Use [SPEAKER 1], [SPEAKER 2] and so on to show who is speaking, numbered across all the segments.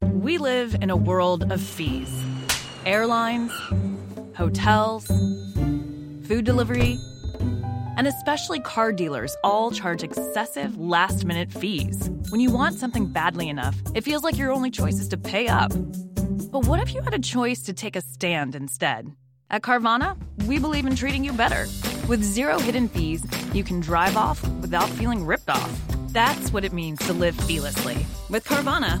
[SPEAKER 1] We live in a world of fees airlines, hotels, food delivery, and especially car dealers all charge excessive last minute fees. When you want something badly enough, it feels like your only choice is to pay up. But what if you had a choice to take a stand instead? At Carvana, we believe in treating you better. With zero hidden fees, you can drive off without feeling ripped off. That's what it means to live fearlessly with Carvana.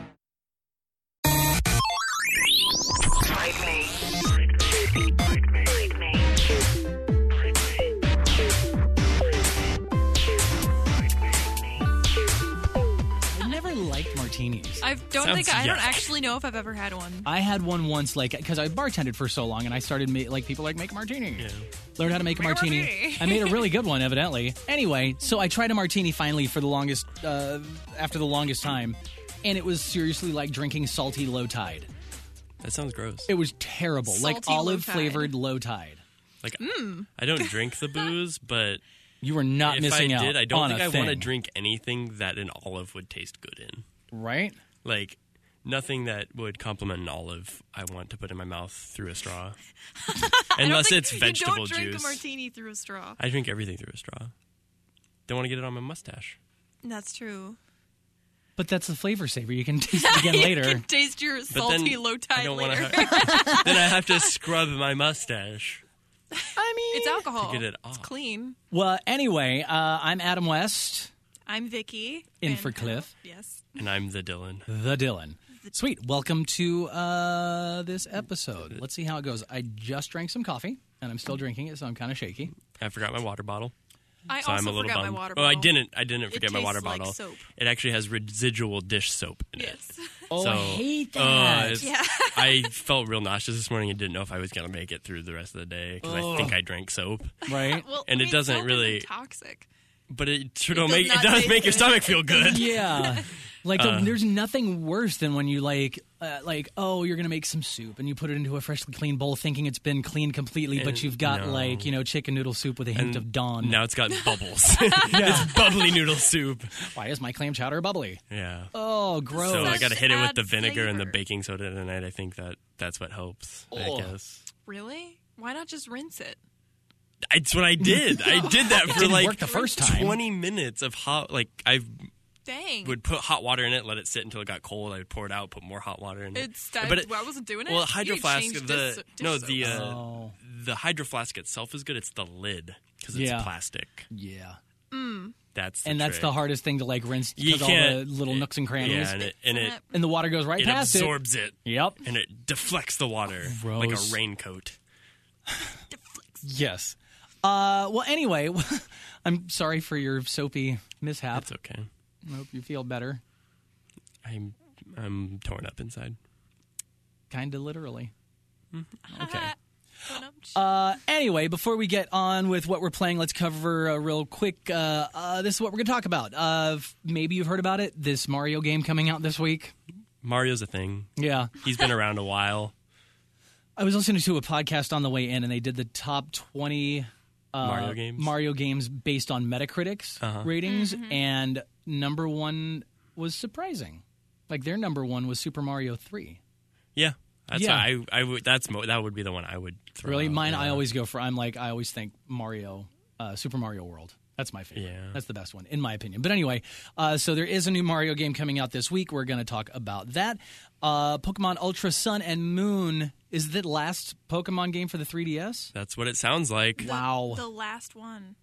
[SPEAKER 2] I never liked martinis.
[SPEAKER 3] I don't
[SPEAKER 4] Sounds
[SPEAKER 3] think I don't
[SPEAKER 4] yuck.
[SPEAKER 3] actually know if I've ever had one.
[SPEAKER 2] I had one once, like, because I bartended for so long, and I started ma- like people like make a martini. Learned how to make a
[SPEAKER 3] Make a
[SPEAKER 2] martini.
[SPEAKER 3] martini.
[SPEAKER 2] I made a really good one, evidently. Anyway, so I tried a martini finally for the longest, uh, after the longest time, and it was seriously like drinking salty low tide.
[SPEAKER 4] That sounds gross.
[SPEAKER 2] It was terrible, like
[SPEAKER 3] Salty Low
[SPEAKER 2] olive flavored low tide.
[SPEAKER 4] Like
[SPEAKER 3] Mm.
[SPEAKER 4] I don't drink the booze, but
[SPEAKER 2] You were not
[SPEAKER 4] if I
[SPEAKER 2] missing out.
[SPEAKER 4] did, I don't
[SPEAKER 2] on
[SPEAKER 4] think
[SPEAKER 2] a
[SPEAKER 4] I want to
[SPEAKER 2] thing,
[SPEAKER 4] drink anything that an olive would taste good in.
[SPEAKER 2] Right?
[SPEAKER 4] Like nothing that would complement an olive. I want to put in my mouth through a straw,
[SPEAKER 3] I don't
[SPEAKER 4] unless
[SPEAKER 3] think-
[SPEAKER 4] it's vegetable
[SPEAKER 3] You don't drink
[SPEAKER 4] juice.
[SPEAKER 3] a martini through a straw.
[SPEAKER 4] I drink everything through a straw. Don't want to get it on my mustache.
[SPEAKER 3] That's true.
[SPEAKER 2] But that's the flavor saver. You can taste it again
[SPEAKER 3] You
[SPEAKER 2] later.
[SPEAKER 3] can taste your
[SPEAKER 4] But
[SPEAKER 3] salty
[SPEAKER 4] then
[SPEAKER 3] low
[SPEAKER 4] I
[SPEAKER 3] tide
[SPEAKER 4] don't
[SPEAKER 3] later.
[SPEAKER 4] Want to ha- then I have to scrub my mustache.
[SPEAKER 2] I mean,
[SPEAKER 3] it's alcohol.
[SPEAKER 4] To get it
[SPEAKER 3] It's
[SPEAKER 4] off.
[SPEAKER 3] clean.
[SPEAKER 2] well, anyway, uh, I'm Adam West.
[SPEAKER 3] I'm Vicky.
[SPEAKER 2] In
[SPEAKER 3] And- uh,
[SPEAKER 2] for Cliff.
[SPEAKER 3] Yes.
[SPEAKER 4] And I'm the Dylan.
[SPEAKER 2] the Dylan. Sweet. Welcome to uh, this episode. Let's see how it goes. I just drank some coffee and I'm still drinking it, so I'm kind of shaky.
[SPEAKER 4] I forgot my water bottle.
[SPEAKER 3] I
[SPEAKER 4] So
[SPEAKER 3] also
[SPEAKER 4] I'm a little
[SPEAKER 3] forgot
[SPEAKER 4] bummed.
[SPEAKER 3] my water
[SPEAKER 4] Oh,
[SPEAKER 3] bottle.
[SPEAKER 4] I didn't. I didn't forget my
[SPEAKER 3] tastes
[SPEAKER 4] water
[SPEAKER 3] like
[SPEAKER 4] bottle.
[SPEAKER 3] soap.
[SPEAKER 4] It actually has residual dish soap in
[SPEAKER 3] Yes.
[SPEAKER 4] it.
[SPEAKER 2] Oh, I
[SPEAKER 4] So-
[SPEAKER 2] hate
[SPEAKER 4] Oh,
[SPEAKER 2] that.
[SPEAKER 4] it's- I felt real nauseous this morning and didn't know if I was going to make it through the rest of the day because I think I drank soap.
[SPEAKER 2] right?
[SPEAKER 3] Well,
[SPEAKER 4] And
[SPEAKER 3] I
[SPEAKER 4] it
[SPEAKER 3] mean,
[SPEAKER 4] doesn't
[SPEAKER 3] soap isn't
[SPEAKER 4] really-
[SPEAKER 3] toxic.
[SPEAKER 4] But it sure
[SPEAKER 3] It
[SPEAKER 4] don't
[SPEAKER 3] does
[SPEAKER 4] make it
[SPEAKER 3] not
[SPEAKER 4] does
[SPEAKER 3] taste
[SPEAKER 4] make your
[SPEAKER 3] good.
[SPEAKER 4] stomach feel good.
[SPEAKER 2] yeah. Like
[SPEAKER 4] Uh.
[SPEAKER 2] the, there's nothing worse than when you like uh, like oh you're gonna make some soup and you put it into a freshly clean bowl thinking it's been cleaned completely but
[SPEAKER 4] And
[SPEAKER 2] you've got
[SPEAKER 4] no.
[SPEAKER 2] like you know chicken noodle soup with a hint of dawn.
[SPEAKER 4] Now it's got bubbles. it's bubbly noodle soup.
[SPEAKER 2] Why is my clam chowder bubbly?
[SPEAKER 4] Yeah.
[SPEAKER 2] Oh, gross.
[SPEAKER 4] so I
[SPEAKER 3] Such
[SPEAKER 4] got to hit it with
[SPEAKER 3] add
[SPEAKER 4] the vinegar and the
[SPEAKER 3] flavor.
[SPEAKER 4] baking soda tonight. I think that that's what helps.
[SPEAKER 2] Oh.
[SPEAKER 4] I guess.
[SPEAKER 3] Really? Why not just rinse it?
[SPEAKER 4] That's what I did. I did that for
[SPEAKER 2] didn't
[SPEAKER 4] like
[SPEAKER 2] work the first time.
[SPEAKER 4] twenty minutes of hot. Like I
[SPEAKER 3] Dang.
[SPEAKER 4] would put hot water in it, let it sit until it got cold. I would pour it out, put more hot water in it.
[SPEAKER 3] it's I,
[SPEAKER 4] but it-
[SPEAKER 3] I wasn't doing it.
[SPEAKER 4] well,
[SPEAKER 3] You
[SPEAKER 4] hydro
[SPEAKER 3] need to
[SPEAKER 4] flask.
[SPEAKER 3] change
[SPEAKER 4] The
[SPEAKER 3] dish so- dish
[SPEAKER 4] no,
[SPEAKER 3] soap.
[SPEAKER 4] the uh,
[SPEAKER 2] Oh.
[SPEAKER 4] the hydro flask itself is good. It's the lid because it's
[SPEAKER 2] Yeah.
[SPEAKER 4] plastic.
[SPEAKER 2] yeah.
[SPEAKER 4] That's the
[SPEAKER 2] And that's
[SPEAKER 4] trick.
[SPEAKER 2] the hardest thing to like rinse
[SPEAKER 4] You
[SPEAKER 2] because all the
[SPEAKER 4] can't-
[SPEAKER 2] little nooks and crannies
[SPEAKER 4] Yeah, and it and it,
[SPEAKER 3] Snap.
[SPEAKER 2] and the water goes right
[SPEAKER 4] it
[SPEAKER 2] past
[SPEAKER 4] absorbs it.
[SPEAKER 2] it. Yep.
[SPEAKER 4] and it deflects the water like
[SPEAKER 2] Gross.
[SPEAKER 4] a raincoat.
[SPEAKER 2] Yes. Uh, well, anyway, I'm sorry for your soapy mishap.
[SPEAKER 4] That's okay.
[SPEAKER 2] I hope you feel better.
[SPEAKER 4] I'm I'm torn up inside.
[SPEAKER 2] Kind of literally.
[SPEAKER 4] Okay.
[SPEAKER 3] Don't know.
[SPEAKER 2] Uh, anyway, before we get on with what we're playing, let's cover uh, real quick. Uh, uh, this is what we're going to talk about. Uh, f- maybe you've heard about it. This Mario game coming out this week.
[SPEAKER 4] Mario's a thing.
[SPEAKER 2] Yeah.
[SPEAKER 4] He's been around a while.
[SPEAKER 2] I was listening to a podcast on the way in, and they did the top twenty uh,
[SPEAKER 4] Mario games? Uh-huh.
[SPEAKER 2] Mario games based on Metacritic's ratings, and number one was surprising. Like their number one was Super Mario Three.
[SPEAKER 4] Yeah. That's
[SPEAKER 2] Yeah.
[SPEAKER 4] I I would that's mo- that would be the one I would throw.
[SPEAKER 2] Really,
[SPEAKER 4] out,
[SPEAKER 2] mine.
[SPEAKER 4] yeah.
[SPEAKER 2] I always go for. I'm like, I always think Mario, uh, Super Mario World. That's my favorite.
[SPEAKER 4] Yeah.
[SPEAKER 2] That's the best one, in my opinion. But anyway, uh, so there is a new Mario game coming out this week. We're going to talk about that. Uh, Pokemon Ultra Sun and Moon is the last Pokemon game for the 3DS.
[SPEAKER 4] That's what it sounds like.
[SPEAKER 3] The-
[SPEAKER 2] Wow.
[SPEAKER 3] The, last one.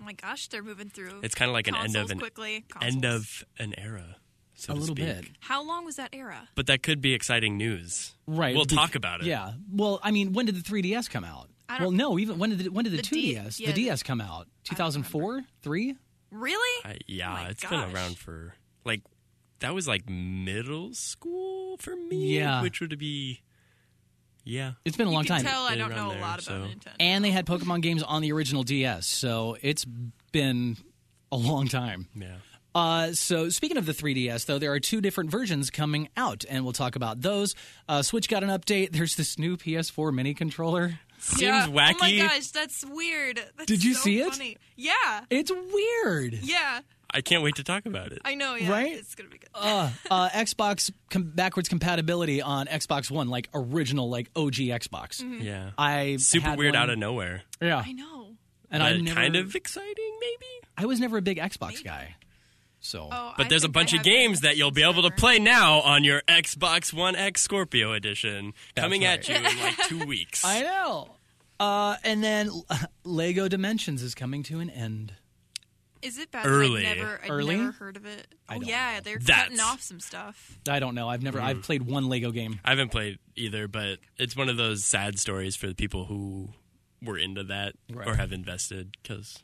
[SPEAKER 3] Oh my gosh, they're moving through.
[SPEAKER 4] It's kind of like an end
[SPEAKER 3] Consoles
[SPEAKER 4] of an
[SPEAKER 3] quickly.
[SPEAKER 4] end
[SPEAKER 3] Consoles.
[SPEAKER 4] of an era. So
[SPEAKER 2] a
[SPEAKER 4] to
[SPEAKER 2] little
[SPEAKER 4] speak.
[SPEAKER 2] bit.
[SPEAKER 3] How long was that era?
[SPEAKER 4] But that could be exciting news.
[SPEAKER 2] Right.
[SPEAKER 4] We'll
[SPEAKER 2] Bec-
[SPEAKER 4] talk about it.
[SPEAKER 2] Yeah. Well, I mean, when did the 3DS come out?
[SPEAKER 3] I
[SPEAKER 2] Well,
[SPEAKER 3] don't-
[SPEAKER 2] no, even when did the, when did the,
[SPEAKER 3] The D-
[SPEAKER 2] 2DS,
[SPEAKER 3] yeah,
[SPEAKER 2] the
[SPEAKER 3] the-
[SPEAKER 2] DS come out? 2004, 3?
[SPEAKER 3] Really?
[SPEAKER 4] I, yeah,
[SPEAKER 3] My
[SPEAKER 4] it's
[SPEAKER 3] gosh.
[SPEAKER 4] been around for like that was like middle school for me.
[SPEAKER 2] Yeah.
[SPEAKER 4] Which would be, yeah.
[SPEAKER 2] It's been a long
[SPEAKER 3] you can
[SPEAKER 2] time.
[SPEAKER 3] tell I
[SPEAKER 4] Right
[SPEAKER 3] don't
[SPEAKER 4] around
[SPEAKER 3] know
[SPEAKER 4] there,
[SPEAKER 3] a lot about
[SPEAKER 4] so-
[SPEAKER 3] Nintendo.
[SPEAKER 2] And they had Pokemon games on the original DS, so it's been a long time.
[SPEAKER 4] Yeah.
[SPEAKER 2] Uh, so speaking of the 3DS, though, there are two different versions coming out, and we'll talk about those. Uh, Switch got an update. There's this new PS4 mini controller.
[SPEAKER 4] Seems
[SPEAKER 3] yeah.
[SPEAKER 4] wacky.
[SPEAKER 3] Oh my gosh, that's weird. That's
[SPEAKER 2] Did you
[SPEAKER 3] so
[SPEAKER 2] see it?
[SPEAKER 3] funny. Yeah.
[SPEAKER 2] It's weird.
[SPEAKER 3] Yeah.
[SPEAKER 4] I can't wait to talk about it.
[SPEAKER 3] I know. Yeah.
[SPEAKER 2] Right?
[SPEAKER 3] It's gonna be good.
[SPEAKER 2] Uh, uh, Xbox com- backwards compatibility on Xbox One, like original, like OG Xbox.
[SPEAKER 3] Mm-hmm.
[SPEAKER 4] yeah.
[SPEAKER 2] I
[SPEAKER 4] Super
[SPEAKER 2] had
[SPEAKER 4] weird
[SPEAKER 2] one-
[SPEAKER 4] out of nowhere.
[SPEAKER 2] yeah,
[SPEAKER 3] I know.
[SPEAKER 2] and
[SPEAKER 4] But
[SPEAKER 2] I never,
[SPEAKER 4] kind of exciting, maybe.
[SPEAKER 2] I was never a big Xbox guy, so
[SPEAKER 3] Oh,
[SPEAKER 4] But
[SPEAKER 3] I
[SPEAKER 4] there's a
[SPEAKER 3] think I
[SPEAKER 4] bunch of
[SPEAKER 3] have
[SPEAKER 4] games that you'll be able to
[SPEAKER 3] Xbox
[SPEAKER 4] play now on your Xbox One X Scorpio edition, coming
[SPEAKER 2] right.
[SPEAKER 4] at you in like two weeks.
[SPEAKER 2] I know. Uh, and then Lego Dimensions is coming to an end.
[SPEAKER 3] Is it bad?
[SPEAKER 4] Early.
[SPEAKER 3] I've never, I've
[SPEAKER 2] Early?
[SPEAKER 3] never heard of it.
[SPEAKER 2] I
[SPEAKER 3] oh
[SPEAKER 2] don't
[SPEAKER 3] yeah, they're cutting
[SPEAKER 4] That's-
[SPEAKER 3] off some stuff.
[SPEAKER 2] I don't know. I've never. I've
[SPEAKER 4] Mm.
[SPEAKER 2] played one Lego game.
[SPEAKER 4] I haven't played either, but it's one of those sad stories for the people who were into that
[SPEAKER 2] Right.
[SPEAKER 4] or have invested because,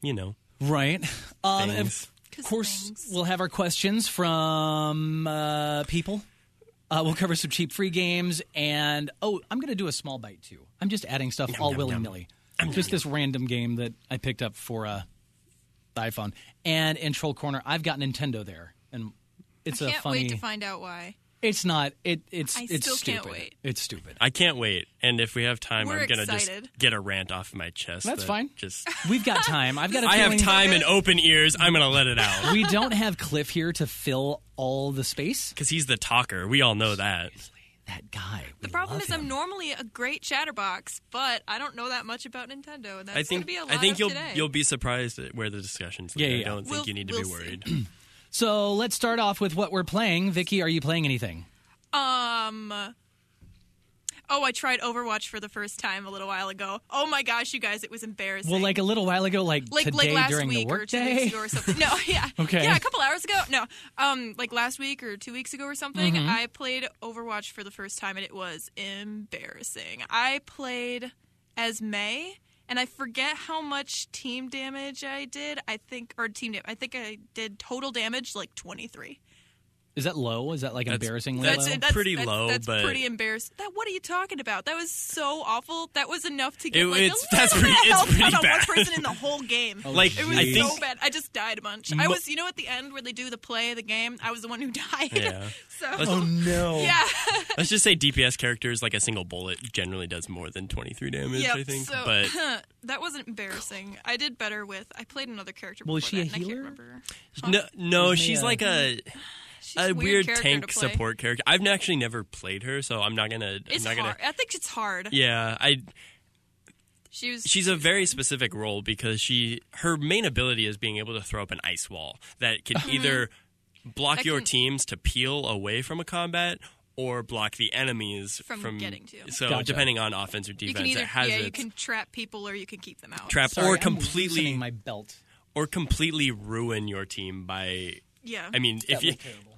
[SPEAKER 4] you know,
[SPEAKER 2] Right. Um, and
[SPEAKER 4] things.
[SPEAKER 2] of
[SPEAKER 3] 'Cause
[SPEAKER 2] course,
[SPEAKER 3] things.
[SPEAKER 2] we'll have our questions from uh, people. Uh, we'll cover some cheap free games, and oh, I'm going to do a small bite too. I'm just adding stuff all
[SPEAKER 4] yum,
[SPEAKER 2] willy nilly. Just this random game that I picked up for uh, the iPhone. And in Troll Corner, I've got Nintendo there, and it's a
[SPEAKER 3] Can't
[SPEAKER 2] funny.
[SPEAKER 3] wait to find out why.
[SPEAKER 2] it's not. It it's
[SPEAKER 3] I
[SPEAKER 2] it's
[SPEAKER 3] still
[SPEAKER 2] stupid.
[SPEAKER 3] can't wait.
[SPEAKER 2] It's stupid.
[SPEAKER 4] I can't wait. And if we have time,
[SPEAKER 3] We're
[SPEAKER 4] I'm gonna
[SPEAKER 3] excited.
[SPEAKER 4] just get a rant off my chest.
[SPEAKER 2] That's
[SPEAKER 4] that
[SPEAKER 2] fine.
[SPEAKER 4] Just
[SPEAKER 2] We've got time. I've got. A
[SPEAKER 4] I have
[SPEAKER 2] feeling-
[SPEAKER 4] time and open ears. I'm gonna let it out
[SPEAKER 2] We don't have Cliff here to fill all the space.
[SPEAKER 4] because he's the talker. We all know that.
[SPEAKER 2] That guy.
[SPEAKER 3] The problem is, I'm normally a great chatterbox, but I don't know that much about Nintendo, and that's
[SPEAKER 4] I think
[SPEAKER 3] gonna be a lot
[SPEAKER 4] I think
[SPEAKER 3] of
[SPEAKER 4] you'll
[SPEAKER 3] today.
[SPEAKER 4] you'll be surprised at where the discussions. lead.
[SPEAKER 2] Yeah, yeah, yeah.
[SPEAKER 4] I don't
[SPEAKER 3] We'll-
[SPEAKER 4] think you need to
[SPEAKER 3] we'll
[SPEAKER 4] be
[SPEAKER 3] see.
[SPEAKER 4] worried.
[SPEAKER 2] So let's start off with what we're playing. Vicky, are you playing anything?
[SPEAKER 3] Um. Oh, I tried Overwatch for the first time a little while ago. Oh my gosh, you guys, it was embarrassing.
[SPEAKER 2] Well, like a little while ago, like,
[SPEAKER 3] like
[SPEAKER 2] today
[SPEAKER 3] like last
[SPEAKER 2] during
[SPEAKER 3] week
[SPEAKER 2] the
[SPEAKER 3] or two weeks
[SPEAKER 2] workday.
[SPEAKER 3] ago or something. No, yeah,
[SPEAKER 2] Okay.
[SPEAKER 3] yeah, a couple hours ago. No, um, like last week or two weeks ago or something.
[SPEAKER 2] Mm-hmm.
[SPEAKER 3] I played Overwatch for the first time and it was embarrassing. I played as May and I forget how much team damage I did. I think or team damage. I think I did total damage like twenty three.
[SPEAKER 2] Is that low? Is that like
[SPEAKER 4] That's-
[SPEAKER 2] embarrassingly
[SPEAKER 3] That's,
[SPEAKER 2] low?
[SPEAKER 3] it. that's
[SPEAKER 4] Pretty
[SPEAKER 3] that's,
[SPEAKER 4] low,
[SPEAKER 3] That's
[SPEAKER 4] but-
[SPEAKER 3] pretty embarrassing. That what are you talking about? That was so awful. That was enough to get
[SPEAKER 4] It-
[SPEAKER 3] like
[SPEAKER 4] it's-
[SPEAKER 3] a
[SPEAKER 4] that's
[SPEAKER 3] little
[SPEAKER 4] pretty-
[SPEAKER 3] bit of
[SPEAKER 4] it's
[SPEAKER 3] health
[SPEAKER 4] pretty
[SPEAKER 3] out of
[SPEAKER 4] bad.
[SPEAKER 3] one person in the whole game.
[SPEAKER 2] Oh,
[SPEAKER 4] Like
[SPEAKER 3] It was
[SPEAKER 4] I
[SPEAKER 2] geez.
[SPEAKER 4] think
[SPEAKER 3] so bad. I just died a bunch. I
[SPEAKER 4] Mo-
[SPEAKER 3] was, you know, at the end where they do the play of the game. I was the one who died.
[SPEAKER 4] Yeah.
[SPEAKER 3] so
[SPEAKER 4] Let's,
[SPEAKER 2] no.
[SPEAKER 3] yeah,
[SPEAKER 4] let's just say DPS characters like a single bullet generally does more than 23 damage.
[SPEAKER 3] Yep,
[SPEAKER 4] I think,
[SPEAKER 3] so-
[SPEAKER 4] but
[SPEAKER 3] that wasn't embarrassing. I did better with. I played another character.
[SPEAKER 2] Was
[SPEAKER 3] before
[SPEAKER 2] she
[SPEAKER 3] that,
[SPEAKER 2] a
[SPEAKER 3] and
[SPEAKER 2] healer?
[SPEAKER 3] I can't remember.
[SPEAKER 4] no, no,
[SPEAKER 2] Isn't
[SPEAKER 4] she's
[SPEAKER 2] they,
[SPEAKER 4] like a
[SPEAKER 3] She's
[SPEAKER 4] a weird
[SPEAKER 3] weird, character
[SPEAKER 4] tank
[SPEAKER 3] to play.
[SPEAKER 4] support character. I've actually never played her, so I'm not gonna.
[SPEAKER 3] It's
[SPEAKER 4] I'm not
[SPEAKER 3] hard.
[SPEAKER 4] gonna.
[SPEAKER 3] I think it's hard.
[SPEAKER 4] Yeah, I
[SPEAKER 3] She was.
[SPEAKER 4] she's a very specific role because she her main ability is being able to throw up an ice wall that can either block
[SPEAKER 3] Uh-huh. That
[SPEAKER 4] your
[SPEAKER 3] can-
[SPEAKER 4] teams to peel away from a combat or block the enemies
[SPEAKER 3] From getting to you.
[SPEAKER 4] So
[SPEAKER 2] Gotcha.
[SPEAKER 4] depending on offense or
[SPEAKER 3] you
[SPEAKER 4] defense,
[SPEAKER 3] can either
[SPEAKER 4] it has
[SPEAKER 3] yeah,
[SPEAKER 4] its
[SPEAKER 3] you can trap people or you can keep them out.
[SPEAKER 4] trap
[SPEAKER 2] Sorry,
[SPEAKER 4] or
[SPEAKER 2] I'm loosening
[SPEAKER 4] completely
[SPEAKER 2] my belt.
[SPEAKER 4] or completely ruin your team by.
[SPEAKER 3] Yeah.
[SPEAKER 4] I mean, if
[SPEAKER 2] That
[SPEAKER 4] you
[SPEAKER 2] looked terrible.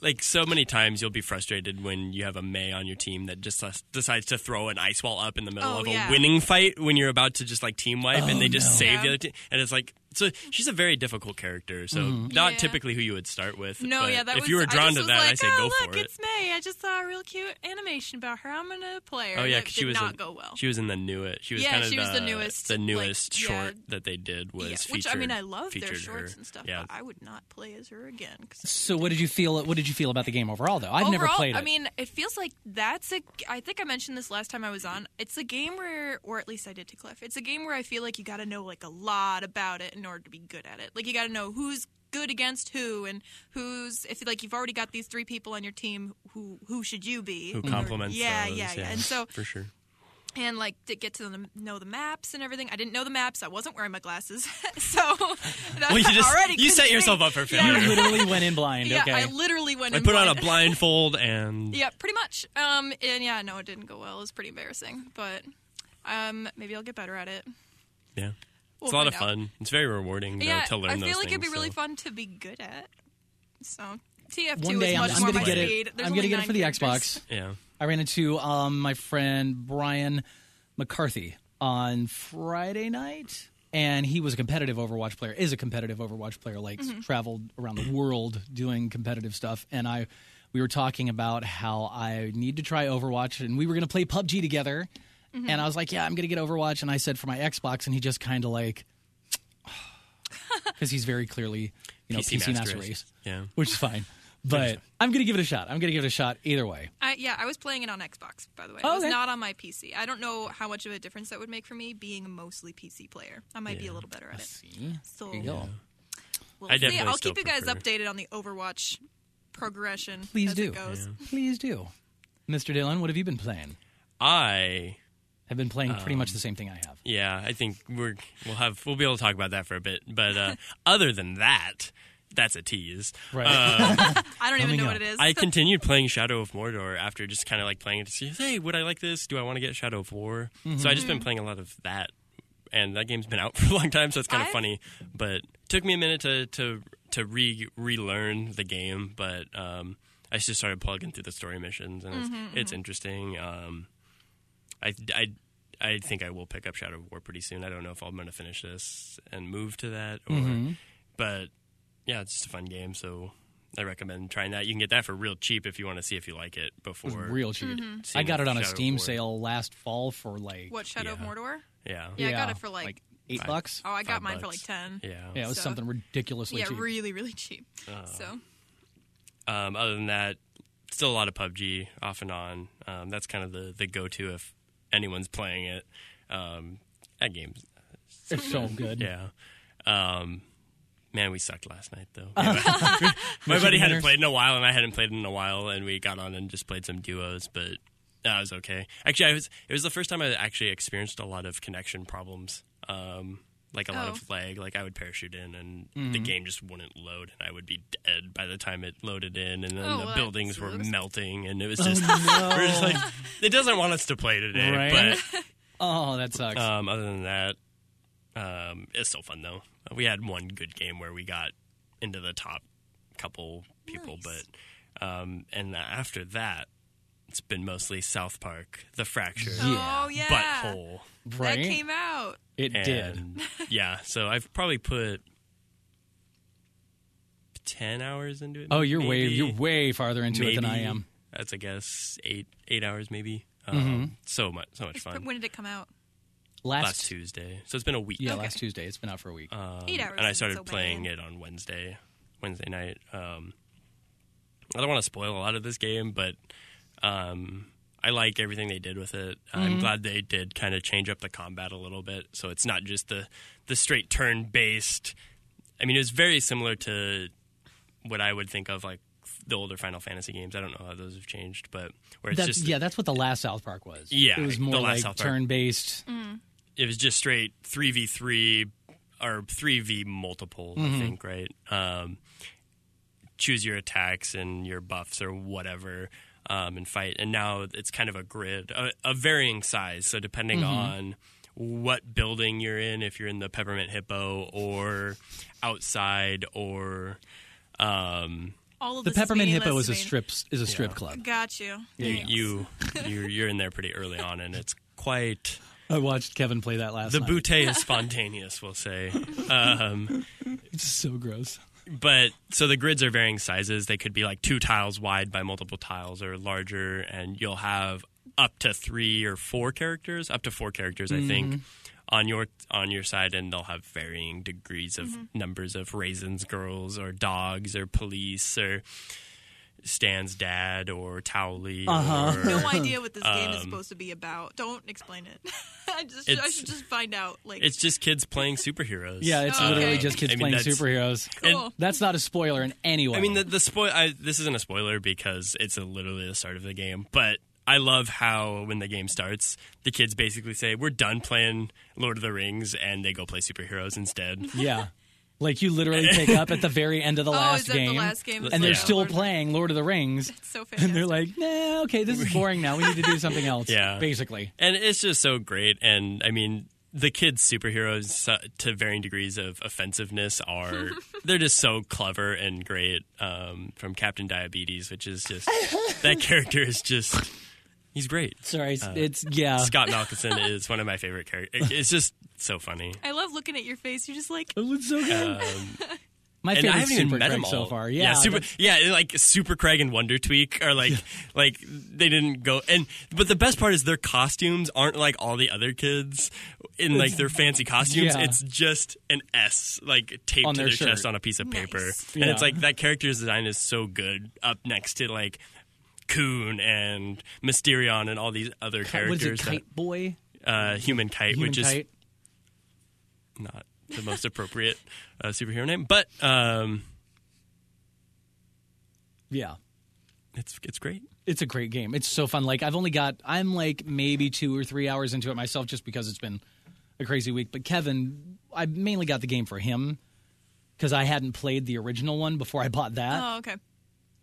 [SPEAKER 4] like, so many times you'll be frustrated when you have a May on your team that just des- decides to throw an ice wall up in the middle
[SPEAKER 3] Oh,
[SPEAKER 4] of
[SPEAKER 3] yeah.
[SPEAKER 4] a winning fight when you're about to just like team wipe and they just save the
[SPEAKER 3] Yeah.
[SPEAKER 4] other team, and it's like. So she's a very difficult character, so not
[SPEAKER 3] Yeah.
[SPEAKER 4] typically who you would start with.
[SPEAKER 3] No,
[SPEAKER 4] but
[SPEAKER 3] yeah, that
[SPEAKER 4] if
[SPEAKER 3] was.
[SPEAKER 4] you were
[SPEAKER 3] I
[SPEAKER 4] drawn
[SPEAKER 3] just
[SPEAKER 4] to
[SPEAKER 3] was
[SPEAKER 4] that,
[SPEAKER 3] like,
[SPEAKER 4] I say
[SPEAKER 3] oh,
[SPEAKER 4] go
[SPEAKER 3] look,
[SPEAKER 4] for it.
[SPEAKER 3] it's May. I just saw a real cute animation about her. I'm gonna play her.
[SPEAKER 4] Oh yeah,
[SPEAKER 3] That
[SPEAKER 4] because
[SPEAKER 3] did
[SPEAKER 4] she was
[SPEAKER 3] not
[SPEAKER 4] in,
[SPEAKER 3] go well.
[SPEAKER 4] She was in the newest. She was
[SPEAKER 3] Yeah,
[SPEAKER 4] kind of
[SPEAKER 3] she was the
[SPEAKER 4] the,
[SPEAKER 3] newest,
[SPEAKER 4] the
[SPEAKER 3] like,
[SPEAKER 4] newest
[SPEAKER 3] yeah.
[SPEAKER 4] short that they did was
[SPEAKER 3] yeah,
[SPEAKER 4] featured.
[SPEAKER 3] which I mean, I love their
[SPEAKER 4] featured
[SPEAKER 3] shorts
[SPEAKER 4] her.
[SPEAKER 3] and stuff.
[SPEAKER 4] Yeah,
[SPEAKER 3] But I would not play as her again. 'cause-
[SPEAKER 2] So what did you feel? What did you feel about the game overall? Though I've
[SPEAKER 3] Overall,
[SPEAKER 2] never played it.
[SPEAKER 3] I mean, it feels like that's a. I think I mentioned this last time I was on. It's a game where, or at least I did to Cliff. It's a game where I feel like you got to know like a lot about it in order to be good at it. Like you got to know who's good against who and who's if like you've already got these three people on your team who who should you be
[SPEAKER 4] who compliments?
[SPEAKER 3] yeah,
[SPEAKER 4] those,
[SPEAKER 3] yeah, yeah. And so-
[SPEAKER 4] for sure.
[SPEAKER 3] and like to get to the, know the maps and everything. I didn't know the maps. I wasn't wearing my glasses, so that
[SPEAKER 4] Well, you just-
[SPEAKER 3] already
[SPEAKER 4] you set
[SPEAKER 3] couldn't
[SPEAKER 4] yourself
[SPEAKER 3] think.
[SPEAKER 4] up for
[SPEAKER 2] you
[SPEAKER 4] failure.
[SPEAKER 3] Yeah,
[SPEAKER 2] literally went in blind.
[SPEAKER 3] yeah,
[SPEAKER 2] okay.
[SPEAKER 3] I literally went.
[SPEAKER 4] I
[SPEAKER 3] in
[SPEAKER 4] put on a
[SPEAKER 3] blind.
[SPEAKER 4] blindfold and
[SPEAKER 3] yeah, pretty much. Um, and yeah, no, it didn't go well. It was pretty embarrassing, but um, maybe I'll get better at it.
[SPEAKER 4] yeah.
[SPEAKER 3] We'll
[SPEAKER 4] it's a lot
[SPEAKER 3] find
[SPEAKER 4] of
[SPEAKER 3] out.
[SPEAKER 4] fun. It's very rewarding though,
[SPEAKER 3] yeah,
[SPEAKER 4] to learn
[SPEAKER 3] I
[SPEAKER 4] those
[SPEAKER 3] feel
[SPEAKER 4] things.
[SPEAKER 3] like it'd be really
[SPEAKER 4] so.
[SPEAKER 3] fun to be good at. So TF2
[SPEAKER 2] One day I'm,
[SPEAKER 3] is much
[SPEAKER 2] I'm
[SPEAKER 3] more
[SPEAKER 2] gonna
[SPEAKER 3] my
[SPEAKER 2] get
[SPEAKER 3] speed.
[SPEAKER 2] it.
[SPEAKER 3] There's
[SPEAKER 2] I'm
[SPEAKER 3] only
[SPEAKER 2] gonna get it
[SPEAKER 3] nine
[SPEAKER 2] for the
[SPEAKER 3] characters.
[SPEAKER 2] Xbox.
[SPEAKER 4] Yeah.
[SPEAKER 2] I ran into um, my friend Brian McCarthy on Friday night. and he was a competitive Overwatch player, is a competitive Overwatch player, like traveled around the world doing competitive stuff. And I, we were talking about how I need to try Overwatch, and we were going to play PUBG together. And I was like, "Yeah, I'm going to get Overwatch," and I said for my Xbox, and he just kind of like, because he's very clearly, you know, PC, Master, Race,
[SPEAKER 4] Yeah.
[SPEAKER 2] which is fine. But I'm going to give it a shot. I'm going to give it a shot either way.
[SPEAKER 3] I, yeah, I was playing it on Xbox, by the way.
[SPEAKER 2] Oh,
[SPEAKER 3] it was
[SPEAKER 2] okay.
[SPEAKER 3] not on my PC. I don't know how much of a difference that would make for me being a mostly PC player. I might be a little better at it.
[SPEAKER 2] See,
[SPEAKER 3] So
[SPEAKER 2] there you go.
[SPEAKER 3] we'll
[SPEAKER 4] I
[SPEAKER 3] see.
[SPEAKER 4] definitely
[SPEAKER 3] I'll
[SPEAKER 4] still
[SPEAKER 3] keep you guys
[SPEAKER 4] prefer-
[SPEAKER 3] updated on the Overwatch progression
[SPEAKER 2] Please
[SPEAKER 3] as
[SPEAKER 2] do.
[SPEAKER 3] it goes.
[SPEAKER 2] Please do, Mr. Dillon. What have you been playing?
[SPEAKER 4] I
[SPEAKER 2] I've been playing pretty
[SPEAKER 4] Um,
[SPEAKER 2] much the same thing I have.
[SPEAKER 4] yeah, I think we're we'll have we'll be able to talk about that for a bit. But uh, other than that, that's a tease.
[SPEAKER 2] Right.
[SPEAKER 3] I don't even
[SPEAKER 2] Coming
[SPEAKER 3] know
[SPEAKER 2] up.
[SPEAKER 3] what it is.
[SPEAKER 4] I continued playing Shadow of Mordor after just kind of like playing it to see, hey, would I like this? Do I want to get Shadow of War? So I just
[SPEAKER 3] Mm-hmm.
[SPEAKER 4] been playing a lot of that, and that game's been out for a long time, so it's kind of
[SPEAKER 3] I-
[SPEAKER 4] funny. But it took me a minute to to to re relearn the game, but um, I just started plugging through the story missions, and it's,
[SPEAKER 3] Mm-hmm,
[SPEAKER 4] it's interesting. Um, I I. I think I will pick up Shadow of War pretty soon. I don't know if I'm going to finish this and move to that, or but yeah, it's just a fun game, so I recommend trying that. You can get that for real cheap if you want to see if you like it before.
[SPEAKER 2] Real cheap. I
[SPEAKER 4] seeing
[SPEAKER 2] got it on a
[SPEAKER 4] Uh, Shadow of
[SPEAKER 2] Steam
[SPEAKER 4] War.
[SPEAKER 2] sale last fall for like
[SPEAKER 3] Mm-hmm. what Shadow of
[SPEAKER 4] Yeah.
[SPEAKER 3] Mordor?
[SPEAKER 4] Yeah.
[SPEAKER 3] Yeah, I got it for like,
[SPEAKER 2] eight bucks.
[SPEAKER 3] oh, I got
[SPEAKER 4] five
[SPEAKER 3] mine for like
[SPEAKER 4] bucks.
[SPEAKER 3] ten.
[SPEAKER 4] Yeah. Uh,
[SPEAKER 2] yeah, it was
[SPEAKER 3] so-
[SPEAKER 2] something ridiculously
[SPEAKER 3] Yeah,
[SPEAKER 2] cheap.
[SPEAKER 3] really, really cheap. so
[SPEAKER 4] Um, other than that, still a lot of PUBG off and on. Um, that's kind of the, the go to if anyone's playing it. Um, that game's
[SPEAKER 2] it's so good.
[SPEAKER 4] Yeah. Um, man, we sucked last night though. My buddy hadn't
[SPEAKER 2] winners.
[SPEAKER 4] played in a while, and I hadn't played in a while, and we got on and just played some duos, but that was okay. Actually, I was. It was the first time I actually experienced a lot of connection problems. Um, like a lot
[SPEAKER 3] Oh.
[SPEAKER 4] of lag. Like I would parachute in, and the game just wouldn't load, and I would be dead by the time it loaded in, and then
[SPEAKER 3] Oh,
[SPEAKER 4] the
[SPEAKER 3] well,
[SPEAKER 4] buildings
[SPEAKER 3] that's
[SPEAKER 4] were
[SPEAKER 3] the worst.
[SPEAKER 4] melting, and it was just. We're just like, it doesn't want us to play today,
[SPEAKER 2] Right?
[SPEAKER 4] but
[SPEAKER 2] Oh, that sucks.
[SPEAKER 4] um, other than that, um, it's still fun though. We had one good game where we got into the top couple people, but um, and after that, it's been mostly South Park, The Fracture,
[SPEAKER 2] Yeah.
[SPEAKER 3] Oh yeah.
[SPEAKER 4] Butthole.
[SPEAKER 3] That
[SPEAKER 2] right?
[SPEAKER 3] came out.
[SPEAKER 2] it did.
[SPEAKER 4] And, yeah, so I've probably put ten hours into it.
[SPEAKER 2] Oh, you're way
[SPEAKER 4] maybe.
[SPEAKER 2] you're way farther into it than I
[SPEAKER 4] Maybe.
[SPEAKER 2] am. Mm-hmm.
[SPEAKER 4] That's I guess eight eight hours maybe. Um, So much so much
[SPEAKER 3] It's
[SPEAKER 4] fun.
[SPEAKER 3] when did it come out?
[SPEAKER 2] Last,
[SPEAKER 4] Last Tuesday, Um, so it's been a week.
[SPEAKER 2] yeah, last Tuesday. It's been out for a week.
[SPEAKER 3] Eight hours.
[SPEAKER 4] and I
[SPEAKER 3] isn't
[SPEAKER 4] started
[SPEAKER 3] so bad.
[SPEAKER 4] playing it on Wednesday, Wednesday night. Um, I don't want to spoil a lot of this game, but um, I like everything they did with it.
[SPEAKER 3] Mm-hmm.
[SPEAKER 4] I'm glad they did kind of change up the combat a little bit, so it's not just the the straight turn based. I mean, it was very similar to what I would think of like the older Final Fantasy games. I don't know how those have changed, but where it's
[SPEAKER 2] That's,
[SPEAKER 4] just
[SPEAKER 2] yeah, that's what the last South Park was.
[SPEAKER 4] Yeah,
[SPEAKER 2] it was
[SPEAKER 4] the
[SPEAKER 2] more
[SPEAKER 4] last
[SPEAKER 2] like
[SPEAKER 4] South Park.
[SPEAKER 2] turn based.
[SPEAKER 4] it was just straight three v three or three v multiple. I think right. Um, choose your attacks and your buffs or whatever, um, and fight. And now it's kind of a grid, a, a varying size. So depending on what building you're in, if you're in the Peppermint Hippo or outside or. Um,
[SPEAKER 3] All of
[SPEAKER 2] The
[SPEAKER 3] this is
[SPEAKER 2] Peppermint
[SPEAKER 3] meaningless
[SPEAKER 2] Hippo is
[SPEAKER 3] to
[SPEAKER 2] a
[SPEAKER 3] me.
[SPEAKER 2] strip is a strip club.
[SPEAKER 3] Got you.
[SPEAKER 4] you, you you're, you're in there pretty early on, and it's quite
[SPEAKER 2] I watched Kevin play that last.
[SPEAKER 4] the
[SPEAKER 2] night.
[SPEAKER 4] bootay is spontaneous, we'll say.
[SPEAKER 2] It's so gross.
[SPEAKER 4] but so the grids are varying sizes. They could be like two tiles wide by multiple tiles or larger, and you'll have up to three or four characters, up to four characters, I think, on your on your side, and they'll have varying degrees of numbers of raisins, girls, or dogs, or police, or Stan's dad, or Towley, or
[SPEAKER 3] No idea what this game is supposed to be about. Don't explain it. I just I
[SPEAKER 4] Um, It's-
[SPEAKER 3] should just find out. Like
[SPEAKER 4] it's just kids playing superheroes.
[SPEAKER 2] Yeah, it's
[SPEAKER 3] Oh,
[SPEAKER 2] literally
[SPEAKER 3] okay.
[SPEAKER 2] just kids
[SPEAKER 4] I mean,
[SPEAKER 2] playing
[SPEAKER 4] that's-
[SPEAKER 2] superheroes.
[SPEAKER 3] cool.
[SPEAKER 2] That's not a spoiler in any way.
[SPEAKER 4] I mean, the, the spoil. I, this isn't a spoiler because it's a, literally the start of the game. But I love how when the game starts, the kids basically say, "We're done playing Lord of the Rings," and they go play superheroes instead.
[SPEAKER 2] Yeah. Like you literally pick up at the very end of the
[SPEAKER 3] Oh,
[SPEAKER 2] last
[SPEAKER 3] is that the
[SPEAKER 2] game,
[SPEAKER 3] last game?
[SPEAKER 2] and they're
[SPEAKER 4] Yeah.
[SPEAKER 2] still
[SPEAKER 3] Lord of the-
[SPEAKER 2] playing Lord of the Rings,
[SPEAKER 3] so
[SPEAKER 2] and
[SPEAKER 3] fantastic.
[SPEAKER 2] they're like, "Nah, okay, this is boring now. We need to do something else."
[SPEAKER 4] Yeah.
[SPEAKER 2] basically.
[SPEAKER 4] and it's just so great. And I mean, the kids' superheroes uh, to varying degrees of offensiveness are they're just so clever and great. Um, from Captain Diabetes, which is just that character is just he's great. Uh,
[SPEAKER 2] Sorry, it's, it's yeah.
[SPEAKER 4] Scott Malkinson is one of my favorite characters. It's just so funny.
[SPEAKER 3] I love looking at your face. You're just like,
[SPEAKER 2] It looks Oh, so good.
[SPEAKER 4] Um,
[SPEAKER 2] My
[SPEAKER 4] and
[SPEAKER 2] favorite
[SPEAKER 4] I haven't
[SPEAKER 2] Super
[SPEAKER 4] even met
[SPEAKER 2] Craig
[SPEAKER 4] them all
[SPEAKER 2] so far. Yeah,
[SPEAKER 4] super,
[SPEAKER 2] but-
[SPEAKER 4] yeah, and, like Super Craig and Wonder Tweak are like, like they didn't go. And but the best part is their costumes aren't like all the other kids in like their fancy costumes.
[SPEAKER 2] Yeah.
[SPEAKER 4] It's just an S like taped
[SPEAKER 2] On
[SPEAKER 4] to
[SPEAKER 2] their
[SPEAKER 4] their
[SPEAKER 2] shirt.
[SPEAKER 4] chest on a piece of paper,
[SPEAKER 3] Nice.
[SPEAKER 4] and it's
[SPEAKER 2] Yeah.
[SPEAKER 4] like that character's design is so good up next to like. Coon and Mysterion and all these other
[SPEAKER 2] what is it,
[SPEAKER 4] characters,
[SPEAKER 2] Kite Boy?
[SPEAKER 4] that, uh, human kite,
[SPEAKER 2] Human
[SPEAKER 4] which is
[SPEAKER 2] Kite?
[SPEAKER 4] not the most appropriate uh, superhero name, but um,
[SPEAKER 2] Yeah.
[SPEAKER 4] it's it's great.
[SPEAKER 2] It's a great game. It's so fun. Like I've only got I'm like maybe 2 or 3 hours into it myself just because it's been a crazy week, but Kevin, I mainly got the game for him cuz I hadn't played the original one before I bought that
[SPEAKER 3] oh, okay.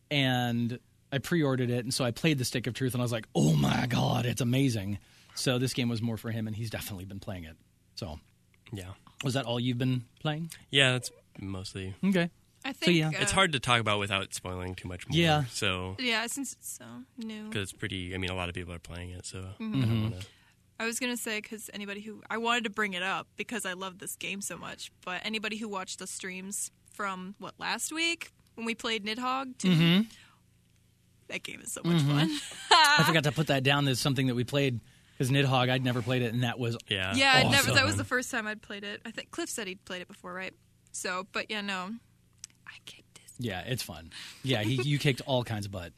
[SPEAKER 2] and I pre-ordered it and so I played the Stick of Truth and I was like, "Oh my god, it's amazing." So this game was more for him and he's definitely been playing it. So,
[SPEAKER 4] Yeah,
[SPEAKER 2] was that all you've been playing?
[SPEAKER 4] yeah, that's mostly.
[SPEAKER 2] Okay.
[SPEAKER 3] I think
[SPEAKER 2] yeah.
[SPEAKER 3] uh,
[SPEAKER 4] It's hard to talk about without spoiling too much more.
[SPEAKER 2] Yeah.
[SPEAKER 4] So
[SPEAKER 3] Yeah, since it's so new.
[SPEAKER 4] because it's pretty. I mean, a lot of people are playing it, so I
[SPEAKER 3] Mm-hmm.
[SPEAKER 4] don't want to.
[SPEAKER 3] I was gonna say because anybody who I wanted to bring it up because I love this game so much, but anybody who watched the streams from what last week when we played Nidhogg, too,
[SPEAKER 4] Mm-hmm.
[SPEAKER 3] that game is so much fun.
[SPEAKER 2] I forgot to put that down as something that we played cuz Nidhogg I'd never played it and that was
[SPEAKER 4] Yeah.
[SPEAKER 3] yeah, I'd never. That was
[SPEAKER 4] Awesome.
[SPEAKER 3] the first time I'd played it. I think Cliff said he'd played it before, right? So, but yeah, no, I kicked his.
[SPEAKER 2] Yeah, it's fun. Yeah, he, you kicked all kinds of butt.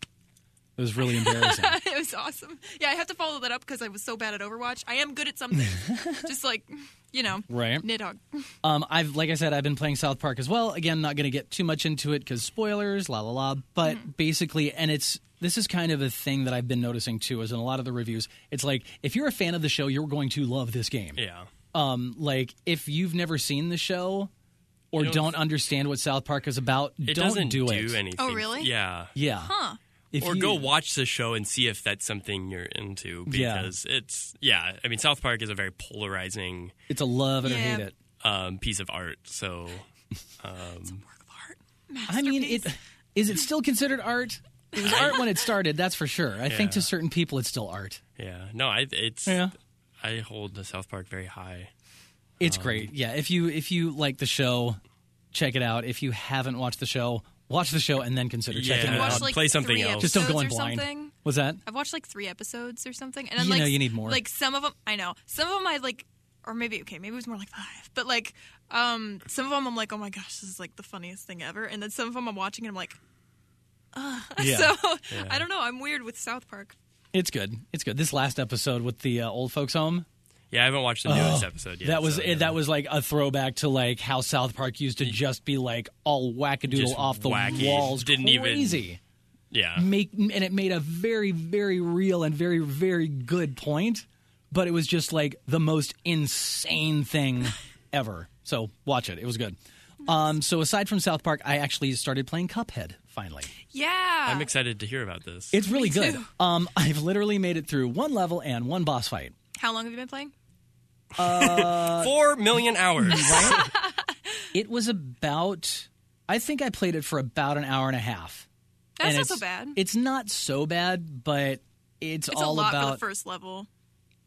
[SPEAKER 2] It was really embarrassing.
[SPEAKER 3] It was awesome. Yeah, I have to follow that up because I was so bad at Overwatch. I am good at something, just like you know,
[SPEAKER 2] Right.
[SPEAKER 3] Nidhogg.
[SPEAKER 2] um, I've like I said, I've been playing South Park as well. Again, not going to get too much into it because spoilers, la la la. But basically, and it's this is kind of a thing that I've been noticing too, is in a lot of the reviews. It's like if you're a fan of the show, you're going to love this game.
[SPEAKER 4] Yeah.
[SPEAKER 2] Um, like if you've never seen the show or
[SPEAKER 4] don't-
[SPEAKER 2] don't, understand what South Park is about,
[SPEAKER 4] It
[SPEAKER 2] don't
[SPEAKER 4] doesn't
[SPEAKER 2] do it.
[SPEAKER 4] anything.
[SPEAKER 3] Oh, really?
[SPEAKER 4] Yeah.
[SPEAKER 2] yeah. Huh. If
[SPEAKER 4] or
[SPEAKER 2] you-
[SPEAKER 4] go watch the show and see if that's something you're into
[SPEAKER 2] Yeah.
[SPEAKER 4] because it's yeah. I mean, South Park is a very polarizing
[SPEAKER 2] It's a love it or
[SPEAKER 3] Yeah.
[SPEAKER 2] hate it.
[SPEAKER 4] um, piece of art. So
[SPEAKER 3] Work of art.
[SPEAKER 2] I mean, it
[SPEAKER 3] Masterpiece.
[SPEAKER 2] is it still considered art? It was art when it started, that's for sure. I think to certain people, it's still art.
[SPEAKER 4] yeah, no, I it's
[SPEAKER 2] Yeah.
[SPEAKER 4] I hold the South Park very high.
[SPEAKER 2] It's great. Yeah, if you if you like the show, check it out. If you haven't watched the show, watch the show and then consider checking
[SPEAKER 4] Yeah.
[SPEAKER 2] it
[SPEAKER 3] Watch,
[SPEAKER 2] out.
[SPEAKER 3] like,
[SPEAKER 4] uh, Play something
[SPEAKER 3] three
[SPEAKER 4] else.
[SPEAKER 2] Just don't go in
[SPEAKER 3] episodes or
[SPEAKER 2] blind.
[SPEAKER 3] something.
[SPEAKER 2] Was that?
[SPEAKER 3] I've watched like three episodes or something, and then,
[SPEAKER 2] You
[SPEAKER 3] like
[SPEAKER 2] know you need more.
[SPEAKER 3] Like some of them, I know. Some of them, I like, or maybe okay, maybe it was more like five. But like, um, some of them, I'm like, oh my gosh, this is like the funniest thing ever. And then some of them, I'm watching and I'm like,
[SPEAKER 2] Yeah.
[SPEAKER 3] so I don't know. I'm weird with South Park.
[SPEAKER 2] it's good. It's good. This last episode with the uh, old folks home,
[SPEAKER 4] Yeah, I haven't watched the newest episode yet.
[SPEAKER 2] that was
[SPEAKER 4] so, Mm.
[SPEAKER 2] it, that was like a throwback to like how South Park used to just be like all wackadoodle
[SPEAKER 4] Just
[SPEAKER 2] off the
[SPEAKER 4] wacky.
[SPEAKER 2] walls,
[SPEAKER 4] Didn't even-
[SPEAKER 2] crazy.
[SPEAKER 4] yeah.
[SPEAKER 2] make and it made a very very real and very very good point but it was just like the most insane thing ever so watch it it was good um, so aside from south park i actually started playing cuphead finally
[SPEAKER 3] Yeah,
[SPEAKER 4] I'm excited to hear about this.
[SPEAKER 2] it's really good um, i've literally made it through one level and one boss fight
[SPEAKER 3] how long have you been playing?
[SPEAKER 2] uh,
[SPEAKER 4] Four million hours.
[SPEAKER 2] it was about i think i played it for about an hour and a half
[SPEAKER 3] That's
[SPEAKER 2] And
[SPEAKER 3] not
[SPEAKER 2] it's-
[SPEAKER 3] so bad.
[SPEAKER 2] it's not so bad but it's,
[SPEAKER 3] It's
[SPEAKER 2] all
[SPEAKER 3] a lot
[SPEAKER 2] about
[SPEAKER 3] for the first level.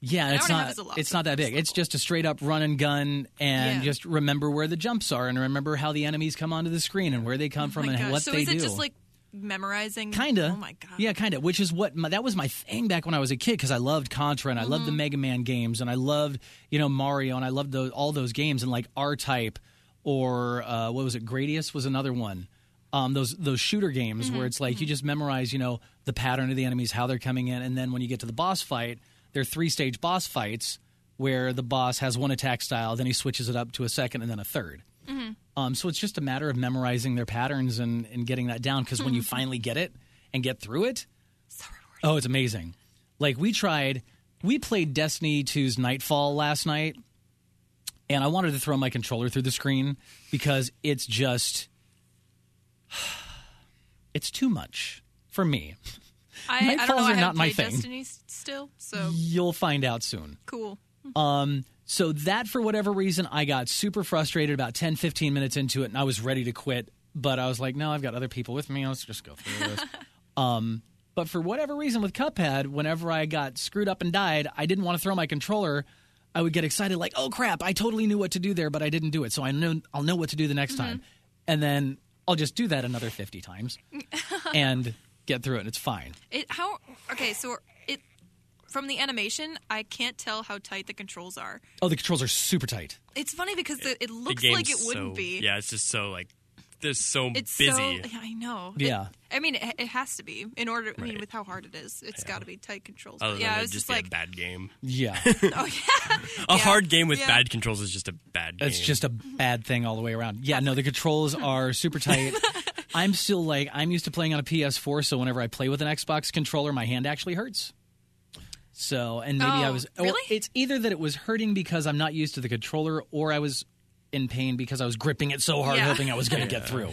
[SPEAKER 2] Yeah, and it's
[SPEAKER 3] hour and a half
[SPEAKER 2] not
[SPEAKER 3] is a lot
[SPEAKER 2] it's
[SPEAKER 3] for
[SPEAKER 2] not
[SPEAKER 3] the
[SPEAKER 2] that big.
[SPEAKER 3] first
[SPEAKER 2] It's just a straight up run and gun and
[SPEAKER 3] Yeah.
[SPEAKER 2] just remember where the jumps are and remember how the enemies come onto the screen and where they come from
[SPEAKER 3] Oh my
[SPEAKER 2] and
[SPEAKER 3] gosh.
[SPEAKER 2] what
[SPEAKER 3] so
[SPEAKER 2] they
[SPEAKER 3] is it
[SPEAKER 2] do.
[SPEAKER 3] just like memorizing?
[SPEAKER 2] kinda.
[SPEAKER 3] Oh my god.
[SPEAKER 2] Yeah, kinda. Which is what my, that was my thing back when I was a kid because I loved Contra and I
[SPEAKER 3] Mm-hmm.
[SPEAKER 2] loved the Mega Man games and I loved you know Mario and I loved those, all those games and like R Type or uh, what was it? Gradius was another one. Um, those those shooter games
[SPEAKER 3] Mm-hmm,
[SPEAKER 2] where it's like you just memorize you know the pattern of the enemies, how they're coming in, and then when you get to the boss fight, they're three stage boss fights where the boss has one attack style, then he switches it up to a second and then a 3rd um, so it's just a matter of memorizing their patterns and, and getting that down because when you finally get it and get through it, oh, it's amazing. Like we tried, we played Destiny 2's Nightfall last night, and I wanted to throw my controller through the screen because it's just, it's too much for me.
[SPEAKER 3] I, I
[SPEAKER 2] Nightfalls
[SPEAKER 3] don't know.
[SPEAKER 2] are
[SPEAKER 3] I haven't
[SPEAKER 2] not my
[SPEAKER 3] played
[SPEAKER 2] thing.
[SPEAKER 3] Destiny s- still, so
[SPEAKER 2] You'll find out soon.
[SPEAKER 3] cool.
[SPEAKER 2] So that for whatever reason I got super frustrated about 10 15 minutes into it and I was ready to quit, but I was like, no, I've got other people with me. Let's just go through this. um but for whatever reason with Cuphead, whenever I got screwed up and died, I didn't want to throw my controller I would get excited like, "Oh crap, I totally knew what to do there, but I didn't do it." So I know I'll know what to do the next time. And then I'll just do that another 50 times and get through it and it's fine.
[SPEAKER 3] It how okay, so it from the animation, I can't tell how tight the controls are.
[SPEAKER 2] Oh, the controls are super tight.
[SPEAKER 3] It's funny because it, it
[SPEAKER 4] The
[SPEAKER 3] looks
[SPEAKER 4] game's
[SPEAKER 3] like it wouldn't
[SPEAKER 4] so-
[SPEAKER 3] be.
[SPEAKER 4] Yeah, it's just so like they're so
[SPEAKER 3] It's
[SPEAKER 4] busy.
[SPEAKER 3] so yeah, I know.
[SPEAKER 2] Yeah.
[SPEAKER 3] It- I mean, it, it has to be in order. I mean,
[SPEAKER 4] Right.
[SPEAKER 3] with how hard it is, it's got to be tight controls.
[SPEAKER 4] Other
[SPEAKER 3] But
[SPEAKER 4] than
[SPEAKER 3] yeah, I
[SPEAKER 4] it'd
[SPEAKER 3] was
[SPEAKER 4] just
[SPEAKER 3] just
[SPEAKER 4] be
[SPEAKER 3] like,
[SPEAKER 4] a bad game.
[SPEAKER 2] Yeah.
[SPEAKER 3] oh yeah,
[SPEAKER 4] A
[SPEAKER 3] Yeah.
[SPEAKER 4] hard game with
[SPEAKER 3] Yeah.
[SPEAKER 4] bad controls is just a bad game.
[SPEAKER 2] It's just a bad thing all the way around. Yeah, no, the controls are super tight. I'm still like I'm used to playing on a PS4, so whenever I play with an Xbox controller, my hand actually hurts. So, and maybe I
[SPEAKER 3] Oh,
[SPEAKER 2] was or
[SPEAKER 3] really?
[SPEAKER 2] it's either that it was hurting because I'm not used to the controller or I was in pain because I was gripping it so hard
[SPEAKER 3] Yeah.
[SPEAKER 2] hoping I was going to get through.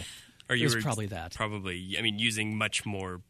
[SPEAKER 4] or
[SPEAKER 2] it was probably that.
[SPEAKER 4] Probably, I mean, using much more.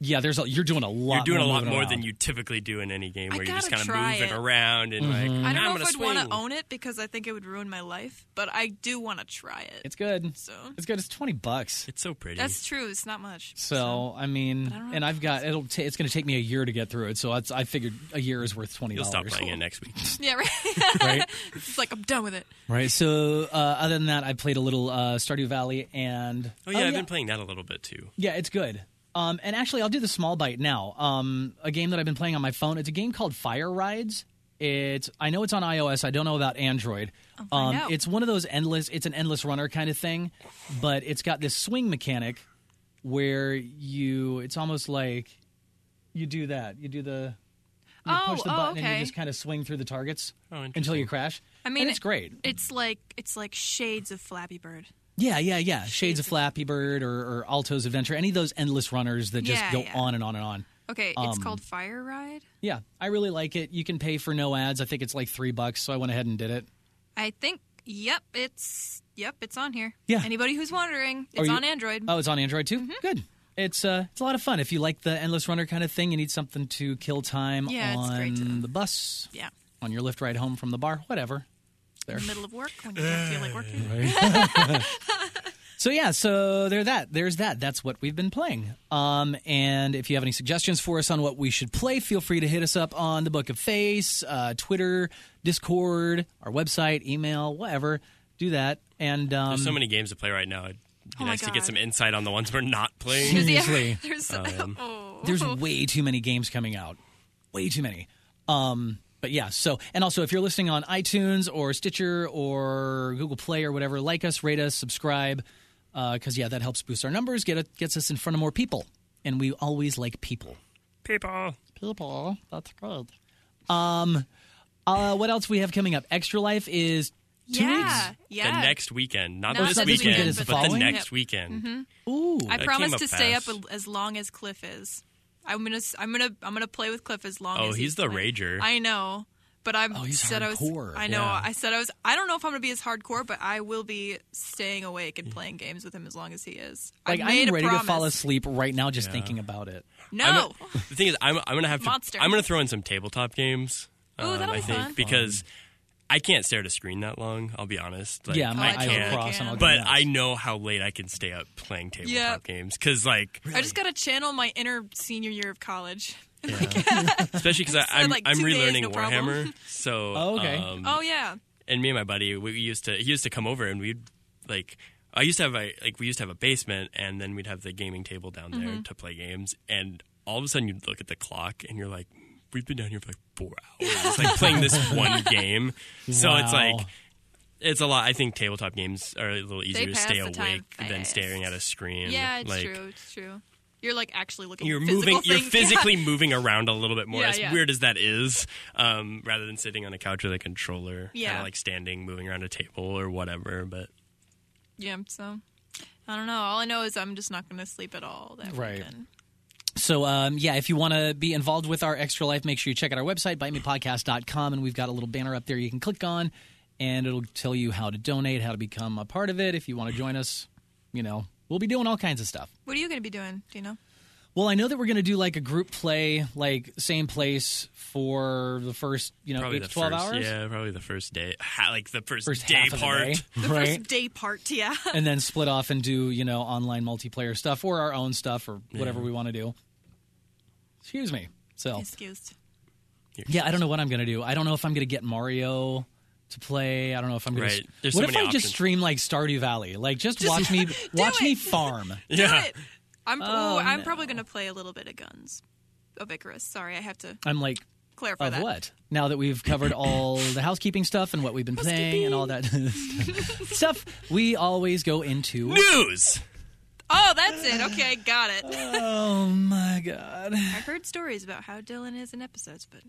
[SPEAKER 2] Yeah, there's a, you're doing a lot
[SPEAKER 4] You're doing a lot
[SPEAKER 2] moving
[SPEAKER 4] more
[SPEAKER 2] around.
[SPEAKER 4] than you typically do in any game,
[SPEAKER 3] I
[SPEAKER 4] where you just
[SPEAKER 3] gotta
[SPEAKER 4] kind of
[SPEAKER 3] try
[SPEAKER 4] move it
[SPEAKER 3] it.
[SPEAKER 4] around and
[SPEAKER 2] Mm-hmm.
[SPEAKER 4] like. "Ah,
[SPEAKER 3] I don't
[SPEAKER 4] "I'm
[SPEAKER 3] know
[SPEAKER 4] gonna
[SPEAKER 3] if I'd want
[SPEAKER 4] swing."
[SPEAKER 3] to own it because I think it would ruin my life, but I do want to try it.
[SPEAKER 2] It's good.
[SPEAKER 3] so
[SPEAKER 2] It's good. It's 20 bucks.
[SPEAKER 4] It's so pretty.
[SPEAKER 3] that's true. It's not much.
[SPEAKER 2] So, I mean, and I've got it'll ta it's going to take me a year to get through it. So that's, I figured a year is worth $20.
[SPEAKER 4] You'll stop playing it next week.
[SPEAKER 3] yeah, right.
[SPEAKER 2] Right?
[SPEAKER 3] it's like I'm done with it.
[SPEAKER 2] Right. So, uh, other than that, I played a little uh, Stardew Valley, and
[SPEAKER 4] Oh yeah, I've been playing that a little bit too.
[SPEAKER 2] yeah, it's good. Um, and actually, I'll do the small bite now. Um, a game that I've been playing on my phone. It's a game called Fire Rides. It's I know it's on iOS. I don't know about Android.
[SPEAKER 3] Oh,
[SPEAKER 2] Um,
[SPEAKER 3] out.
[SPEAKER 2] it's one of those endless. It's an endless runner kind of thing, but it's got this swing mechanic where you. It's almost like you do that. You do the. You
[SPEAKER 3] Oh,
[SPEAKER 2] push the
[SPEAKER 3] oh,
[SPEAKER 2] button and
[SPEAKER 3] okay.
[SPEAKER 2] you just kind of swing through the targets
[SPEAKER 4] Oh,
[SPEAKER 2] until you crash.
[SPEAKER 3] I mean,
[SPEAKER 2] And it's
[SPEAKER 3] it-
[SPEAKER 2] great.
[SPEAKER 3] It's like it's like shades of Flappy Bird.
[SPEAKER 2] Yeah, yeah, yeah. Shades, of Flappy Bird or, or Alto's Adventure, any of those endless runners that just
[SPEAKER 3] Yeah,
[SPEAKER 2] go
[SPEAKER 3] yeah.
[SPEAKER 2] on and on and on.
[SPEAKER 3] Okay,
[SPEAKER 2] Um,
[SPEAKER 3] it's called Fire Ride.
[SPEAKER 2] Yeah, I really like it. You can pay for no ads. I think it's like three bucks, so I went ahead and did it.
[SPEAKER 3] I think. Yep, it's yep, it's on here.
[SPEAKER 2] Yeah.
[SPEAKER 3] Anybody who's wondering,
[SPEAKER 2] Are
[SPEAKER 3] it's
[SPEAKER 2] you-
[SPEAKER 3] on Android.
[SPEAKER 2] Oh, it's on Android too.
[SPEAKER 3] Mm-hmm.
[SPEAKER 2] Good. It's uh, it's a lot of fun. If you like the endless runner kind of thing, you need something to kill time
[SPEAKER 3] Yeah, it's
[SPEAKER 2] on
[SPEAKER 3] great to-
[SPEAKER 2] the bus,
[SPEAKER 3] yeah.
[SPEAKER 2] on your lift ride home from the bar, whatever.
[SPEAKER 3] In the middle of work when you don't feel like working.
[SPEAKER 2] So yeah, so there that there's that. That's what we've been playing. Um, and if you have any suggestions for us on what we should play, feel free to hit us up on the Book of Face, uh, Twitter, Discord, our website, email, whatever. Do that. And um,
[SPEAKER 4] There's so many games to play right now. It'd be
[SPEAKER 3] Oh my
[SPEAKER 4] nice to get
[SPEAKER 3] God.
[SPEAKER 4] some insight on the ones we're not playing.
[SPEAKER 2] seriously,
[SPEAKER 3] There's
[SPEAKER 2] Um,
[SPEAKER 3] oh.
[SPEAKER 2] there's way too many games coming out. Way too many. Um, but yeah, so and also if you're listening on iTunes or Stitcher or Google Play or whatever, like us, rate us, subscribe, because yeah, that helps boost our numbers, get it gets us in front of more people, and we always like people.
[SPEAKER 4] People.
[SPEAKER 2] People, that's good. Um, uh, what else we have coming up? Extra Life is two
[SPEAKER 3] yeah,
[SPEAKER 2] weeks.
[SPEAKER 3] yeah.
[SPEAKER 4] The next weekend, not
[SPEAKER 3] Not
[SPEAKER 4] this
[SPEAKER 3] this
[SPEAKER 4] weekend,
[SPEAKER 3] weekend,
[SPEAKER 2] it's the
[SPEAKER 4] but the
[SPEAKER 2] following?
[SPEAKER 4] next
[SPEAKER 3] Yep. Mm-hmm.
[SPEAKER 4] weekend.
[SPEAKER 2] Ooh,
[SPEAKER 3] I
[SPEAKER 4] That
[SPEAKER 3] promise
[SPEAKER 4] came up
[SPEAKER 3] to stay up
[SPEAKER 4] fast.
[SPEAKER 3] a- as long as Cliff is. I'm gonna, s- I'm gonna, I'm gonna play with Cliff as long
[SPEAKER 4] Oh,
[SPEAKER 3] as
[SPEAKER 4] he's the
[SPEAKER 3] playing.
[SPEAKER 4] rager.
[SPEAKER 3] I know, but I'm
[SPEAKER 2] Oh, he's
[SPEAKER 3] said I
[SPEAKER 2] hardcore.
[SPEAKER 3] was. I know.
[SPEAKER 4] Yeah.
[SPEAKER 3] I said I was. I don't know if I'm gonna be as hardcore, but I will be staying awake and playing games with him as long as he is.
[SPEAKER 2] like
[SPEAKER 3] I made
[SPEAKER 2] I'm ready
[SPEAKER 3] a
[SPEAKER 2] to
[SPEAKER 3] promise.
[SPEAKER 2] fall asleep right now just thinking about it.
[SPEAKER 3] No,
[SPEAKER 4] The thing is, I'm, I'm gonna have to.
[SPEAKER 3] Oh. Monster.
[SPEAKER 4] I'm gonna throw in some tabletop games. um,
[SPEAKER 3] Ooh, that'll
[SPEAKER 4] I
[SPEAKER 3] be
[SPEAKER 4] think
[SPEAKER 3] fun.
[SPEAKER 4] because I can't stare at a screen that long. I'll be honest. Like,
[SPEAKER 2] yeah, my
[SPEAKER 3] Oh, I
[SPEAKER 2] eyes
[SPEAKER 3] totally
[SPEAKER 2] will cross,
[SPEAKER 3] can.
[SPEAKER 2] and I'll
[SPEAKER 4] But
[SPEAKER 2] go nuts.
[SPEAKER 4] I know how late I can stay up playing tabletop
[SPEAKER 3] Yep.
[SPEAKER 4] games because, like,
[SPEAKER 3] I just gotta channel my inner senior year of college.
[SPEAKER 4] especially because
[SPEAKER 3] So,
[SPEAKER 4] I'm
[SPEAKER 3] like,
[SPEAKER 4] I'm
[SPEAKER 3] two days,
[SPEAKER 4] relearning
[SPEAKER 3] no problem.
[SPEAKER 4] Warhammer. So,
[SPEAKER 2] Oh, okay.
[SPEAKER 4] um,
[SPEAKER 3] Oh yeah,
[SPEAKER 4] and me and my buddy we we used to he used to come over and we'd like I used to have a like we used to have a basement and then we'd have the gaming table down there
[SPEAKER 3] Mm-hmm.
[SPEAKER 4] to play games and all of a sudden you'd look at the clock and you're like we've been down here for like four hours like playing this one game so it's
[SPEAKER 2] Wow.
[SPEAKER 4] like it's a lot I think tabletop games are a little easier to
[SPEAKER 3] pass
[SPEAKER 4] stay
[SPEAKER 3] the time
[SPEAKER 4] awake than
[SPEAKER 3] fast.
[SPEAKER 4] staring at a screen
[SPEAKER 3] yeah, it's
[SPEAKER 4] like
[SPEAKER 3] true. It's true. You're like actually looking.
[SPEAKER 4] you're
[SPEAKER 3] at physical
[SPEAKER 4] moving you're
[SPEAKER 3] things. Yeah.
[SPEAKER 4] physically moving around a little bit more
[SPEAKER 3] Yeah,
[SPEAKER 4] as
[SPEAKER 3] yeah.
[SPEAKER 4] weird as that is um, rather than sitting on a couch with a controller kind
[SPEAKER 3] Yeah.
[SPEAKER 4] of like standing moving around a table or whatever but
[SPEAKER 3] Yeah, so I don't know. All I know is I'm just not going to sleep at all that
[SPEAKER 2] Right.
[SPEAKER 3] weekend.
[SPEAKER 2] So, um, yeah, if you want to be involved with our extra life, make sure you check out our website, bitemepodcast.com, and we've got a little banner up there you can click on, and it'll tell you how to donate, how to become a part of it. If you want to join us, you know, we'll be doing all kinds of stuff.
[SPEAKER 3] What are you going to be doing? Do you know?
[SPEAKER 2] Well, I know that we're going to do like a group play, like same place for the first, you know,
[SPEAKER 4] probably
[SPEAKER 2] eight
[SPEAKER 4] the
[SPEAKER 2] to 12
[SPEAKER 4] first,
[SPEAKER 2] hours.
[SPEAKER 4] Yeah, probably the first day, ha- like the first,
[SPEAKER 2] First
[SPEAKER 4] day
[SPEAKER 2] half of
[SPEAKER 4] part.
[SPEAKER 2] the day,
[SPEAKER 3] The
[SPEAKER 2] right?
[SPEAKER 3] first day part, yeah.
[SPEAKER 2] and then split off and do you know online multiplayer stuff or our own stuff or whatever we want to do. Excuse me. So
[SPEAKER 3] Excused.
[SPEAKER 4] years.
[SPEAKER 2] Yeah, I don't know what I'm gonna do. I don't know if I'm gonna get Mario to play. I don't know if I'm gonna.
[SPEAKER 4] Right. There's
[SPEAKER 2] what
[SPEAKER 4] so
[SPEAKER 2] if I
[SPEAKER 4] many
[SPEAKER 2] just
[SPEAKER 4] options.
[SPEAKER 2] stream like Stardew Valley? Like just, watch me watch me farm.
[SPEAKER 4] Yeah.
[SPEAKER 3] But I'm, ooh, I'm probably going to play a little bit of Guns of Icarus. Sorry, I have to
[SPEAKER 2] I'm like
[SPEAKER 3] clarify
[SPEAKER 2] of
[SPEAKER 3] that.
[SPEAKER 2] what? Now that we've covered all the housekeeping stuff and what we've been playing and all that stuff, we always go into.
[SPEAKER 4] News.
[SPEAKER 3] Oh, that's it. Okay, got it.
[SPEAKER 2] Oh my god!
[SPEAKER 3] I've heard stories about how Dylan is in episodes, but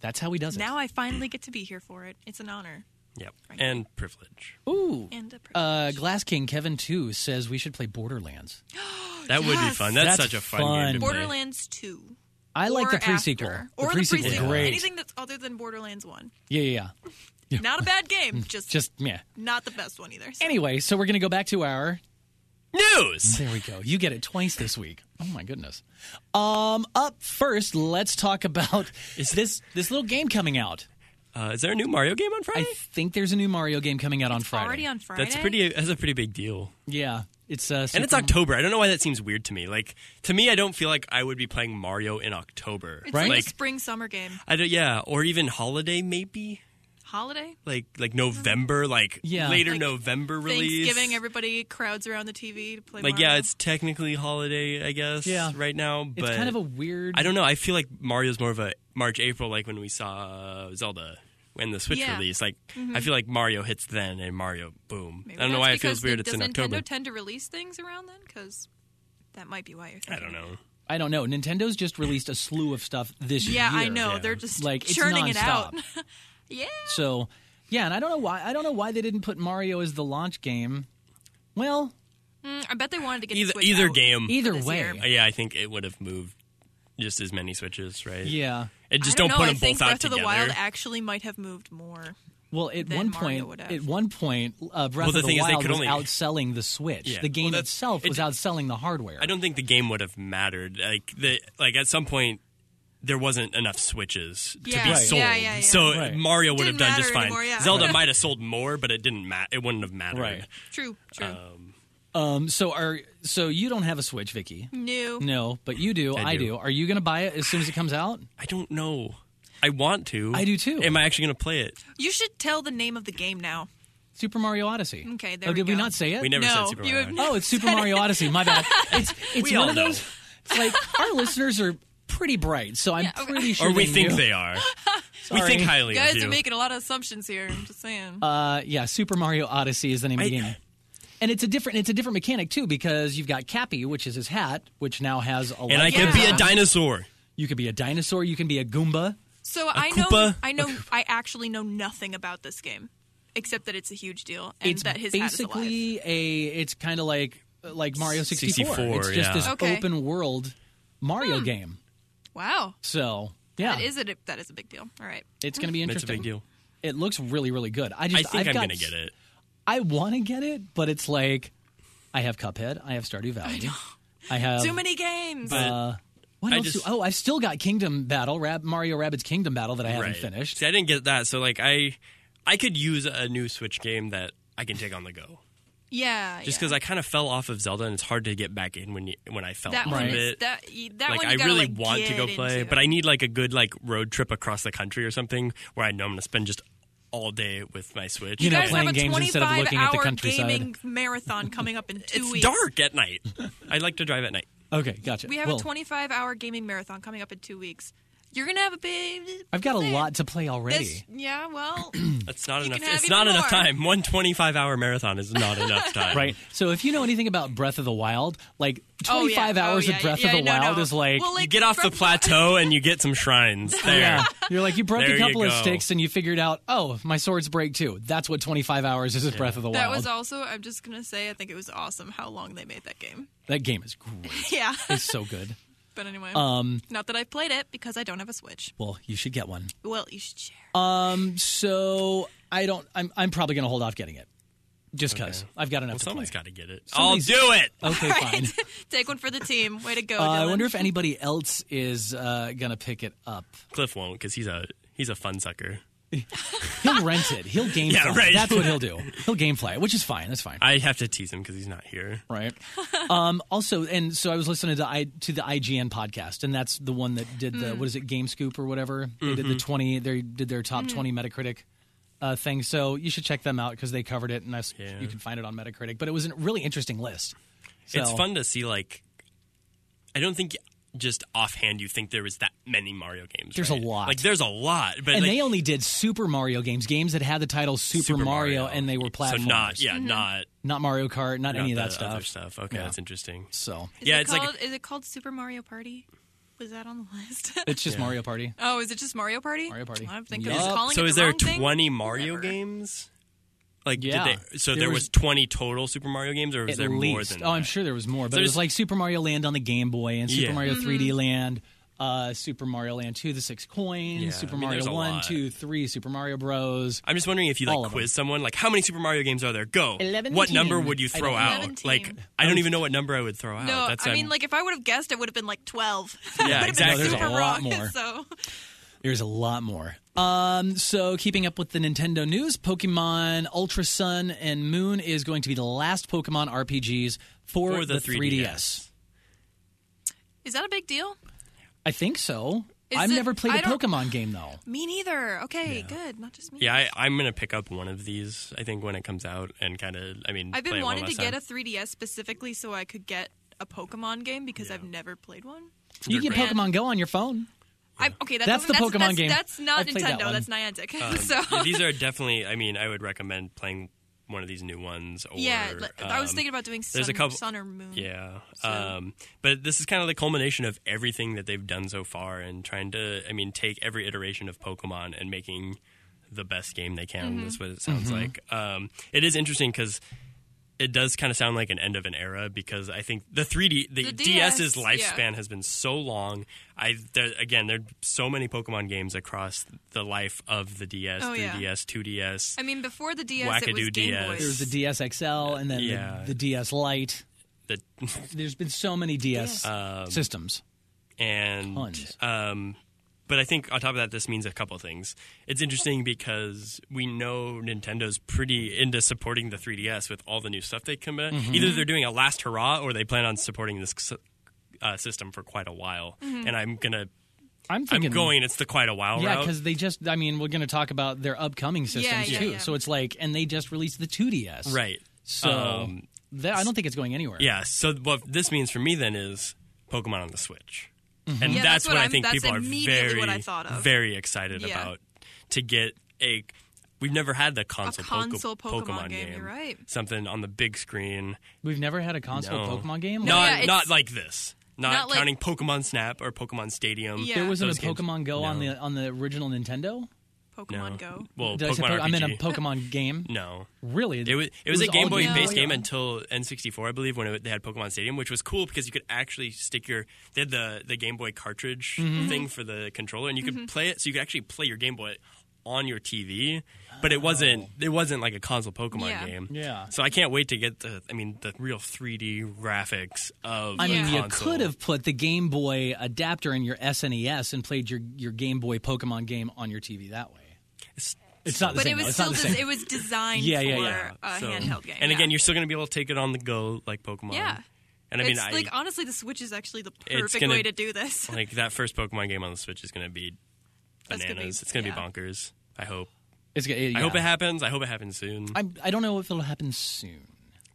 [SPEAKER 2] That's how he does it.
[SPEAKER 3] now I finally get to be here for it. It's an honor
[SPEAKER 4] Yep. And privilege.
[SPEAKER 2] Ooh.
[SPEAKER 3] and a privilege.
[SPEAKER 2] Uh, Glass King Kevin Two says we should play Borderlands.
[SPEAKER 4] That would be fun. That's,
[SPEAKER 2] That's
[SPEAKER 4] such a fun, game. To
[SPEAKER 2] fun.
[SPEAKER 4] play.
[SPEAKER 3] Borderlands 2.
[SPEAKER 2] I like
[SPEAKER 3] or
[SPEAKER 2] the pre
[SPEAKER 3] after.
[SPEAKER 2] sequel.
[SPEAKER 3] Or the
[SPEAKER 2] pre
[SPEAKER 3] pre
[SPEAKER 2] sequel,
[SPEAKER 3] sequel.
[SPEAKER 2] great.
[SPEAKER 3] Anything that's other than Borderlands 1.
[SPEAKER 2] Yeah, yeah, yeah.
[SPEAKER 3] Not a bad game, just,
[SPEAKER 2] Just yeah.
[SPEAKER 3] not the best one either. So.
[SPEAKER 2] Anyway, so we're gonna go back to our
[SPEAKER 4] News.
[SPEAKER 2] There we go. You get it twice this week. Oh my goodness. Um, up first, let's talk about is this this little game coming out.
[SPEAKER 4] Uh, is there a new Mario game on Friday?
[SPEAKER 2] I think there's a new Mario game coming out on Friday.
[SPEAKER 3] Already on Friday.
[SPEAKER 4] that's pretty. That's a pretty big deal.
[SPEAKER 2] yeah, it's uh,
[SPEAKER 4] And it's October. I don't know why that seems weird to me. Like to me, I don't feel like I would be playing Mario in October.
[SPEAKER 3] It's
[SPEAKER 2] right?
[SPEAKER 3] like
[SPEAKER 4] Like
[SPEAKER 3] a spring summer game.
[SPEAKER 4] I don't. Yeah, or even holiday maybe.
[SPEAKER 3] Holiday?
[SPEAKER 4] Like like November. Like
[SPEAKER 2] Yeah.
[SPEAKER 4] later
[SPEAKER 3] Like
[SPEAKER 4] November release.
[SPEAKER 3] Thanksgiving, everybody crowds around the TV to play
[SPEAKER 4] like
[SPEAKER 3] Mario.
[SPEAKER 4] yeah, it's technically holiday, I guess.
[SPEAKER 2] Yeah.
[SPEAKER 4] Right now, but
[SPEAKER 2] It's kind of a weird.
[SPEAKER 4] I don't know. I feel like Mario's more of a March April, like when we saw uh, Zelda when the Switch
[SPEAKER 3] Yeah. Mm-hmm.
[SPEAKER 4] release. Like I feel like Mario hits then, and Mario boom.
[SPEAKER 3] Maybe
[SPEAKER 4] I don't know
[SPEAKER 3] that's
[SPEAKER 4] why it
[SPEAKER 3] because
[SPEAKER 4] feels weird.
[SPEAKER 3] the-
[SPEAKER 4] It's
[SPEAKER 3] does
[SPEAKER 4] in October.
[SPEAKER 3] Nintendo tend to release things around then? Because that might be why you're
[SPEAKER 4] I
[SPEAKER 3] thinking.
[SPEAKER 4] don't know.
[SPEAKER 2] I don't know. Nintendo's just released a slew of stuff this
[SPEAKER 3] Yeah,
[SPEAKER 2] year.
[SPEAKER 3] I know.
[SPEAKER 4] yeah.
[SPEAKER 3] They're just
[SPEAKER 2] Like it's
[SPEAKER 3] churning it out.
[SPEAKER 2] nonstop.
[SPEAKER 3] yeah.
[SPEAKER 2] So yeah, and I don't know why. I don't know why they didn't put Mario as the launch game. Well,
[SPEAKER 3] Mm, I bet they wanted to get the
[SPEAKER 4] Either
[SPEAKER 3] Switch
[SPEAKER 4] either
[SPEAKER 3] out.
[SPEAKER 4] game.
[SPEAKER 2] either
[SPEAKER 3] this
[SPEAKER 2] way,
[SPEAKER 3] year.
[SPEAKER 4] Uh, Yeah, I think it would have moved just as many switches, right?
[SPEAKER 2] yeah.
[SPEAKER 4] And just
[SPEAKER 3] I don't,
[SPEAKER 4] put
[SPEAKER 3] know.
[SPEAKER 4] them
[SPEAKER 3] I think
[SPEAKER 4] both out
[SPEAKER 3] Breath
[SPEAKER 4] together.
[SPEAKER 3] of the Wild actually might have moved more.
[SPEAKER 2] Well, at
[SPEAKER 3] than
[SPEAKER 2] one
[SPEAKER 3] Mario
[SPEAKER 2] point,
[SPEAKER 3] would have.
[SPEAKER 2] at one point, uh, Breath
[SPEAKER 4] Well, the
[SPEAKER 2] of the
[SPEAKER 4] thing is they
[SPEAKER 2] Wild
[SPEAKER 4] could
[SPEAKER 2] was
[SPEAKER 4] only-
[SPEAKER 2] outselling the Switch.
[SPEAKER 4] Yeah.
[SPEAKER 2] The game
[SPEAKER 4] Well, that's-
[SPEAKER 2] itself
[SPEAKER 4] it-
[SPEAKER 2] was outselling the hardware.
[SPEAKER 4] I don't think the game would have mattered. Like the like at some point there wasn't enough switches to
[SPEAKER 3] Yeah.
[SPEAKER 4] be
[SPEAKER 3] Right.
[SPEAKER 4] sold.
[SPEAKER 3] Yeah, yeah, yeah.
[SPEAKER 4] So
[SPEAKER 2] Right.
[SPEAKER 4] Mario would
[SPEAKER 3] Didn't
[SPEAKER 4] have done
[SPEAKER 3] matter
[SPEAKER 4] just fine.
[SPEAKER 3] anymore, yeah.
[SPEAKER 4] Zelda
[SPEAKER 3] Right.
[SPEAKER 4] might have sold more, but it didn't matter. It wouldn't have mattered.
[SPEAKER 2] Right.
[SPEAKER 3] True, true.
[SPEAKER 2] Um, so are so you don't have a Switch, Vicky?
[SPEAKER 3] New.
[SPEAKER 2] No, but you do. I,
[SPEAKER 4] I
[SPEAKER 2] do.
[SPEAKER 4] do.
[SPEAKER 2] Are you going to buy it as soon as it comes out?
[SPEAKER 4] I don't know. I want to.
[SPEAKER 2] I do too.
[SPEAKER 4] Am I actually going to play it?
[SPEAKER 3] You should tell the name of the game now.
[SPEAKER 2] Super Mario Odyssey.
[SPEAKER 3] Okay, there
[SPEAKER 2] Oh,
[SPEAKER 3] we
[SPEAKER 2] did we
[SPEAKER 3] go.
[SPEAKER 2] not say it?
[SPEAKER 4] We never
[SPEAKER 3] no,
[SPEAKER 4] said Super
[SPEAKER 3] you
[SPEAKER 4] Mario.
[SPEAKER 3] have
[SPEAKER 2] Oh, it's Super Mario Odyssey. My bad. It's it's one
[SPEAKER 4] We all
[SPEAKER 2] of
[SPEAKER 4] know.
[SPEAKER 2] those. It's like our listeners are pretty bright, so I'm pretty sure.
[SPEAKER 4] or we
[SPEAKER 2] they
[SPEAKER 4] think
[SPEAKER 2] knew.
[SPEAKER 4] they are. we
[SPEAKER 2] Sorry.
[SPEAKER 4] think highly
[SPEAKER 3] guys
[SPEAKER 4] of you.
[SPEAKER 3] are making a lot of assumptions here. I'm just saying.
[SPEAKER 2] Uh, yeah, Super Mario Odyssey is the name of the
[SPEAKER 4] I-
[SPEAKER 2] game. And it's a different it's a different mechanic too because you've got Cappy, which is his hat, which now has a.
[SPEAKER 4] and I
[SPEAKER 2] life.
[SPEAKER 3] Yeah.
[SPEAKER 4] could be a dinosaur.
[SPEAKER 2] you could be a dinosaur, you can be a Goomba.
[SPEAKER 3] so I know,
[SPEAKER 4] Koopa?
[SPEAKER 3] I know, I actually know nothing about this game, except that it's a huge deal and
[SPEAKER 2] it's
[SPEAKER 3] that his hat is alive.
[SPEAKER 2] basically a it's kind of like like Mario 64.
[SPEAKER 4] 64,
[SPEAKER 2] it's just
[SPEAKER 4] yeah.
[SPEAKER 2] this
[SPEAKER 3] Okay.
[SPEAKER 2] open world Mario game.
[SPEAKER 3] Wow,
[SPEAKER 2] So, yeah.
[SPEAKER 3] that is a that is a big deal. All right,
[SPEAKER 2] it's going to be
[SPEAKER 4] That's a
[SPEAKER 2] interesting.
[SPEAKER 4] big deal.
[SPEAKER 2] It looks really really good. I just
[SPEAKER 4] I think
[SPEAKER 2] I've
[SPEAKER 4] am
[SPEAKER 2] got,
[SPEAKER 4] going to get it.
[SPEAKER 2] I want to get it, but it's like I have Cuphead, I have Stardew Valley. I, have
[SPEAKER 3] too many games.
[SPEAKER 2] uh, what
[SPEAKER 4] I
[SPEAKER 2] else?
[SPEAKER 4] just-
[SPEAKER 2] do, oh, I've still got Kingdom Battle, Rab, Mario Rabbit's Kingdom Battle that I haven't
[SPEAKER 4] right.
[SPEAKER 2] finished.
[SPEAKER 4] See, I didn't get that. So like I, I could use a new Switch game that I can take on the go.
[SPEAKER 3] yeah,
[SPEAKER 4] Just
[SPEAKER 3] yeah.
[SPEAKER 4] because I kind of fell off of Zelda, and it's hard to get back in when you, when I fell
[SPEAKER 3] that
[SPEAKER 4] off
[SPEAKER 3] one,
[SPEAKER 4] of
[SPEAKER 3] is-
[SPEAKER 4] it.
[SPEAKER 3] that y- that
[SPEAKER 4] like
[SPEAKER 3] one,
[SPEAKER 4] I
[SPEAKER 3] you gotta,
[SPEAKER 4] really
[SPEAKER 3] like,
[SPEAKER 4] want to
[SPEAKER 3] get
[SPEAKER 4] go play,
[SPEAKER 3] into.
[SPEAKER 4] but I need like a good like road trip across the country or something where I know I'm going to spend just all day with my Switch.
[SPEAKER 2] You know,
[SPEAKER 3] guys
[SPEAKER 2] playing
[SPEAKER 3] have a
[SPEAKER 2] games instead of
[SPEAKER 3] 25
[SPEAKER 2] looking at the
[SPEAKER 3] hour
[SPEAKER 2] countryside.
[SPEAKER 3] gaming marathon coming up in two
[SPEAKER 4] it's
[SPEAKER 3] weeks.
[SPEAKER 4] dark at night. I like to drive at night.
[SPEAKER 2] Okay, gotcha.
[SPEAKER 3] We have
[SPEAKER 2] well,
[SPEAKER 3] a 25 hour gaming marathon coming up in two weeks. You're gonna have a big.
[SPEAKER 2] I've got a lot to play already.
[SPEAKER 3] This, yeah, well,
[SPEAKER 4] That's not enough.
[SPEAKER 3] can have
[SPEAKER 4] It's
[SPEAKER 3] even
[SPEAKER 4] not enough
[SPEAKER 3] more.
[SPEAKER 4] time. One 25 hour marathon is not enough time.
[SPEAKER 2] Right. So if you know anything about Breath of the Wild, like
[SPEAKER 3] Oh,
[SPEAKER 2] 25
[SPEAKER 3] yeah. Oh,
[SPEAKER 2] hours
[SPEAKER 3] yeah.
[SPEAKER 2] of Breath
[SPEAKER 3] Yeah,
[SPEAKER 2] of the
[SPEAKER 3] no, no.
[SPEAKER 2] Wild is like,
[SPEAKER 3] Well,
[SPEAKER 4] You get off the
[SPEAKER 3] Breath-
[SPEAKER 4] plateau and you get some shrines there.
[SPEAKER 2] yeah. You're like, you broke
[SPEAKER 4] There
[SPEAKER 2] a
[SPEAKER 4] you
[SPEAKER 2] couple of
[SPEAKER 4] go.
[SPEAKER 2] sticks and you figured out, oh, my swords break too. That's what 25 hours is of Breath of the
[SPEAKER 3] That
[SPEAKER 2] Wild.
[SPEAKER 3] was also. I'm just gonna say, I think it was awesome how long they made that game.
[SPEAKER 2] that game is great.
[SPEAKER 3] Yeah,
[SPEAKER 2] It's so good.
[SPEAKER 3] but anyway, um, not that I played it because I don't have a Switch.
[SPEAKER 2] Well, you should get one.
[SPEAKER 3] Well, you should share.
[SPEAKER 2] Um, so I don't, I'm, I'm probably going to hold off getting it just because I've got enough
[SPEAKER 4] Well,
[SPEAKER 2] to play.
[SPEAKER 4] someone's got to get it.
[SPEAKER 2] Somebody's-
[SPEAKER 4] I'll do it.
[SPEAKER 2] Okay, fine.
[SPEAKER 3] Take one for the team. Way to go!
[SPEAKER 2] Uh, I
[SPEAKER 3] Dylan.
[SPEAKER 2] wonder if anybody else is uh, going to pick it up.
[SPEAKER 4] Cliff won't because he's a he's a fun sucker.
[SPEAKER 2] He'll rent it. He'll game
[SPEAKER 4] Yeah,
[SPEAKER 2] fly.
[SPEAKER 4] right.
[SPEAKER 2] That's what he'll do. He'll game fly it, which is fine. That's fine.
[SPEAKER 4] I have to tease him because he's not here.
[SPEAKER 2] right? Um, also, and so I was listening to I, to the IGN podcast, and that's the one that did
[SPEAKER 4] Hmm.
[SPEAKER 2] the what is it, Game Scoop or whatever? They
[SPEAKER 4] Mm-hmm.
[SPEAKER 2] did the twenty. They did their
[SPEAKER 4] Hmm.
[SPEAKER 2] top twenty Metacritic uh, thing. So you should check them out because they covered it, and I s-
[SPEAKER 4] Yeah.
[SPEAKER 2] you can find it on Metacritic. But it was a really interesting list. So,
[SPEAKER 4] It's fun to see like. I don't think just offhand you think there was that many Mario games.
[SPEAKER 2] There's a
[SPEAKER 4] right?
[SPEAKER 2] lot.
[SPEAKER 4] Like there's a lot, but
[SPEAKER 2] And
[SPEAKER 4] like,
[SPEAKER 2] they only did Super Mario games, games that had the title Super, Mario, and they were platformers.
[SPEAKER 4] So not yeah,
[SPEAKER 3] Mm-hmm.
[SPEAKER 4] not,
[SPEAKER 2] Not Mario Kart, not,
[SPEAKER 4] not
[SPEAKER 2] any of
[SPEAKER 4] the
[SPEAKER 2] that stuff.
[SPEAKER 4] Other stuff. Okay,
[SPEAKER 2] Yeah.
[SPEAKER 4] that's interesting.
[SPEAKER 2] So
[SPEAKER 3] Is
[SPEAKER 4] Yeah,
[SPEAKER 3] it
[SPEAKER 4] it's like a-
[SPEAKER 3] called, is it called Super Mario Party? Was that on the list?
[SPEAKER 2] it's just Mario Party.
[SPEAKER 3] oh, is it just Mario Party?
[SPEAKER 2] Mario Party.
[SPEAKER 3] I think
[SPEAKER 2] Yup.
[SPEAKER 3] I was calling
[SPEAKER 4] so
[SPEAKER 3] it
[SPEAKER 4] is
[SPEAKER 3] the
[SPEAKER 4] there
[SPEAKER 3] wrong thing.
[SPEAKER 4] 20 Mario
[SPEAKER 3] Whatever.
[SPEAKER 4] games? Like did
[SPEAKER 2] Yeah.
[SPEAKER 4] they, so
[SPEAKER 2] There
[SPEAKER 4] there, was,
[SPEAKER 2] was-
[SPEAKER 4] 20 total Super Mario games, or was
[SPEAKER 2] At
[SPEAKER 4] there more
[SPEAKER 2] least.
[SPEAKER 4] than?
[SPEAKER 2] Oh, I'm
[SPEAKER 4] that?
[SPEAKER 2] sure there was more, but it
[SPEAKER 4] There's-
[SPEAKER 2] was like Super Mario Land on the Game Boy and Super
[SPEAKER 4] Yeah.
[SPEAKER 2] Mario
[SPEAKER 3] Mm-hmm.
[SPEAKER 2] 3D Land, uh, Super Mario Land 2, the six coins,
[SPEAKER 4] Yeah,
[SPEAKER 2] Super
[SPEAKER 4] I mean,
[SPEAKER 2] Mario
[SPEAKER 4] there's a
[SPEAKER 2] 1,
[SPEAKER 4] lot.
[SPEAKER 2] 2, 3, Super Mario Bros.
[SPEAKER 4] I'm just wondering if you
[SPEAKER 2] All
[SPEAKER 4] like
[SPEAKER 2] of
[SPEAKER 4] quiz someone, like how many Super Mario games are there? Go. What
[SPEAKER 2] 11.
[SPEAKER 4] number would you
[SPEAKER 2] I
[SPEAKER 4] throw
[SPEAKER 2] don't-
[SPEAKER 4] out?
[SPEAKER 3] 11.
[SPEAKER 4] Like I don't even know what number I would throw out.
[SPEAKER 3] No,
[SPEAKER 4] That's,
[SPEAKER 3] I
[SPEAKER 4] I'm-
[SPEAKER 3] mean, like if I would have guessed, it would have been like twelve.
[SPEAKER 4] Yeah,
[SPEAKER 3] I would have been
[SPEAKER 4] exactly.
[SPEAKER 2] No, there's a
[SPEAKER 3] super
[SPEAKER 2] lot
[SPEAKER 3] wrong,
[SPEAKER 2] more.
[SPEAKER 3] So
[SPEAKER 2] There's a lot more. Um, so keeping up with the Nintendo news, Pokemon Ultra Sun and Moon is going to be the last Pokemon RPGs for,
[SPEAKER 4] For the 3DS.
[SPEAKER 3] is that a big deal?
[SPEAKER 2] I think so.
[SPEAKER 3] Is
[SPEAKER 2] I've
[SPEAKER 3] it-
[SPEAKER 2] never played
[SPEAKER 3] I
[SPEAKER 2] a
[SPEAKER 3] don't-
[SPEAKER 2] Pokemon game though.
[SPEAKER 3] Me neither. Okay, good. Not just me.
[SPEAKER 4] yeah, I, I'm gonna pick up one of these. I think when it comes out, and kind of, I mean,
[SPEAKER 3] have
[SPEAKER 4] play
[SPEAKER 3] been
[SPEAKER 4] it one
[SPEAKER 3] wanting to
[SPEAKER 4] last
[SPEAKER 3] get
[SPEAKER 4] time.
[SPEAKER 3] a 3DS specifically so I could get a Pokemon game because I've never played one.
[SPEAKER 2] You
[SPEAKER 4] They're
[SPEAKER 2] get
[SPEAKER 4] great.
[SPEAKER 2] Pokemon Go on your phone.
[SPEAKER 3] I, okay, that
[SPEAKER 2] That's
[SPEAKER 3] doesn't-
[SPEAKER 2] the Pokemon
[SPEAKER 3] that's,
[SPEAKER 2] game.
[SPEAKER 3] That's not
[SPEAKER 2] I've played that
[SPEAKER 3] Nintendo.
[SPEAKER 2] one.
[SPEAKER 3] that's Niantic. so
[SPEAKER 4] Um, Yeah, these are definitely. I mean, I would recommend playing one of these new ones. Or,
[SPEAKER 3] yeah, like, I was
[SPEAKER 4] um,
[SPEAKER 3] thinking about doing sun,
[SPEAKER 4] there's a couple-
[SPEAKER 3] sun or moon.
[SPEAKER 4] Yeah,
[SPEAKER 3] So-
[SPEAKER 4] um, but this is kind of the culmination of everything that they've done so far, and trying to, I mean, take every iteration of Pokemon and making the best game they can. That's
[SPEAKER 3] Mm-hmm.
[SPEAKER 4] what it sounds like. Um, it is interesting because. It does kind of sound like an end of an era because I think the 3D, the,
[SPEAKER 3] The
[SPEAKER 4] DS's
[SPEAKER 3] DS, yeah.
[SPEAKER 4] lifespan has been so long. I there, again, there are so many Pokemon games across the life of the DS,
[SPEAKER 3] Oh, yeah.
[SPEAKER 4] 3DS, 2DS.
[SPEAKER 3] I mean, before the DS, it was
[SPEAKER 4] Wackadoo
[SPEAKER 3] Game
[SPEAKER 4] DS.
[SPEAKER 3] Boy.
[SPEAKER 2] There was the DS XL and then the-
[SPEAKER 4] Yeah.
[SPEAKER 2] the, DS Lite.
[SPEAKER 4] the,
[SPEAKER 2] There's been so many DS
[SPEAKER 4] um,
[SPEAKER 2] systems.
[SPEAKER 4] and
[SPEAKER 2] Tons.
[SPEAKER 4] um, but I think on top of that, this means a couple things. It's interesting because we know Nintendo's pretty into supporting the 3DS with all the new stuff they come out.
[SPEAKER 2] Mm-hmm.
[SPEAKER 4] Either they're doing a last hurrah or they plan on supporting this uh, system for quite a while. And I'm gonna,
[SPEAKER 2] I'm
[SPEAKER 4] I'm
[SPEAKER 2] thinking
[SPEAKER 4] going. It's the quite a while
[SPEAKER 2] Yeah,
[SPEAKER 4] route.
[SPEAKER 2] because they just, I mean, we're going to talk about their upcoming systems
[SPEAKER 3] yeah,
[SPEAKER 2] too.
[SPEAKER 3] yeah.
[SPEAKER 2] So it's like, and they just released the 2DS.
[SPEAKER 4] right.
[SPEAKER 2] So
[SPEAKER 4] Um,
[SPEAKER 2] that, I don't think it's going anywhere.
[SPEAKER 4] Yeah. So what this means for me then is Pokemon on the Switch, and
[SPEAKER 3] Mm-hmm. Yeah,
[SPEAKER 4] that's,
[SPEAKER 3] that's
[SPEAKER 4] what,
[SPEAKER 3] what
[SPEAKER 4] I
[SPEAKER 3] I'm-
[SPEAKER 4] think
[SPEAKER 3] that's
[SPEAKER 4] people are
[SPEAKER 3] immediately
[SPEAKER 4] very,
[SPEAKER 3] what I thought of.
[SPEAKER 4] very excited
[SPEAKER 3] Yeah.
[SPEAKER 4] about to get a. We've never had the console, Poke-
[SPEAKER 3] console Pokemon game, you're right.
[SPEAKER 4] Something on the big screen.
[SPEAKER 2] We've never had a console
[SPEAKER 4] No.
[SPEAKER 2] Pokemon game.
[SPEAKER 3] No,
[SPEAKER 4] not
[SPEAKER 3] yeah, it's-
[SPEAKER 4] not like this. Not,
[SPEAKER 3] Not like-
[SPEAKER 4] counting Pokemon Snap or Pokemon Stadium.
[SPEAKER 3] Yeah.
[SPEAKER 2] there wasn't a
[SPEAKER 4] Those games-
[SPEAKER 2] Pokemon Go on
[SPEAKER 4] No.
[SPEAKER 2] the on the original Nintendo.
[SPEAKER 3] Pokemon
[SPEAKER 4] No.
[SPEAKER 3] Go.
[SPEAKER 4] Well,
[SPEAKER 2] Did I
[SPEAKER 4] Pokemon
[SPEAKER 2] say po-
[SPEAKER 4] RPG.
[SPEAKER 2] I meant a Pokemon game.
[SPEAKER 4] no.
[SPEAKER 2] Really?
[SPEAKER 4] It was, it was a Game
[SPEAKER 2] all
[SPEAKER 4] Boy based
[SPEAKER 3] Boy.
[SPEAKER 4] game until N64, I believe, when it, they had Pokemon Stadium, which was cool because you could actually stick your. They had the, the Game Boy cartridge
[SPEAKER 3] Mm-hmm.
[SPEAKER 4] thing for the controller, and you could play it, so you could actually play your Game Boy on your TV. But it wasn't it wasn't like a console Pokemon
[SPEAKER 3] Oh. Yeah.
[SPEAKER 4] game.
[SPEAKER 2] Yeah.
[SPEAKER 4] So I can't wait to get the. I mean, the real 3D graphics of.
[SPEAKER 2] I mean,
[SPEAKER 3] Yeah.
[SPEAKER 2] you
[SPEAKER 4] console.
[SPEAKER 2] could have put the Game Boy adapter in your SNES and played your, your Game Boy Pokemon game on your TV that way.
[SPEAKER 4] It's-
[SPEAKER 2] It's not the
[SPEAKER 3] But
[SPEAKER 2] same.
[SPEAKER 3] it
[SPEAKER 2] though.
[SPEAKER 3] was
[SPEAKER 2] It's
[SPEAKER 3] still
[SPEAKER 2] not the
[SPEAKER 3] des-
[SPEAKER 2] same.
[SPEAKER 3] it was designed
[SPEAKER 2] Yeah, yeah,
[SPEAKER 3] for
[SPEAKER 2] yeah.
[SPEAKER 3] a
[SPEAKER 4] So-
[SPEAKER 3] handicare game.
[SPEAKER 4] And
[SPEAKER 3] yeah.
[SPEAKER 4] again, you're still going to be able to take it on the go like Pokemon.
[SPEAKER 3] Yeah.
[SPEAKER 4] And I mean,
[SPEAKER 3] it's
[SPEAKER 4] I,
[SPEAKER 3] like
[SPEAKER 4] like,
[SPEAKER 3] honestly, the Switch is actually the
[SPEAKER 4] It's
[SPEAKER 3] perfect
[SPEAKER 4] gonna-
[SPEAKER 3] way to do this.
[SPEAKER 4] that first Pokemon game on the Switch is going to be
[SPEAKER 3] That's
[SPEAKER 4] bananas.
[SPEAKER 3] gonna be-
[SPEAKER 4] it's going to
[SPEAKER 3] yeah.
[SPEAKER 4] be bonkers. I hope.
[SPEAKER 2] It's g- yeah.
[SPEAKER 4] I hope it happens. I hope it happens soon.
[SPEAKER 2] I, I don't know if it'll happen soon.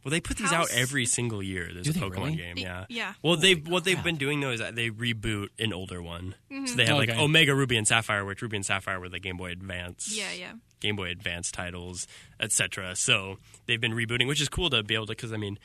[SPEAKER 4] well, they put these
[SPEAKER 3] How
[SPEAKER 4] out every single year. There's
[SPEAKER 2] Do
[SPEAKER 4] a
[SPEAKER 2] they
[SPEAKER 4] Pokemon
[SPEAKER 2] really?
[SPEAKER 4] game. Yeah.
[SPEAKER 3] yeah.
[SPEAKER 4] Well, they what they've been doing though is that they reboot an older one.
[SPEAKER 3] Mm-hmm.
[SPEAKER 4] So they have like
[SPEAKER 2] Okay.
[SPEAKER 4] Omega Ruby and Sapphire, which Ruby and Sapphire were the Game Boy Advance.
[SPEAKER 3] Yeah, yeah.
[SPEAKER 4] Game Boy Advance titles, etc. So they've been rebooting, which is cool to be able to. Because I mean,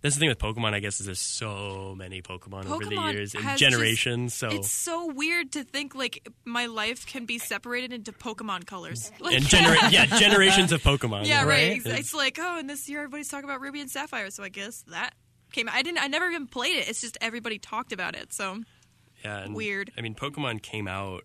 [SPEAKER 4] that's the thing with Pokemon. I guess is there's so many Pokemon, over the
[SPEAKER 3] Pokemon
[SPEAKER 4] years
[SPEAKER 3] has
[SPEAKER 4] and
[SPEAKER 3] just-
[SPEAKER 4] generations. so
[SPEAKER 3] It's so weird to think like my life can be separated into Pokemon colors. Like,
[SPEAKER 4] and genera- yeah, generations of Pokemon.
[SPEAKER 3] yeah, right.
[SPEAKER 2] Right?
[SPEAKER 3] It's, it's like oh, and this year everybody's talking about Ruby and Sapphire, so I guess that came. I didn't. I never even played it. It's just everybody talked about it. So
[SPEAKER 4] Yeah, and,
[SPEAKER 3] Weird.
[SPEAKER 4] I mean, Pokemon came out,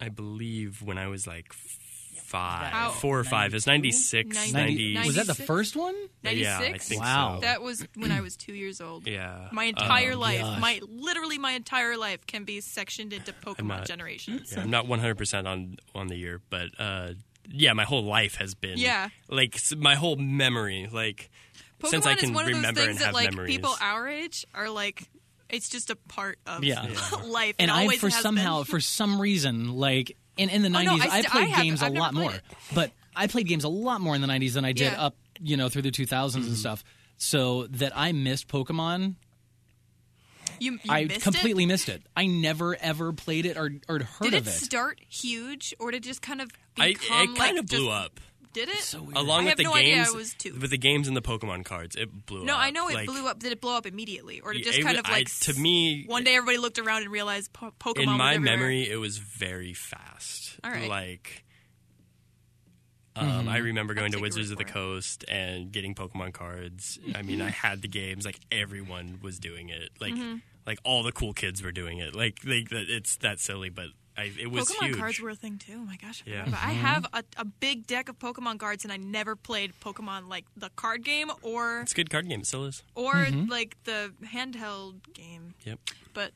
[SPEAKER 4] I believe, when I was like five,
[SPEAKER 3] How-
[SPEAKER 4] four or five. It's 96,
[SPEAKER 3] 90
[SPEAKER 2] was that the
[SPEAKER 3] 96?
[SPEAKER 2] first one?
[SPEAKER 3] ninety
[SPEAKER 4] Yeah, I
[SPEAKER 3] six.
[SPEAKER 4] think
[SPEAKER 2] Wow.
[SPEAKER 4] so.
[SPEAKER 3] That was when I was two years old.
[SPEAKER 4] Oh. yeah.
[SPEAKER 3] My
[SPEAKER 4] Uh,
[SPEAKER 3] entire life,
[SPEAKER 2] gosh.
[SPEAKER 3] my literally my entire life can be sectioned into Pokemon
[SPEAKER 4] not-
[SPEAKER 3] generations.
[SPEAKER 4] yeah, I'm not 100% on, on the year, but uh, yeah, my whole life has been
[SPEAKER 3] Yeah.
[SPEAKER 4] like s- my whole memory, like
[SPEAKER 3] Pokemon
[SPEAKER 4] since I
[SPEAKER 3] is
[SPEAKER 4] can
[SPEAKER 3] one of those
[SPEAKER 4] remember
[SPEAKER 3] things
[SPEAKER 4] and have
[SPEAKER 3] that like
[SPEAKER 4] memories.
[SPEAKER 3] people our age are like it's just a part of
[SPEAKER 2] Yeah.
[SPEAKER 3] life
[SPEAKER 2] and I
[SPEAKER 3] always
[SPEAKER 2] for
[SPEAKER 3] has
[SPEAKER 2] somehow
[SPEAKER 3] been. Oh,
[SPEAKER 2] for some reason like in in the
[SPEAKER 3] no,
[SPEAKER 2] 90s
[SPEAKER 3] I
[SPEAKER 2] I,
[SPEAKER 3] st-
[SPEAKER 2] played
[SPEAKER 3] I have-
[SPEAKER 2] games a
[SPEAKER 3] I've never
[SPEAKER 2] lot
[SPEAKER 3] played
[SPEAKER 2] more.
[SPEAKER 3] it.
[SPEAKER 2] But I played games a lot more in the 90s than I did
[SPEAKER 3] Yeah.
[SPEAKER 2] up, you know, through the 2000s
[SPEAKER 4] Mm-hmm.
[SPEAKER 2] and stuff. So that I missed Pokemon,
[SPEAKER 3] you, you
[SPEAKER 2] I
[SPEAKER 3] missed it?
[SPEAKER 2] completely missed it. I never ever played it or or heard
[SPEAKER 3] did
[SPEAKER 2] of
[SPEAKER 3] it
[SPEAKER 2] it.
[SPEAKER 3] start huge or did it just kind of
[SPEAKER 4] I it
[SPEAKER 3] become
[SPEAKER 4] kind
[SPEAKER 3] like,
[SPEAKER 4] of blew
[SPEAKER 3] just-
[SPEAKER 4] up
[SPEAKER 3] Did it?
[SPEAKER 4] along with
[SPEAKER 3] I have
[SPEAKER 4] the
[SPEAKER 3] no idea,
[SPEAKER 4] games
[SPEAKER 3] I was two.
[SPEAKER 4] with the games and the Pokemon cards. It blew
[SPEAKER 3] No,
[SPEAKER 4] up.
[SPEAKER 3] I know it
[SPEAKER 4] Like,
[SPEAKER 3] blew up. Did it blow up immediately, or did it
[SPEAKER 4] it
[SPEAKER 3] just kind
[SPEAKER 4] w-
[SPEAKER 3] of like
[SPEAKER 4] I- to me-
[SPEAKER 3] One day everybody looked around and realized po- Pokemon.
[SPEAKER 4] In
[SPEAKER 3] was
[SPEAKER 4] my
[SPEAKER 3] everywhere.
[SPEAKER 4] memory, it was very fast.
[SPEAKER 3] All right.
[SPEAKER 4] Like.
[SPEAKER 2] Mm-hmm.
[SPEAKER 4] Um, I remember going to
[SPEAKER 3] take your
[SPEAKER 4] Wizards of
[SPEAKER 3] word
[SPEAKER 4] the
[SPEAKER 3] for it.
[SPEAKER 4] Coast and getting Pokemon cards. I mean, I had the games. Like everyone was doing it. Like,
[SPEAKER 3] Mm-hmm.
[SPEAKER 4] like all the cool kids were doing it. Like, they, it's that silly, but I, it was
[SPEAKER 3] Pokemon
[SPEAKER 4] huge.
[SPEAKER 3] cards were a thing too. Oh my gosh, I
[SPEAKER 4] Yeah.
[SPEAKER 3] forgot about- I
[SPEAKER 2] Mm-hmm.
[SPEAKER 3] have a, a big deck of Pokemon cards, and I never played Pokemon like the card game or
[SPEAKER 4] it's a good card game. It still is.
[SPEAKER 3] or
[SPEAKER 2] Mm-hmm.
[SPEAKER 3] like the handheld game.
[SPEAKER 4] Yep.
[SPEAKER 3] But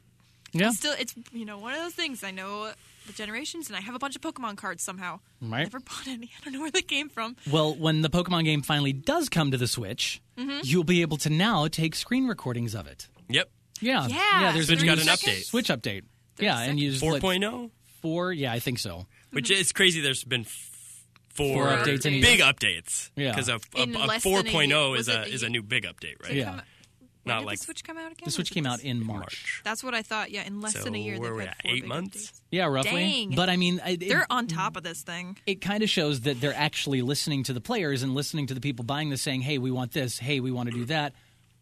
[SPEAKER 2] yeah.
[SPEAKER 3] still, it's you know one of those things. I know the generations, and I have a bunch of Pokemon cards somehow.
[SPEAKER 2] Right.
[SPEAKER 3] Never bought any. I don't know where they came from.
[SPEAKER 2] Well, when the Pokemon game finally does come to the Switch,
[SPEAKER 3] Mm-hmm.
[SPEAKER 2] you'll be able to now take screen recordings of it.
[SPEAKER 4] Yep.
[SPEAKER 2] Yeah.
[SPEAKER 3] Yeah,
[SPEAKER 2] there's
[SPEAKER 3] Switch
[SPEAKER 2] a
[SPEAKER 3] got
[SPEAKER 2] new
[SPEAKER 3] an
[SPEAKER 2] s-
[SPEAKER 4] update.
[SPEAKER 2] Switch update. Yeah, and you just
[SPEAKER 4] Four
[SPEAKER 2] let-
[SPEAKER 4] point oh,
[SPEAKER 2] four. Yeah, I think so.
[SPEAKER 4] which is crazy. There's been f- four,
[SPEAKER 2] Four updates in a
[SPEAKER 4] big updates.
[SPEAKER 2] Yeah.
[SPEAKER 4] because a,
[SPEAKER 3] In
[SPEAKER 4] a, a
[SPEAKER 3] less than
[SPEAKER 4] four
[SPEAKER 3] a
[SPEAKER 4] point oh
[SPEAKER 3] year.
[SPEAKER 4] is
[SPEAKER 3] Was
[SPEAKER 4] a
[SPEAKER 3] it a
[SPEAKER 4] is a
[SPEAKER 3] year?
[SPEAKER 4] new big update, right?
[SPEAKER 2] Yeah.
[SPEAKER 3] Come- when
[SPEAKER 4] Not
[SPEAKER 3] did
[SPEAKER 4] like
[SPEAKER 3] the Switch come out again?
[SPEAKER 2] The Switch
[SPEAKER 3] Was it
[SPEAKER 2] came out
[SPEAKER 3] this-
[SPEAKER 2] in March.
[SPEAKER 4] March.
[SPEAKER 3] That's what I thought. Yeah, in less than a
[SPEAKER 4] So
[SPEAKER 3] year,
[SPEAKER 4] where
[SPEAKER 3] they've
[SPEAKER 4] we're
[SPEAKER 3] had
[SPEAKER 4] at,
[SPEAKER 3] four
[SPEAKER 4] eight
[SPEAKER 3] big
[SPEAKER 4] months?
[SPEAKER 3] updates.
[SPEAKER 2] Yeah, roughly.
[SPEAKER 3] Dang.
[SPEAKER 2] But I mean, I- it,
[SPEAKER 3] They're on top of this thing.
[SPEAKER 2] it kind of shows that they're actually listening to the players and listening to the people buying this, saying, "Hey, we want this. Hey, we want to do that."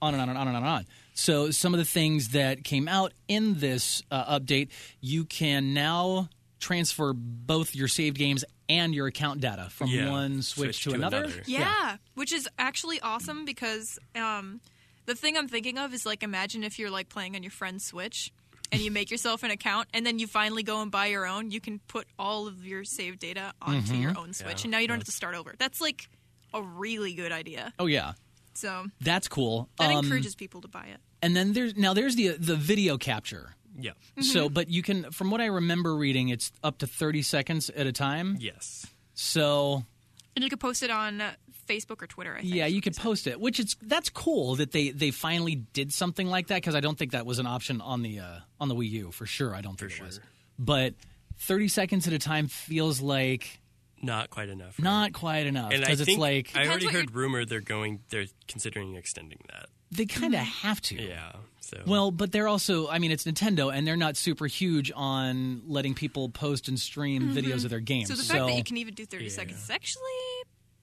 [SPEAKER 2] On and on and on and on and on. So some of the things that came out in this uh, update, you can now transfer both your saved games and your account data from
[SPEAKER 4] Yeah,
[SPEAKER 2] one Switch, to, another.
[SPEAKER 3] Yeah, which is actually awesome because um, the thing I'm thinking of is like imagine if you're like playing on your friend's Switch and you make yourself an account and then you finally go and buy your own. You can put all of your saved data onto
[SPEAKER 2] Mm-hmm.
[SPEAKER 3] your own Switch and now you don't have to start over. That's like a really good idea.
[SPEAKER 2] Oh yeah,
[SPEAKER 3] So
[SPEAKER 2] that's cool.
[SPEAKER 3] that
[SPEAKER 2] Um,
[SPEAKER 3] encourages people to buy it.
[SPEAKER 2] and then there's now there's the the video capture.
[SPEAKER 4] Yeah.
[SPEAKER 2] So, but you can, from what I remember reading, it's up to thirty seconds at a time.
[SPEAKER 4] Yes.
[SPEAKER 2] So
[SPEAKER 3] And you could post it on uh, Facebook or Twitter. I think.
[SPEAKER 2] Yeah, you could post it, which it's that's cool that they they finally did something like that because I don't think that was an option on the uh, on the Wii U for sure. I don't think it was,
[SPEAKER 4] sure.
[SPEAKER 2] but thirty seconds at a time feels like
[SPEAKER 4] Not quite enough.
[SPEAKER 2] not quite enough
[SPEAKER 4] And I
[SPEAKER 2] because it's
[SPEAKER 4] think
[SPEAKER 2] like
[SPEAKER 4] I
[SPEAKER 3] Depends
[SPEAKER 4] already
[SPEAKER 3] what you're-
[SPEAKER 4] heard rumor they're going. They're considering extending that.
[SPEAKER 2] they kind of have to.
[SPEAKER 4] Yeah. So
[SPEAKER 2] Well, but they're also, I mean, it's Nintendo, and they're not super huge on letting people post and stream videos of their games.
[SPEAKER 3] So the fact that you can even do 30 seconds is actually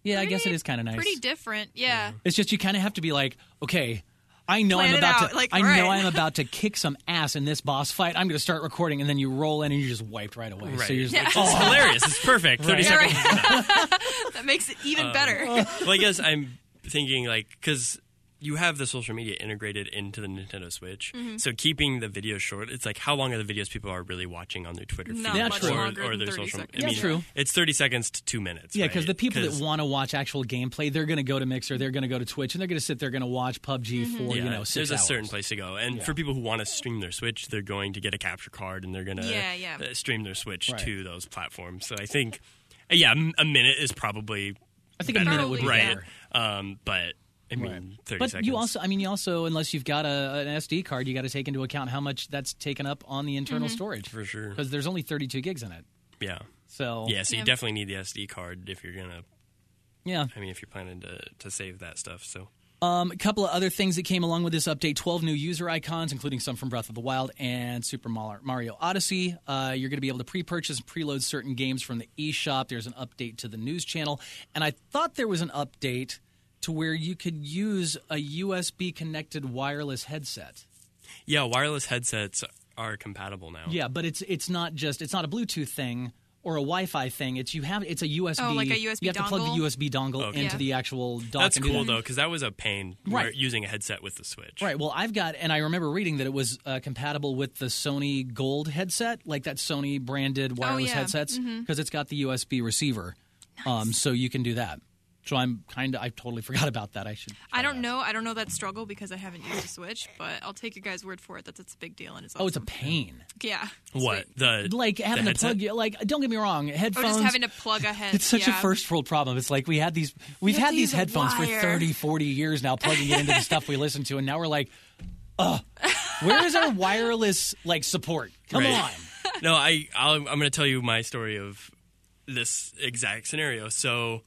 [SPEAKER 2] yeah, I guess it
[SPEAKER 3] pretty-
[SPEAKER 2] is kind of nice.
[SPEAKER 3] pretty different. Yeah.
[SPEAKER 2] It's just you kind of have to be like, okay, I know
[SPEAKER 3] Plan
[SPEAKER 2] I'm
[SPEAKER 3] it
[SPEAKER 2] about
[SPEAKER 3] out,
[SPEAKER 2] to,
[SPEAKER 3] like,
[SPEAKER 2] I
[SPEAKER 3] all
[SPEAKER 2] know
[SPEAKER 3] right.
[SPEAKER 2] I'm about to kick some ass in this boss fight. I'm going to start recording, and then you roll in and you're just wiped right away.
[SPEAKER 4] right.
[SPEAKER 2] So you're just like,
[SPEAKER 4] Which is hilarious. It's perfect. Thirty
[SPEAKER 2] Right.
[SPEAKER 3] Yeah,
[SPEAKER 4] seconds.
[SPEAKER 3] right. that makes it
[SPEAKER 2] Uh,
[SPEAKER 3] even better.
[SPEAKER 4] well, I guess I'm thinking like because you have the social media integrated into the Nintendo Switch,
[SPEAKER 3] Mm-hmm.
[SPEAKER 4] so keeping the videos short, it's like how long are the videos people are really watching on their Twitter feed
[SPEAKER 3] Not
[SPEAKER 2] Yeah, much
[SPEAKER 4] or,
[SPEAKER 2] true.
[SPEAKER 3] longer
[SPEAKER 4] or
[SPEAKER 3] than
[SPEAKER 4] their
[SPEAKER 3] 30
[SPEAKER 4] social?
[SPEAKER 3] seconds.
[SPEAKER 4] I
[SPEAKER 2] Yeah,
[SPEAKER 4] mean,
[SPEAKER 2] true.
[SPEAKER 4] It's thirty seconds to two minutes.
[SPEAKER 2] yeah,
[SPEAKER 4] because
[SPEAKER 2] because the people that
[SPEAKER 4] 'Cause-
[SPEAKER 2] want to watch actual gameplay, they're going to go to Mixer, they're going to go to Twitch, and they're going to sit there going to watch PUBG
[SPEAKER 3] Mm-hmm.
[SPEAKER 2] for
[SPEAKER 4] yeah,
[SPEAKER 2] you know six
[SPEAKER 4] there's a certain
[SPEAKER 2] hours.
[SPEAKER 4] place to go, and for people who want to stream their Switch, they're going to get a capture card and they're going to
[SPEAKER 3] Yeah, yeah.
[SPEAKER 4] uh, stream their Switch
[SPEAKER 2] Right.
[SPEAKER 4] to those platforms. So I think, uh, yeah, m- a minute is probably
[SPEAKER 2] I think a
[SPEAKER 4] better,
[SPEAKER 2] minute would be
[SPEAKER 4] right,
[SPEAKER 2] better.
[SPEAKER 4] um, but I mean, thirty
[SPEAKER 2] But
[SPEAKER 4] seconds.
[SPEAKER 2] you also, I mean, you also, unless you've got a, an SD card, you got to take into account how much that's taken up on the internal
[SPEAKER 3] Mm-hmm.
[SPEAKER 2] storage
[SPEAKER 4] For sure.
[SPEAKER 2] because there's only 32 gigs in it.
[SPEAKER 4] yeah,
[SPEAKER 2] So
[SPEAKER 4] yeah. So
[SPEAKER 3] Yeah.
[SPEAKER 4] you definitely need the SD card if you're gonna
[SPEAKER 2] yeah.
[SPEAKER 4] I mean, if you're planning to, to save that stuff, so
[SPEAKER 2] Um, a couple of other things that came along with this update 12 new user icons, including some from Breath of the Wild and Super Mar- Mario Odyssey. Uh, you're going to be able to pre purchase and preload certain games from the eShop. There's an update to the news channel. And I thought there was an update to where you could use a USB connected wireless headset.
[SPEAKER 4] yeah, wireless headsets are compatible now.
[SPEAKER 2] Yeah, but it's it's not just it's not a Bluetooth thing or a Wi-Fi thing. It's you have it's a USB.
[SPEAKER 3] Oh, like a USB
[SPEAKER 2] You have to plug
[SPEAKER 3] dongle?
[SPEAKER 2] the USB dongle
[SPEAKER 4] Okay.
[SPEAKER 2] into
[SPEAKER 3] Yeah.
[SPEAKER 2] the actual dock.
[SPEAKER 4] that's
[SPEAKER 2] and do
[SPEAKER 4] cool
[SPEAKER 2] that.
[SPEAKER 4] though because that was a pain.
[SPEAKER 2] Right.
[SPEAKER 4] we're using a headset with the Switch.
[SPEAKER 2] Right. Well, I've got, and I remember reading that it was uh, compatible with the Sony Gold headset, like that Sony branded wireless
[SPEAKER 3] Oh, yeah. Mm-hmm.
[SPEAKER 2] headsets, because it's got the USB receiver. Um, so you can do that. So I'm kind of I totally forgot about that. I should.
[SPEAKER 3] I
[SPEAKER 2] try
[SPEAKER 3] don't
[SPEAKER 2] that.
[SPEAKER 3] know. I don't know that struggle because I haven't used a Switch, but I'll take your guys' word for it that it's a big deal and it's.
[SPEAKER 2] Oh, it's a
[SPEAKER 3] awesome.
[SPEAKER 2] pain.
[SPEAKER 3] yeah.
[SPEAKER 4] What
[SPEAKER 3] Sweet.
[SPEAKER 4] the
[SPEAKER 2] Like
[SPEAKER 4] the
[SPEAKER 2] having to
[SPEAKER 4] headset?
[SPEAKER 2] plug. your- Like don't get me wrong,
[SPEAKER 3] Oh,
[SPEAKER 2] headphones.
[SPEAKER 3] just having to plug a head.
[SPEAKER 2] It's such
[SPEAKER 3] yeah.
[SPEAKER 2] a first world problem. It's like we had these, we've
[SPEAKER 3] have
[SPEAKER 2] had
[SPEAKER 3] to
[SPEAKER 2] these
[SPEAKER 3] use a
[SPEAKER 2] headphones for
[SPEAKER 3] wire.
[SPEAKER 2] 30, 40 years now, plugging it into the stuff we listen to, and now we're like, oh, where is our wireless like support? Come
[SPEAKER 4] Right.
[SPEAKER 2] on.
[SPEAKER 4] no, I I'll, I'm going to tell you my story of this exact scenario. So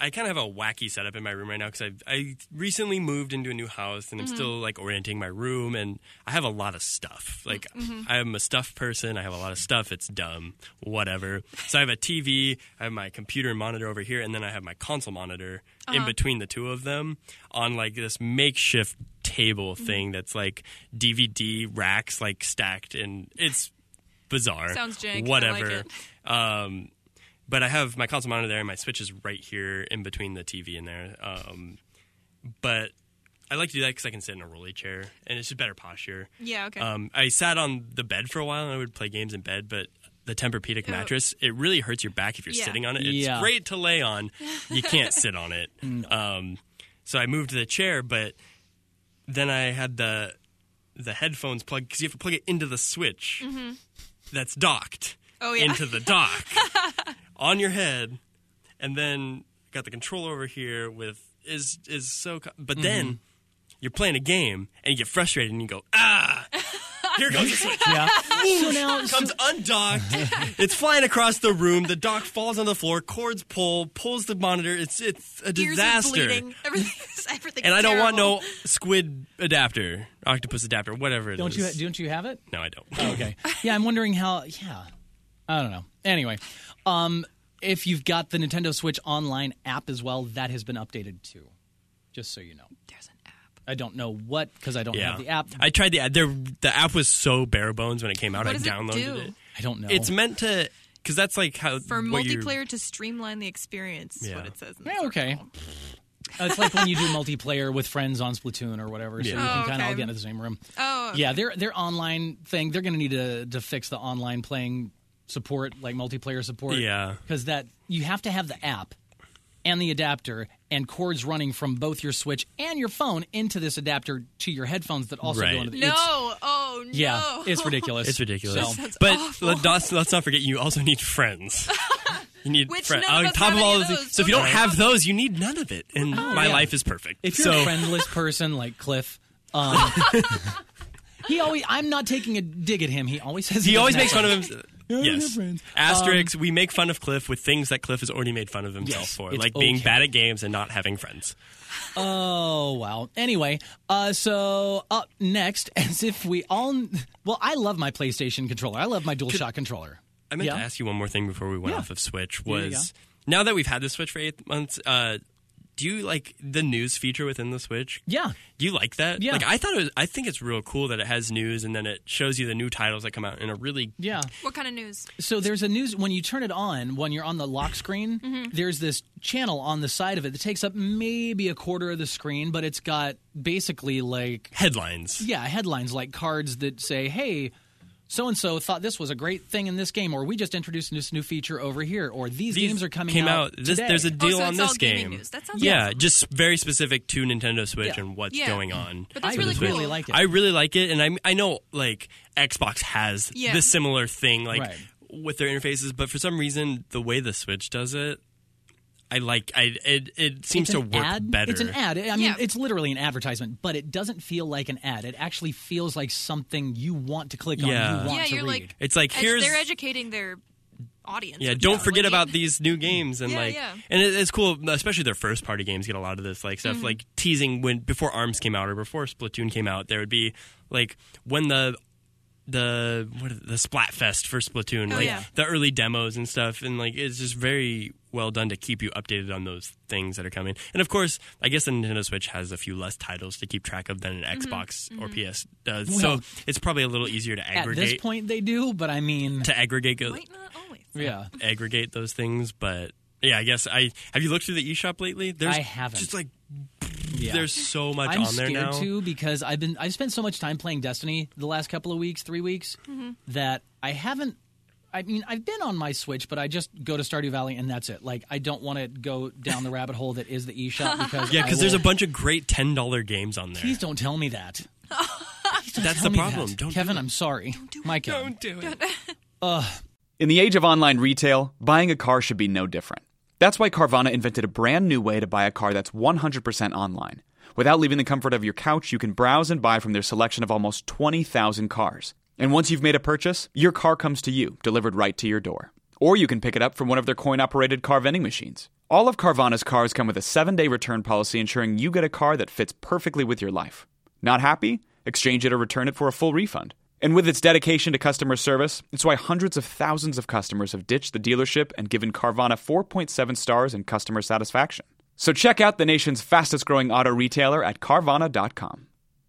[SPEAKER 4] I kind of have a wacky setup in my room right now because I I recently moved into a new house
[SPEAKER 3] Mm-hmm.
[SPEAKER 4] and I'm still like orienting my room and I have a lot of stuff. Like
[SPEAKER 3] Mm-hmm.
[SPEAKER 4] I'm a stuff person. I have a lot of stuff. It's dumb, whatever. So I have a TV. I have my computer monitor over here, and then I have my console monitor
[SPEAKER 3] Uh-huh.
[SPEAKER 4] in between the two of them on like this makeshift table
[SPEAKER 3] Mm-hmm.
[SPEAKER 4] thing that's like DVD racks like stacked and it's bizarre.
[SPEAKER 3] Sounds jank. I
[SPEAKER 4] Whatever.
[SPEAKER 3] like
[SPEAKER 4] Um, but I have my console monitor there, and my Switch is right here in between the TV and there. Um, but I like to do that because I can sit in a rolly chair, and it's just better posture.
[SPEAKER 3] Yeah. Okay.
[SPEAKER 4] Um, I sat on the bed for a while, and I would play games in bed, but the Tempur-Pedic mattress, it really hurts your back if you're
[SPEAKER 3] Yeah.
[SPEAKER 4] sitting on it. It's
[SPEAKER 2] Yeah.
[SPEAKER 4] great to lay on. You can't sit on it. Um, so I moved to the chair, but then I had the the headphones plugged because you have to plug it into the switch that's docked
[SPEAKER 3] Mm-hmm. Oh, yeah.
[SPEAKER 4] into the dock on your head, and then got the controller over here with is is so. Co-
[SPEAKER 2] Mm-hmm.
[SPEAKER 4] but then you're playing a game and you get frustrated and you go ah, here goes the switch.
[SPEAKER 2] Yeah. so now, so,
[SPEAKER 4] Comes undocked. it's flying across the room. The dock falls on the floor. Cords pull. Pulls the monitor. It's it's a
[SPEAKER 3] Ears
[SPEAKER 4] disaster.
[SPEAKER 3] Are bleeding. Everything's everything's
[SPEAKER 4] And I don't want
[SPEAKER 3] terrible.
[SPEAKER 4] no squid adapter, octopus adapter, whatever it
[SPEAKER 2] don't you Oh,
[SPEAKER 4] is.
[SPEAKER 2] don't you have it?
[SPEAKER 4] no, I don't.
[SPEAKER 2] Okay. Yeah, I'm wondering how. Yeah, I don't know. Anyway, um, if you've got the Nintendo Switch Online app as well, that has been updated too. Just so you know,
[SPEAKER 3] There's an app.
[SPEAKER 2] I don't know what because I don't
[SPEAKER 4] yeah,
[SPEAKER 2] have the app.
[SPEAKER 4] I tried the app. There, the app was so bare bones when it came out. I
[SPEAKER 3] What does it
[SPEAKER 4] downloaded
[SPEAKER 3] do?
[SPEAKER 4] it.
[SPEAKER 2] I don't know.
[SPEAKER 4] It's meant to, because that's like how
[SPEAKER 3] For
[SPEAKER 4] what you-
[SPEAKER 3] multiplayer to streamline the experience, is
[SPEAKER 4] Yeah.
[SPEAKER 3] what it says. In the
[SPEAKER 4] Eh,
[SPEAKER 2] Yeah, okay. Uh, It's like when you do multiplayer with friends on Splatoon or whatever, so you
[SPEAKER 3] Oh,
[SPEAKER 2] can kind of all
[SPEAKER 3] okay.
[SPEAKER 2] get into the same room.
[SPEAKER 3] Oh,
[SPEAKER 2] Yeah, their their online thing, they're going to need to to fix the online playing support, like multiplayer support.
[SPEAKER 4] Yeah.
[SPEAKER 2] because that you have to have the app and the adapter and cords running from both your Switch and your phone into this adapter to your headphones that also
[SPEAKER 4] Right.
[SPEAKER 2] go into the.
[SPEAKER 3] No.
[SPEAKER 2] it's-
[SPEAKER 3] Oh no.
[SPEAKER 2] yeah, it's ridiculous.
[SPEAKER 4] It's ridiculous.
[SPEAKER 2] So,
[SPEAKER 4] but let, us let's not forget, you also need friends. You need
[SPEAKER 3] Which
[SPEAKER 4] friends
[SPEAKER 3] none of
[SPEAKER 4] on
[SPEAKER 3] us
[SPEAKER 4] top
[SPEAKER 3] have
[SPEAKER 4] of all
[SPEAKER 3] any of
[SPEAKER 4] the-
[SPEAKER 3] those.
[SPEAKER 4] So if you
[SPEAKER 3] Those
[SPEAKER 4] don't
[SPEAKER 3] are Oh.
[SPEAKER 4] have those, you need none of it. And my
[SPEAKER 2] yeah.
[SPEAKER 4] life is perfect.
[SPEAKER 2] if you're
[SPEAKER 4] so
[SPEAKER 2] a friendless person like Cliff, um, he always. I'm not taking a dig at him. He always says
[SPEAKER 4] he
[SPEAKER 2] doesn't
[SPEAKER 4] always
[SPEAKER 2] have
[SPEAKER 4] makes fun
[SPEAKER 2] friends.
[SPEAKER 4] of him. Yes.
[SPEAKER 2] friends. Um,
[SPEAKER 4] Asterix, we make fun of Cliff with things that Cliff has already made fun of himself
[SPEAKER 2] Yes,
[SPEAKER 4] for,
[SPEAKER 2] it's
[SPEAKER 4] like being
[SPEAKER 2] okay.
[SPEAKER 4] bad at games and not having friends.
[SPEAKER 2] Oh wow. Anyway, uh, so up next, as if we all well, I love my PlayStation controller. I love my DualShock controller.
[SPEAKER 4] I meant to
[SPEAKER 2] Yeah.
[SPEAKER 4] ask you one more thing before we went
[SPEAKER 2] Yeah.
[SPEAKER 4] off of Switch
[SPEAKER 2] Yeah, yeah,
[SPEAKER 4] was now that we've had the Switch for eight months, uh, do you like the news feature within the Switch?
[SPEAKER 2] Yeah.
[SPEAKER 4] Do you like that?
[SPEAKER 2] Yeah.
[SPEAKER 4] Like I thought it was I think it's real cool that it has news and then it shows you the new titles that come out in a really
[SPEAKER 2] Yeah.
[SPEAKER 3] What kind of news? Oh,
[SPEAKER 2] So there's a news when you turn it on when you're on the lock screen. There's this channel on the side of it that takes up maybe a quarter of the screen, but it's got basically like
[SPEAKER 4] headlines.
[SPEAKER 2] yeah headlines like cards that say hey. So and so thought this was a great thing in this game, or we just introduced this new feature over here, or these,
[SPEAKER 4] These
[SPEAKER 2] games are coming
[SPEAKER 4] came
[SPEAKER 2] out.
[SPEAKER 4] out. this,
[SPEAKER 2] today."
[SPEAKER 4] there's a deal
[SPEAKER 3] Oh, so
[SPEAKER 4] on
[SPEAKER 3] it's
[SPEAKER 4] this
[SPEAKER 3] all gaming
[SPEAKER 4] game.
[SPEAKER 3] news. That sounds
[SPEAKER 4] yeah,
[SPEAKER 3] awesome.
[SPEAKER 4] just very specific to Nintendo Switch
[SPEAKER 2] Yeah.
[SPEAKER 4] and what's
[SPEAKER 3] Yeah.
[SPEAKER 4] going on.
[SPEAKER 3] But that's
[SPEAKER 2] I
[SPEAKER 3] really
[SPEAKER 2] really,
[SPEAKER 3] cool.
[SPEAKER 2] like it.
[SPEAKER 4] I really like it, and I I know like Xbox has
[SPEAKER 3] Yeah.
[SPEAKER 4] this similar thing like
[SPEAKER 2] Right.
[SPEAKER 4] with their interfaces, but for some reason the way the Switch does it, I like. I it it seems
[SPEAKER 2] It's
[SPEAKER 4] to
[SPEAKER 2] an
[SPEAKER 4] work
[SPEAKER 2] ad.
[SPEAKER 4] better.
[SPEAKER 2] It's an ad. I mean,
[SPEAKER 3] Yeah.
[SPEAKER 2] it's literally an advertisement, but it doesn't feel like an ad. It actually feels like something you want to click on.
[SPEAKER 4] Yeah.
[SPEAKER 2] You want
[SPEAKER 3] Yeah,
[SPEAKER 2] to
[SPEAKER 3] you're
[SPEAKER 2] read.
[SPEAKER 3] like-
[SPEAKER 4] It's like
[SPEAKER 3] Edu-
[SPEAKER 4] here's
[SPEAKER 3] they're educating their audience.
[SPEAKER 4] yeah.
[SPEAKER 3] which
[SPEAKER 4] Don't
[SPEAKER 3] is
[SPEAKER 4] forget
[SPEAKER 3] like-
[SPEAKER 4] about these new games and
[SPEAKER 3] Yeah,
[SPEAKER 4] like
[SPEAKER 3] yeah.
[SPEAKER 4] and it, it's cool, especially their first party games get a lot of this like
[SPEAKER 3] Mm-hmm.
[SPEAKER 4] stuff like teasing when before Arms came out or before Splatoon came out. There would be like when the the what is it, the Splatfest for Splatoon,
[SPEAKER 3] Oh,
[SPEAKER 4] like
[SPEAKER 3] yeah.
[SPEAKER 4] the early demos and stuff, and like it's just very well done to keep you updated on those things that are coming. And of course, I guess the Nintendo Switch has a few less titles to keep track of than an
[SPEAKER 3] Mm-hmm.
[SPEAKER 4] Xbox or PS does,
[SPEAKER 2] Well-
[SPEAKER 4] so it's probably a little easier to
[SPEAKER 2] At
[SPEAKER 4] aggregate
[SPEAKER 2] this point, they do, but I mean,
[SPEAKER 4] to aggregate go-
[SPEAKER 3] Might not always.
[SPEAKER 2] yeah.
[SPEAKER 4] aggregate those things. But yeah, I guess I have you looked through the eShop lately? There's
[SPEAKER 2] I haven't.
[SPEAKER 4] Just like
[SPEAKER 2] yeah.
[SPEAKER 4] there's so much
[SPEAKER 2] I'm
[SPEAKER 4] on there
[SPEAKER 2] scared
[SPEAKER 4] now.
[SPEAKER 2] too because I've
[SPEAKER 4] Mm-hmm.
[SPEAKER 2] been I've spent so much time playing Destiny the last couple of weeks, three weeks, that I haven't I mean, I've been on my Switch, but I just go to Stardew Valley and that's it. Like, I don't want to go down the rabbit hole that is the eShop because
[SPEAKER 4] Yeah,
[SPEAKER 2] because
[SPEAKER 4] because there's a bunch of great ten dollar games on there.
[SPEAKER 2] Please don't tell me that. Please don't
[SPEAKER 4] That's
[SPEAKER 2] tell
[SPEAKER 4] the
[SPEAKER 2] me
[SPEAKER 4] problem.
[SPEAKER 2] that.
[SPEAKER 4] Don't do
[SPEAKER 2] Kevin,
[SPEAKER 4] it.
[SPEAKER 2] I'm sorry. Micah.
[SPEAKER 4] do it.
[SPEAKER 5] In the age of online retail, buying a car should be no different. That's why Carvana invented a brand new way to buy a car that's 100% online. Without leaving the comfort of your couch, you can browse and buy from their selection of almost 20,000 cars. And once you've made a purchase, your car comes to you, delivered right to your door. Or you can pick it up from one of their coin operated car vending machines. All of Carvana's cars come with a seven day return policy ensuring you get a car that fits perfectly with your life. Not happy? Exchange it or return it for a full refund. And with its dedication to customer service, it's why hundreds of thousands of customers have ditched the dealership and given Carvana 4.7 stars in customer satisfaction. So check out the nation's fastest growing auto retailer at Carvana.com.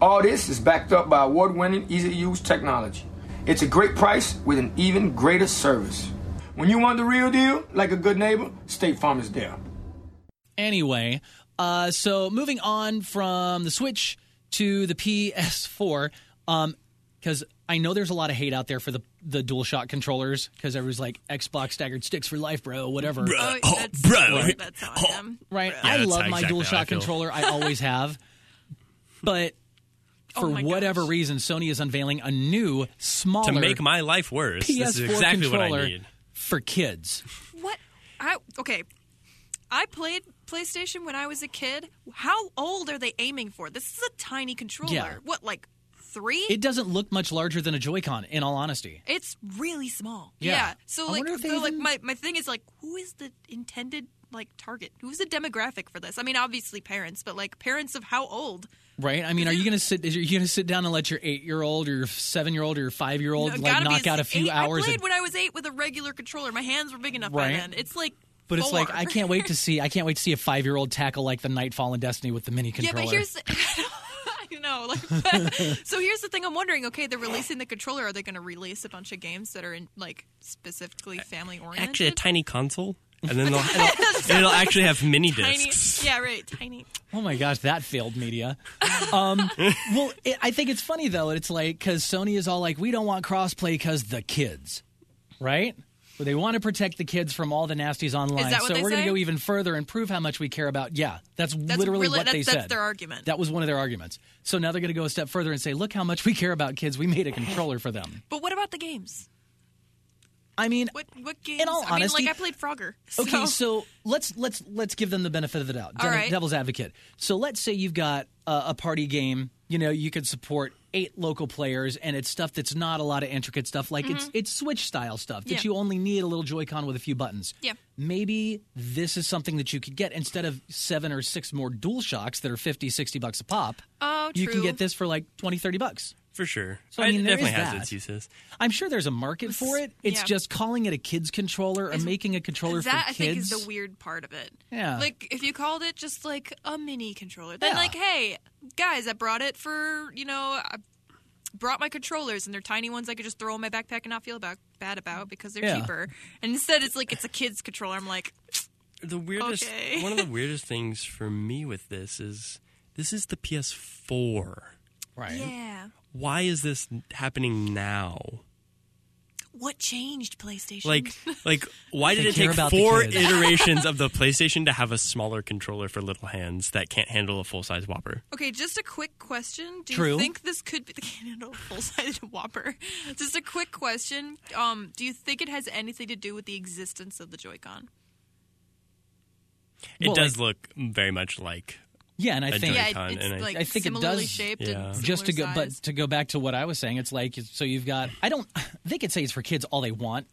[SPEAKER 6] All this is backed up by award winning, easy to use technology. It's a great price with an even greater service. When you want the real deal, like a good neighbor, State Farm is there.
[SPEAKER 2] Anyway, uh, so moving on from the Switch to the PS4, because um, I know there's a lot of hate out there for the the DualShock controllers because everyone's like Xbox staggered sticks for life, bro, whatever.
[SPEAKER 3] Oh,
[SPEAKER 4] Oh,
[SPEAKER 3] that's,
[SPEAKER 4] bro. Oh.
[SPEAKER 3] That's on them.
[SPEAKER 2] Right?
[SPEAKER 4] Yeah,
[SPEAKER 2] I
[SPEAKER 4] that's
[SPEAKER 2] love my
[SPEAKER 4] exactly how I
[SPEAKER 2] DualShock
[SPEAKER 4] feel.
[SPEAKER 2] controller. I always have, but. For
[SPEAKER 3] Oh my
[SPEAKER 2] whatever
[SPEAKER 3] gosh.
[SPEAKER 2] reason, Sony is unveiling a new, smaller
[SPEAKER 4] To make my life worse,
[SPEAKER 2] PS4
[SPEAKER 4] this is exactly what
[SPEAKER 2] controller
[SPEAKER 4] I need.
[SPEAKER 2] for kids.
[SPEAKER 3] What? I okay. I played PlayStation when I was a kid. How old are they aiming for? This is a tiny controller.
[SPEAKER 2] Yeah.
[SPEAKER 3] What, like three?
[SPEAKER 2] It doesn't look much larger than a Joy-Con, in all honesty.
[SPEAKER 3] it's really small.
[SPEAKER 2] Yeah. I
[SPEAKER 3] So like,
[SPEAKER 2] wonder if they
[SPEAKER 3] so, like
[SPEAKER 2] even-
[SPEAKER 3] my, my thing is like, who is the intended like target? Who's the demographic for this? I mean, obviously parents, but like parents of how old?
[SPEAKER 2] Right? I mean, are you gonna sit? Is, are you gonna sit down and let your eight-year-old or your seven-year-old or your five-year-old
[SPEAKER 3] Gotta
[SPEAKER 2] like
[SPEAKER 3] be
[SPEAKER 2] knock out a
[SPEAKER 3] eight-
[SPEAKER 2] few hours?
[SPEAKER 3] I played
[SPEAKER 2] of,
[SPEAKER 3] when I was eight with a regular controller. My hands were big enough
[SPEAKER 2] Right.
[SPEAKER 3] by then. It's like.
[SPEAKER 2] but it's like
[SPEAKER 3] four.
[SPEAKER 2] I can't wait to see. I can't wait to see a five-year-old tackle like the Nightfall in Destiny with the mini
[SPEAKER 3] Yeah,
[SPEAKER 2] controller.
[SPEAKER 3] but here's. I know. Like, but- so here's the thing. I'm wondering. Okay, they're releasing the controller. Are they going to release a bunch of games that are in like specifically family oriented?
[SPEAKER 4] Actually, a tiny console, and then they'll, it'll, it'll actually have mini discs.
[SPEAKER 3] Yeah, right. Tiny.
[SPEAKER 2] Oh my gosh, that failed media. Um, well, it, I think it's funny though. It's like because Sony is all like, we don't want crossplay because the kids, right? Well, they want to protect the kids from all the nasties online.
[SPEAKER 3] that what
[SPEAKER 2] so
[SPEAKER 3] they
[SPEAKER 2] we're to
[SPEAKER 3] say?
[SPEAKER 2] go even further and prove how much we care about. Yeah, that's, literally
[SPEAKER 3] really-
[SPEAKER 2] what
[SPEAKER 3] that's-
[SPEAKER 2] they
[SPEAKER 3] that's
[SPEAKER 2] said.
[SPEAKER 3] their argument.
[SPEAKER 2] That was one of their arguments. So now they're going to go a step further and say, look how much we care about kids. We made a controller for them.
[SPEAKER 3] But what about the games?
[SPEAKER 2] I mean,
[SPEAKER 3] What what games?
[SPEAKER 2] all
[SPEAKER 3] I mean,
[SPEAKER 2] honesty-
[SPEAKER 3] like I played Frogger.
[SPEAKER 2] Okay, so, let's let's let's give them the benefit of the doubt. Devil-
[SPEAKER 3] right.
[SPEAKER 2] Devil's advocate. So let's say you've got a, a party game. You know, you could support eight local players, and it's stuff that's not a lot of intricate stuff. Like it's it's Switch style stuff that
[SPEAKER 3] Mm-hmm. Yeah.
[SPEAKER 2] you only need a little Joy-Con with a few buttons.
[SPEAKER 3] Yeah.
[SPEAKER 2] Maybe this is something that you could get instead of seven or six more Dual Shocks that are 50, 60 bucks a pop.
[SPEAKER 3] Oh,
[SPEAKER 2] You can
[SPEAKER 3] true.
[SPEAKER 2] get this for like 20, 30 bucks.
[SPEAKER 4] For sure.
[SPEAKER 2] So, I mean,
[SPEAKER 4] it
[SPEAKER 2] there is
[SPEAKER 4] definitely has
[SPEAKER 2] that.
[SPEAKER 4] its uses.
[SPEAKER 2] I'm sure there's a market for it. It's
[SPEAKER 3] Yeah.
[SPEAKER 2] just calling it a kids controller or making a controller
[SPEAKER 3] that
[SPEAKER 2] for
[SPEAKER 3] I
[SPEAKER 2] kids.
[SPEAKER 3] think is the weird part of it.
[SPEAKER 2] Yeah.
[SPEAKER 3] Like if you called it just like a mini controller, then
[SPEAKER 2] Yeah.
[SPEAKER 3] like, hey guys, I brought it for you know, I brought my controllers and they're tiny ones I could just throw in my backpack and not feel about, bad about because they're
[SPEAKER 2] Yeah.
[SPEAKER 3] cheaper. And instead, it's like it's a kid's controller. I'm like,
[SPEAKER 4] The weirdest,
[SPEAKER 3] Okay.
[SPEAKER 4] one of the weirdest things for me with this is this is the PS4.
[SPEAKER 2] right.
[SPEAKER 3] yeah,
[SPEAKER 4] Why is this happening now?
[SPEAKER 3] what changed PlayStation?
[SPEAKER 4] Like, like, why did
[SPEAKER 2] They
[SPEAKER 4] it
[SPEAKER 2] care
[SPEAKER 4] take
[SPEAKER 2] about the
[SPEAKER 4] four
[SPEAKER 2] kids.
[SPEAKER 4] iterations of the PlayStation to have a smaller controller for little hands that can't handle a full size Whopper?
[SPEAKER 3] Okay, just a quick question. Do
[SPEAKER 2] True.
[SPEAKER 3] you think this could be the Canada full-sided whopper? Just a quick question. Um, do you think it has anything to do with the existence of the Joy-Con?
[SPEAKER 4] It
[SPEAKER 2] Well,
[SPEAKER 4] does look very much like.
[SPEAKER 2] Yeah, and I
[SPEAKER 4] A
[SPEAKER 2] think
[SPEAKER 4] Joy-Con.
[SPEAKER 3] Yeah,
[SPEAKER 4] Joy-Con,
[SPEAKER 3] it's
[SPEAKER 4] and I-
[SPEAKER 3] like
[SPEAKER 2] I think it
[SPEAKER 3] similarly
[SPEAKER 2] does-
[SPEAKER 3] shaped
[SPEAKER 4] Yeah.
[SPEAKER 3] and
[SPEAKER 2] just to go
[SPEAKER 3] similar
[SPEAKER 2] but
[SPEAKER 3] size.
[SPEAKER 2] to go back to what i was saying it's like so you've got i don't they could say it's for kids all they want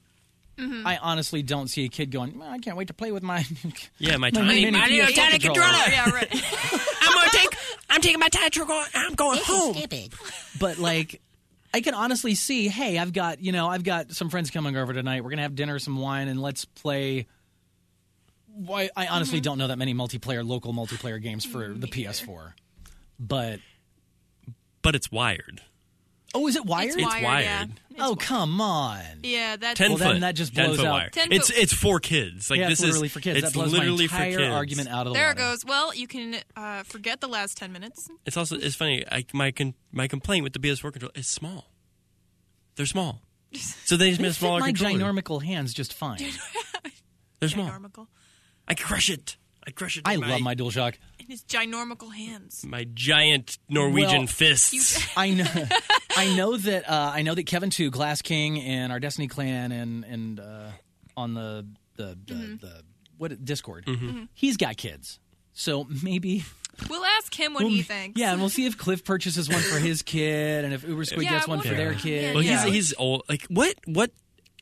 [SPEAKER 3] Mm-hmm.
[SPEAKER 2] i honestly don't see a kid going "Well, i can't wait to play with my
[SPEAKER 4] Yeah, my tiny-
[SPEAKER 2] mini
[SPEAKER 4] my
[SPEAKER 2] PS4
[SPEAKER 4] little tiny
[SPEAKER 2] controller."
[SPEAKER 3] Yeah, right.
[SPEAKER 4] I'm gonna take. I'm taking my tactical. I'm going home.
[SPEAKER 7] Stupid.
[SPEAKER 2] but like I can honestly see, hey, I've got you know, I've got some friends coming over tonight. We're gonna have dinner, some wine, and let's play. Why I
[SPEAKER 4] Mm-hmm.
[SPEAKER 2] honestly don't know that many multiplayer local multiplayer games for the PS4, but
[SPEAKER 4] but it's wired.
[SPEAKER 2] oh, is it wired?
[SPEAKER 3] It's
[SPEAKER 4] It's
[SPEAKER 3] wired. Yeah.
[SPEAKER 4] wired.
[SPEAKER 2] oh, come on.
[SPEAKER 3] Yeah, that's
[SPEAKER 4] Ten
[SPEAKER 2] Well,
[SPEAKER 4] foot.
[SPEAKER 2] then that just
[SPEAKER 4] Ten
[SPEAKER 2] blows
[SPEAKER 4] foot
[SPEAKER 2] out-
[SPEAKER 4] wire.
[SPEAKER 3] Ten
[SPEAKER 4] it's
[SPEAKER 3] foot-
[SPEAKER 4] it's for kids. Like
[SPEAKER 2] yeah,
[SPEAKER 4] this
[SPEAKER 2] it's literally
[SPEAKER 4] is
[SPEAKER 2] for kids.
[SPEAKER 4] It's
[SPEAKER 2] that blows
[SPEAKER 4] literally
[SPEAKER 2] my entire
[SPEAKER 4] for kids.
[SPEAKER 2] argument out of the
[SPEAKER 3] There it
[SPEAKER 2] water.
[SPEAKER 3] goes. Well, you can uh, forget the last 10 minutes.
[SPEAKER 4] It's also it's funny. I, my con, my complaint with the PS4 controller is small. They're small, so they just
[SPEAKER 2] They
[SPEAKER 4] made a
[SPEAKER 2] fit
[SPEAKER 4] smaller
[SPEAKER 2] my
[SPEAKER 4] controller.
[SPEAKER 2] ginormical hands just fine.
[SPEAKER 4] They're small.
[SPEAKER 3] Ginormical.
[SPEAKER 4] I crush it. I crush it.
[SPEAKER 2] I
[SPEAKER 4] with
[SPEAKER 2] love my DualShock.
[SPEAKER 3] In his ginormical hands.
[SPEAKER 4] my giant Norwegian
[SPEAKER 2] Well,
[SPEAKER 4] fists.
[SPEAKER 2] I know, I know that uh, I know that Kevin too, Glass King, and our Destiny Clan, and and uh, on the the the,
[SPEAKER 3] Mm-hmm.
[SPEAKER 2] the what Discord, he's got kids. So maybe
[SPEAKER 3] We'll ask him what he thinks.
[SPEAKER 2] yeah, and we'll see if Cliff purchases one for his kid, and if Uber Squid
[SPEAKER 3] Yeah,
[SPEAKER 2] gets
[SPEAKER 3] I
[SPEAKER 2] one for
[SPEAKER 3] wonder-
[SPEAKER 2] their
[SPEAKER 3] Yeah.
[SPEAKER 2] kid.
[SPEAKER 4] well,
[SPEAKER 3] Yeah.
[SPEAKER 4] he's he's old. Like what what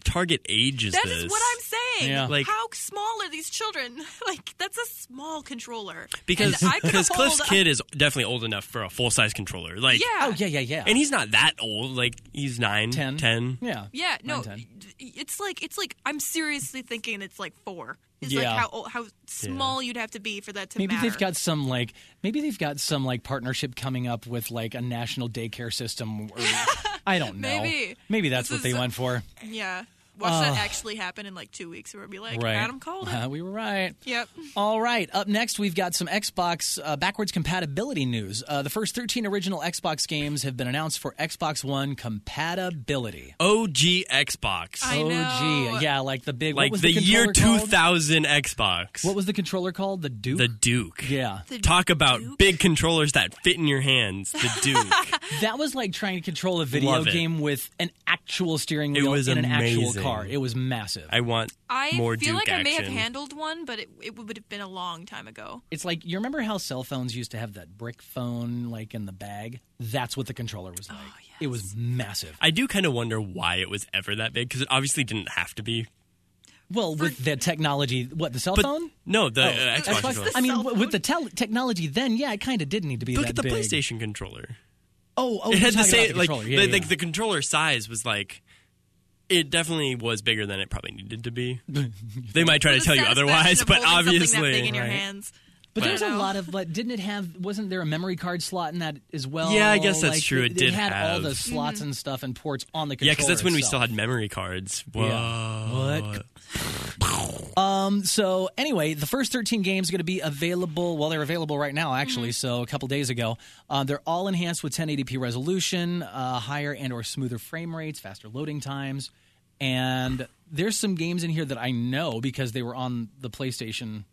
[SPEAKER 4] target age is
[SPEAKER 3] That
[SPEAKER 4] this?
[SPEAKER 3] is what I'm saying.
[SPEAKER 2] Yeah.
[SPEAKER 4] Like-
[SPEAKER 3] How small are these children? Like that's a small controller.
[SPEAKER 4] because
[SPEAKER 3] And I could
[SPEAKER 4] because Cliff's
[SPEAKER 3] hold a-
[SPEAKER 4] kid is definitely old enough for a full size controller. Like
[SPEAKER 3] Yeah.
[SPEAKER 2] oh yeah, yeah, yeah.
[SPEAKER 4] and he's not that old. Like he's nine,
[SPEAKER 2] ten,
[SPEAKER 4] ten.
[SPEAKER 2] yeah,
[SPEAKER 3] Yeah, no,
[SPEAKER 2] Nine, ten.
[SPEAKER 3] d- it's like it's like I'm seriously thinking it's like four. It's like
[SPEAKER 2] Yeah.
[SPEAKER 3] how old, how small you'd have to be for that to
[SPEAKER 2] Maybe
[SPEAKER 3] matter.
[SPEAKER 2] they've got some like maybe they've got some like partnership coming up with like a national daycare system. Or, I don't know.
[SPEAKER 3] Maybe.
[SPEAKER 2] maybe that's
[SPEAKER 3] This
[SPEAKER 2] what they
[SPEAKER 3] is-
[SPEAKER 2] went for.
[SPEAKER 3] yeah. Watch that actually happen in like two weeks, where it'll be like
[SPEAKER 2] right.
[SPEAKER 3] Adam called it.
[SPEAKER 2] Uh, we were right.
[SPEAKER 3] Yep.
[SPEAKER 2] All right. Up next, we've got some Xbox uh, backwards compatibility news. Uh, the first 13 original Xbox games have been announced for Xbox One compatibility.
[SPEAKER 4] OG Xbox.
[SPEAKER 3] I know.
[SPEAKER 2] OG. Yeah, like the big. what
[SPEAKER 4] like
[SPEAKER 2] was
[SPEAKER 4] the, year
[SPEAKER 2] controller called?
[SPEAKER 4] 2000 Xbox.
[SPEAKER 2] What was the controller called? The Duke.
[SPEAKER 4] the Duke?
[SPEAKER 2] yeah,
[SPEAKER 4] Talk about big controllers that fit in your hands. The Duke.
[SPEAKER 2] that was like trying to control a video
[SPEAKER 4] Love it.
[SPEAKER 2] game with an actual steering
[SPEAKER 4] It
[SPEAKER 2] wheel
[SPEAKER 4] was
[SPEAKER 2] in an actual
[SPEAKER 4] amazing.
[SPEAKER 2] car. It was massive.
[SPEAKER 4] I want
[SPEAKER 3] I
[SPEAKER 4] more
[SPEAKER 3] feel
[SPEAKER 4] Duke
[SPEAKER 3] like
[SPEAKER 4] action.
[SPEAKER 3] I may have handled one, but it, it would have been a long time ago.
[SPEAKER 2] it's like you remember how cell phones used to have that brick phone like in the bag. That's what the controller was
[SPEAKER 3] Oh,
[SPEAKER 2] like. It was massive.
[SPEAKER 4] I do kind of wonder why it was ever that big because it obviously didn't have to be.
[SPEAKER 2] Well, with the technology, what the cell
[SPEAKER 4] But
[SPEAKER 2] phone?
[SPEAKER 4] no, the
[SPEAKER 2] Oh,
[SPEAKER 4] uh, Xbox. controller.
[SPEAKER 2] I mean, w- with the tel- technology, then yeah, it kind of did need to be
[SPEAKER 4] Look
[SPEAKER 2] that
[SPEAKER 4] at the
[SPEAKER 2] big.
[SPEAKER 4] PlayStation controller.
[SPEAKER 2] Oh, oh,
[SPEAKER 4] it
[SPEAKER 2] you're
[SPEAKER 4] had the
[SPEAKER 2] talking
[SPEAKER 4] same
[SPEAKER 2] about
[SPEAKER 4] like
[SPEAKER 2] controller.
[SPEAKER 4] the,
[SPEAKER 2] yeah, yeah,
[SPEAKER 4] like
[SPEAKER 2] yeah.
[SPEAKER 4] the controller size was like it definitely was bigger than it probably needed to be. they might try to
[SPEAKER 3] The
[SPEAKER 4] tell you
[SPEAKER 3] satisfaction
[SPEAKER 4] otherwise,
[SPEAKER 3] of
[SPEAKER 4] but
[SPEAKER 3] holding something
[SPEAKER 4] obviously,
[SPEAKER 3] that big in your
[SPEAKER 4] right?
[SPEAKER 3] hands.
[SPEAKER 2] But there's a
[SPEAKER 3] Wow.
[SPEAKER 2] lot of but didn't it have? Wasn't there a memory card slot in that as well?
[SPEAKER 4] Yeah, I guess that's
[SPEAKER 2] Like,
[SPEAKER 4] true. It
[SPEAKER 2] It,
[SPEAKER 4] did
[SPEAKER 2] had all
[SPEAKER 4] have-
[SPEAKER 2] the slots and stuff and ports on the controller.
[SPEAKER 4] yeah, because that's when we still
[SPEAKER 2] itself.
[SPEAKER 4] had memory cards. Whoa.
[SPEAKER 2] Yeah. What? um. So anyway, the first 13 games going to be available. Well, they're available right now, actually. So a couple days ago, uh, they're all enhanced with 1080p resolution, uh, higher and or smoother frame rates, faster loading times, and there's some games in here that I know because they were on the PlayStation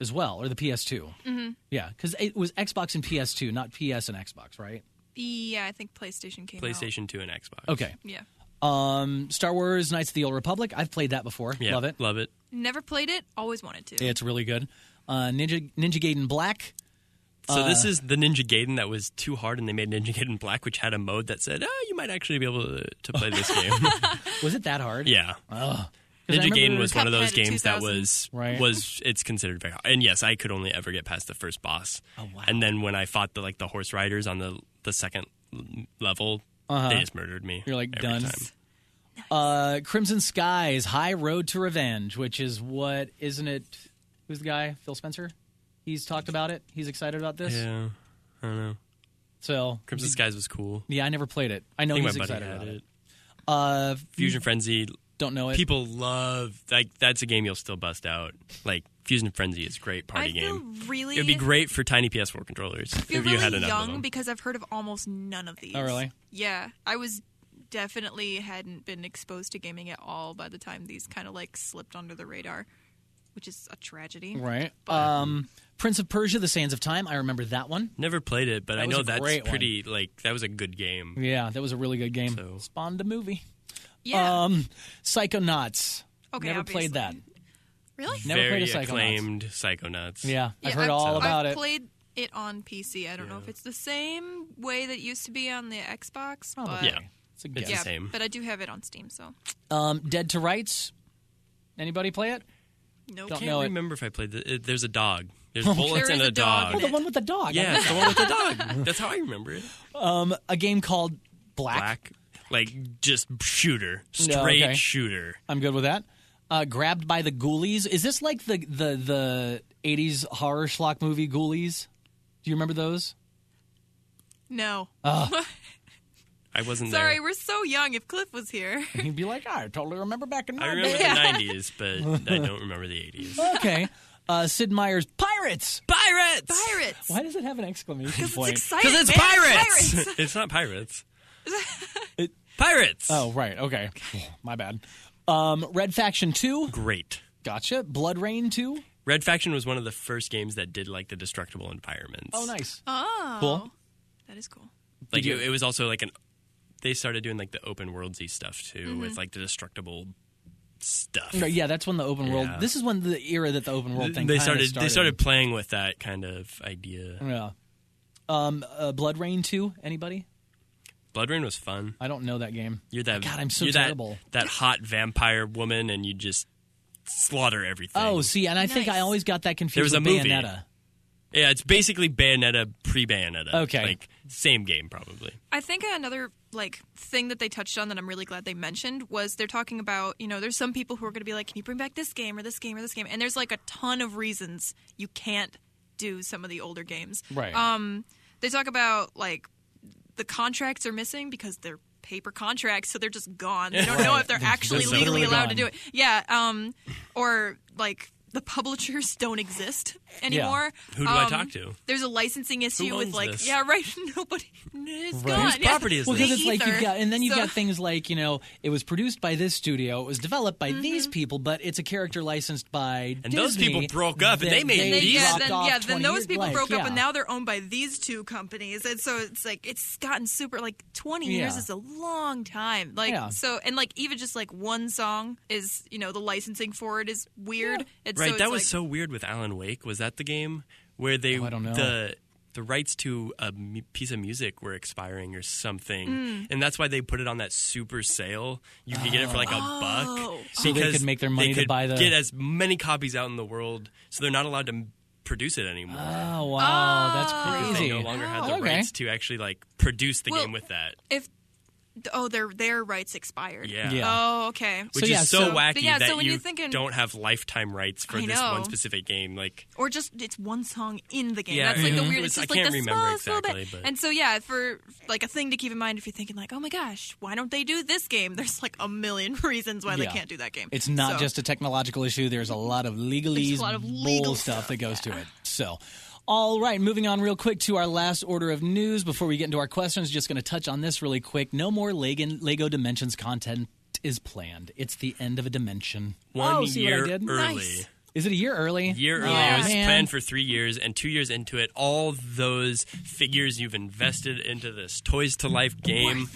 [SPEAKER 2] as well or the PS2. Mm-hmm. Yeah, because it was Xbox and PS2, not PS and Xbox, right?
[SPEAKER 3] Yeah, I think PlayStation came out.
[SPEAKER 4] PlayStation 2 and Xbox.
[SPEAKER 2] Okay.
[SPEAKER 3] Yeah.
[SPEAKER 2] Um, Star Wars: Knights of the Old Republic. I've played that before.
[SPEAKER 4] Yeah,
[SPEAKER 2] Love it.
[SPEAKER 4] Love it.
[SPEAKER 3] Never played it. Always wanted to.
[SPEAKER 2] It's really good. Uh, Ninja Ninja Gaiden Black.
[SPEAKER 4] So
[SPEAKER 2] Uh,
[SPEAKER 4] this is the Ninja Gaiden that was too hard, and they made Ninja Gaiden Black, which had a mode that said, "Oh, you might actually be able to, to play this game."
[SPEAKER 2] Was it that hard?
[SPEAKER 4] yeah,
[SPEAKER 2] 'Cause I
[SPEAKER 4] Ninja
[SPEAKER 2] remember-
[SPEAKER 4] Gaiden was one of those
[SPEAKER 3] Cuphead in
[SPEAKER 4] games that
[SPEAKER 3] 2000.
[SPEAKER 4] was
[SPEAKER 2] Right.
[SPEAKER 4] was it's considered very hard. And yes, I could only ever get past the first boss. Oh
[SPEAKER 2] wow.
[SPEAKER 4] And then when I fought the like the horse riders on the the second l- level, they just murdered me.
[SPEAKER 2] Uh-huh. You're like
[SPEAKER 4] every
[SPEAKER 2] done.
[SPEAKER 4] time.
[SPEAKER 2] Uh, Crimson Skies: High Road to Revenge, which is what isn't it? Who's the guy? Phil Spencer. He's talked about it. He's excited about this.
[SPEAKER 4] Yeah, I don't know.
[SPEAKER 2] So
[SPEAKER 4] Crimson Skies was cool.
[SPEAKER 2] yeah, I never played it. I know
[SPEAKER 4] I think
[SPEAKER 2] he's
[SPEAKER 4] my buddy
[SPEAKER 2] excited
[SPEAKER 4] had
[SPEAKER 2] about
[SPEAKER 4] it.
[SPEAKER 2] it. Uh,
[SPEAKER 4] Fusion Frenzy.
[SPEAKER 2] don't know it.
[SPEAKER 4] People love like that's a game you'll still bust out. Like Fusion Frenzy is a great
[SPEAKER 3] I
[SPEAKER 4] party
[SPEAKER 3] feel
[SPEAKER 4] game.
[SPEAKER 3] really.
[SPEAKER 4] It would be great for tiny PS4 controllers if
[SPEAKER 3] feel
[SPEAKER 4] you
[SPEAKER 3] really
[SPEAKER 4] had enough
[SPEAKER 3] young
[SPEAKER 4] of them.
[SPEAKER 3] because I've heard of almost none of these.
[SPEAKER 2] Oh, really?
[SPEAKER 3] Yeah, I was definitely hadn't been exposed to gaming at all by the time these kind of like slipped under the radar, which is a tragedy.
[SPEAKER 2] right. Um, Prince of Persia: The Sands of Time. I remember that one.
[SPEAKER 4] Never played it, but I
[SPEAKER 2] was
[SPEAKER 4] know
[SPEAKER 2] a
[SPEAKER 4] that's
[SPEAKER 2] great one.
[SPEAKER 4] pretty. Like that was a good game.
[SPEAKER 2] Yeah, that was a really good game.
[SPEAKER 4] So-
[SPEAKER 2] Spawned a movie.
[SPEAKER 3] Yeah.
[SPEAKER 2] Um, Psychonauts.
[SPEAKER 3] Okay,
[SPEAKER 2] never
[SPEAKER 3] obviously.
[SPEAKER 2] played that.
[SPEAKER 3] really?
[SPEAKER 2] Never
[SPEAKER 4] Very
[SPEAKER 2] played a Psychonauts.
[SPEAKER 4] acclaimed Psychonauts.
[SPEAKER 2] Yeah, I've
[SPEAKER 3] Yeah,
[SPEAKER 2] heard all about
[SPEAKER 3] I've
[SPEAKER 2] it.
[SPEAKER 3] Played it on PC. I don't know if it's the same way that it used to be on the Xbox. But
[SPEAKER 2] Probably.
[SPEAKER 4] Yeah.
[SPEAKER 2] It's a guess.
[SPEAKER 3] yeah,
[SPEAKER 4] same.
[SPEAKER 3] but I do have it on Steam, so
[SPEAKER 2] Um, Dead to Rights. Anybody play it?
[SPEAKER 3] no.
[SPEAKER 2] Don't
[SPEAKER 4] I
[SPEAKER 2] know
[SPEAKER 4] can't
[SPEAKER 2] it.
[SPEAKER 4] remember if I played. The, it- there's a dog. There's bullets
[SPEAKER 3] There
[SPEAKER 4] and
[SPEAKER 3] is
[SPEAKER 4] a,
[SPEAKER 3] a
[SPEAKER 4] dog.
[SPEAKER 3] dog in
[SPEAKER 2] Oh, The one with the dog.
[SPEAKER 4] Yeah, it's the one with the dog. That's how I remember it.
[SPEAKER 2] A game called Black.
[SPEAKER 4] Black. like just shooter, straight
[SPEAKER 2] okay.
[SPEAKER 4] shooter.
[SPEAKER 2] I'm good with that. Uh, grabbed by the Ghoulies. Is this like the the the 80s horror schlock movie Ghoulies? Do you remember those?
[SPEAKER 3] No.
[SPEAKER 4] I wasn't
[SPEAKER 3] Sorry,
[SPEAKER 4] there.
[SPEAKER 3] we're so young. If Cliff was here,
[SPEAKER 2] And he'd be like, "Ah, I totally remember back in
[SPEAKER 4] I
[SPEAKER 2] my
[SPEAKER 4] remember
[SPEAKER 2] day.
[SPEAKER 4] the 90s, but I don't remember the 80s.
[SPEAKER 2] okay. Uh, Sid Meier's Pirates.
[SPEAKER 4] Pirates!
[SPEAKER 3] pirates.
[SPEAKER 2] Why does it have an exclamation
[SPEAKER 3] It's
[SPEAKER 2] point?
[SPEAKER 3] exciting.
[SPEAKER 4] it's
[SPEAKER 3] man.
[SPEAKER 4] pirates! it's not pirates. pirates!
[SPEAKER 2] oh, right. Okay. my bad. Um, Red Faction 2.
[SPEAKER 4] Great.
[SPEAKER 2] Gotcha. Blood Rain 2.
[SPEAKER 4] Red Faction was one of the first games that did like the destructible environments.
[SPEAKER 2] Oh, nice.
[SPEAKER 3] Oh,
[SPEAKER 2] Cool.
[SPEAKER 3] that is cool.
[SPEAKER 4] Like it, it was also like an. They started doing like the open worldsy stuff too, with like the destructible stuff.
[SPEAKER 2] No, yeah, that's when the open world.
[SPEAKER 4] Yeah.
[SPEAKER 2] This is when the era that the open world thing
[SPEAKER 4] they
[SPEAKER 2] kinda
[SPEAKER 4] started,
[SPEAKER 2] started.
[SPEAKER 4] They started playing with that kind of idea.
[SPEAKER 2] Yeah. Um, uh, Blood Rain 2. Anybody?
[SPEAKER 4] Blood Rain was fun.
[SPEAKER 2] I don't know that game.
[SPEAKER 4] You're that.
[SPEAKER 2] Oh, God, I'm so
[SPEAKER 4] you're
[SPEAKER 2] terrible.
[SPEAKER 4] That, that hot vampire woman, and you just slaughter everything.
[SPEAKER 2] Oh, see, and I think I
[SPEAKER 3] Nice.
[SPEAKER 2] always got that confused
[SPEAKER 4] was a
[SPEAKER 2] with
[SPEAKER 4] movie.
[SPEAKER 2] Bayonetta.
[SPEAKER 4] yeah, it's basically Bayonetta pre-Bayonetta.
[SPEAKER 2] Okay.
[SPEAKER 4] like same game probably.
[SPEAKER 3] I think another like thing that they touched on that I'm really glad they mentioned was they're talking about you know there's some people who are going to be like can you bring back this game or this game or this game and there's like a ton of reasons you can't do some of the older games.
[SPEAKER 2] Right.
[SPEAKER 3] Um, they talk about like the contracts are missing because they're paper contracts, so they're just gone. They don't know if they're actually
[SPEAKER 4] just
[SPEAKER 3] legally
[SPEAKER 2] literally
[SPEAKER 3] allowed to
[SPEAKER 2] gone.
[SPEAKER 3] do it. Yeah. Um, or like the publishers don't exist anymore.
[SPEAKER 4] Who do I
[SPEAKER 3] Um,
[SPEAKER 4] talk to?
[SPEAKER 3] There's a licensing issue
[SPEAKER 4] owns
[SPEAKER 3] with like
[SPEAKER 4] this?
[SPEAKER 3] yeah right nobody it's gone.
[SPEAKER 4] Whose property is
[SPEAKER 2] Well,
[SPEAKER 4] this?
[SPEAKER 2] because it's like you've got, and then you've
[SPEAKER 3] So-
[SPEAKER 2] got things like you know, it was produced by this studio, it was developed by these
[SPEAKER 3] Mm-hmm.
[SPEAKER 2] people, but it's a character licensed by
[SPEAKER 4] And those
[SPEAKER 2] Disney
[SPEAKER 4] people broke up
[SPEAKER 2] that
[SPEAKER 4] and they made
[SPEAKER 3] Then,
[SPEAKER 4] these.
[SPEAKER 3] yeah,
[SPEAKER 2] dropped
[SPEAKER 3] then,
[SPEAKER 2] off
[SPEAKER 3] yeah, then
[SPEAKER 2] 20
[SPEAKER 3] those
[SPEAKER 2] years
[SPEAKER 3] people
[SPEAKER 2] later.
[SPEAKER 3] broke up,
[SPEAKER 2] Yeah.
[SPEAKER 3] and now they're owned by these two companies, and so it's like it's gotten super. Like twenty years
[SPEAKER 2] Yeah.
[SPEAKER 3] is a long time. Like
[SPEAKER 2] Yeah.
[SPEAKER 3] so, and like even just like one song is, you know, the licensing for it is weird. And so
[SPEAKER 4] Right,
[SPEAKER 3] it's
[SPEAKER 4] that was
[SPEAKER 3] like-
[SPEAKER 4] so weird with Alan Wake. Was that the game where they
[SPEAKER 2] Oh, I don't know.
[SPEAKER 4] the the rights to a mu- piece of music were expiring or something,
[SPEAKER 3] Mm.
[SPEAKER 4] and that's why they put it on that super sale. You could get it for like a
[SPEAKER 3] Oh.
[SPEAKER 4] buck,
[SPEAKER 2] So they
[SPEAKER 4] because
[SPEAKER 2] could make their money
[SPEAKER 4] they
[SPEAKER 2] to
[SPEAKER 4] could
[SPEAKER 2] buy the-
[SPEAKER 4] get as many copies out in the world, so they're not allowed to m- produce it anymore.
[SPEAKER 2] Oh wow, that's
[SPEAKER 4] Because
[SPEAKER 2] crazy.
[SPEAKER 4] They no longer had
[SPEAKER 2] Oh,
[SPEAKER 4] the
[SPEAKER 2] okay.
[SPEAKER 4] rights to actually like produce the
[SPEAKER 3] Well-
[SPEAKER 4] game with that.
[SPEAKER 3] if oh their their rights expired.
[SPEAKER 4] Yeah.
[SPEAKER 2] Yeah.
[SPEAKER 3] Oh okay.
[SPEAKER 4] Which
[SPEAKER 2] yeah,
[SPEAKER 4] is so,
[SPEAKER 2] so-
[SPEAKER 4] wacky
[SPEAKER 3] but yeah,
[SPEAKER 4] that
[SPEAKER 3] so when
[SPEAKER 4] you
[SPEAKER 3] you're thinking-
[SPEAKER 4] don't have lifetime rights for
[SPEAKER 3] I
[SPEAKER 4] this one
[SPEAKER 3] know.
[SPEAKER 4] specific game. Like
[SPEAKER 3] or just it's one song in the game.
[SPEAKER 4] Yeah,
[SPEAKER 3] That's like
[SPEAKER 4] mhm.
[SPEAKER 3] the
[SPEAKER 4] It
[SPEAKER 3] weird.
[SPEAKER 4] was-
[SPEAKER 3] It's just
[SPEAKER 4] I
[SPEAKER 3] like
[SPEAKER 4] can't
[SPEAKER 3] the
[SPEAKER 4] remember
[SPEAKER 3] smallest little
[SPEAKER 4] exactly,
[SPEAKER 3] bit.
[SPEAKER 4] but-
[SPEAKER 3] And so yeah, for like a thing to keep in mind if you're thinking like, oh my gosh, why don't they do this game? There's like a million reasons why they
[SPEAKER 2] Yeah.
[SPEAKER 3] can't do that game.
[SPEAKER 2] It's not
[SPEAKER 3] So-
[SPEAKER 2] just a technological issue. There's a lot of legalese,
[SPEAKER 3] There's a lot of
[SPEAKER 2] bull
[SPEAKER 3] legal
[SPEAKER 2] stuff
[SPEAKER 3] stuff,
[SPEAKER 2] that goes to it. So, all right, moving on real quick to our last order of news before we get into our questions. Just going to touch on this really quick. No more Lego, Lego Dimensions content is planned. It's the end of a dimension.
[SPEAKER 4] one
[SPEAKER 2] Oh, see what I
[SPEAKER 4] year
[SPEAKER 2] did?
[SPEAKER 4] early.
[SPEAKER 3] Nice.
[SPEAKER 2] Is it a year early?
[SPEAKER 4] year
[SPEAKER 2] Oh,
[SPEAKER 4] earlier. It was
[SPEAKER 2] man.
[SPEAKER 4] planned for three years, and two years into it, all those figures you've invested into this Toys to Life game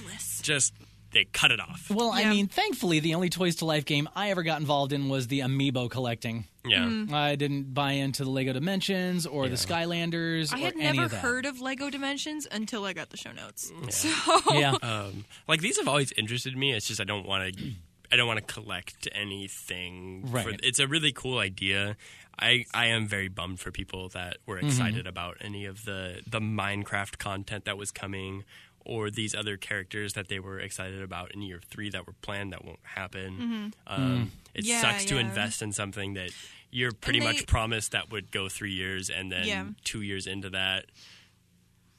[SPEAKER 4] just they cut it off.
[SPEAKER 2] Well, I
[SPEAKER 3] Yeah.
[SPEAKER 2] mean, thankfully, the only Toys to Life game I ever got involved in was the Amiibo collecting.
[SPEAKER 4] Yeah,
[SPEAKER 2] I didn't buy into the Lego Dimensions or the Skylanders.
[SPEAKER 3] I
[SPEAKER 2] or
[SPEAKER 3] had
[SPEAKER 2] any
[SPEAKER 3] never
[SPEAKER 2] of that.
[SPEAKER 3] heard of Lego Dimensions until I got the show notes. So
[SPEAKER 2] Yeah,
[SPEAKER 4] Oh. Um, like these have always interested me. It's just I don't want to. I don't want to collect anything.
[SPEAKER 2] Right.
[SPEAKER 4] For, it's a really cool idea. I, I am very bummed for people that were excited about any of the, the Minecraft content that was coming or these other characters that they were excited about in year three that were planned that won't happen. Um, It
[SPEAKER 3] Mm-hmm. Yeah,
[SPEAKER 4] sucks to
[SPEAKER 3] yeah.
[SPEAKER 4] invest in something that you're pretty
[SPEAKER 3] they-
[SPEAKER 4] much promised that would go three years and then
[SPEAKER 3] Yeah.
[SPEAKER 4] two years into that,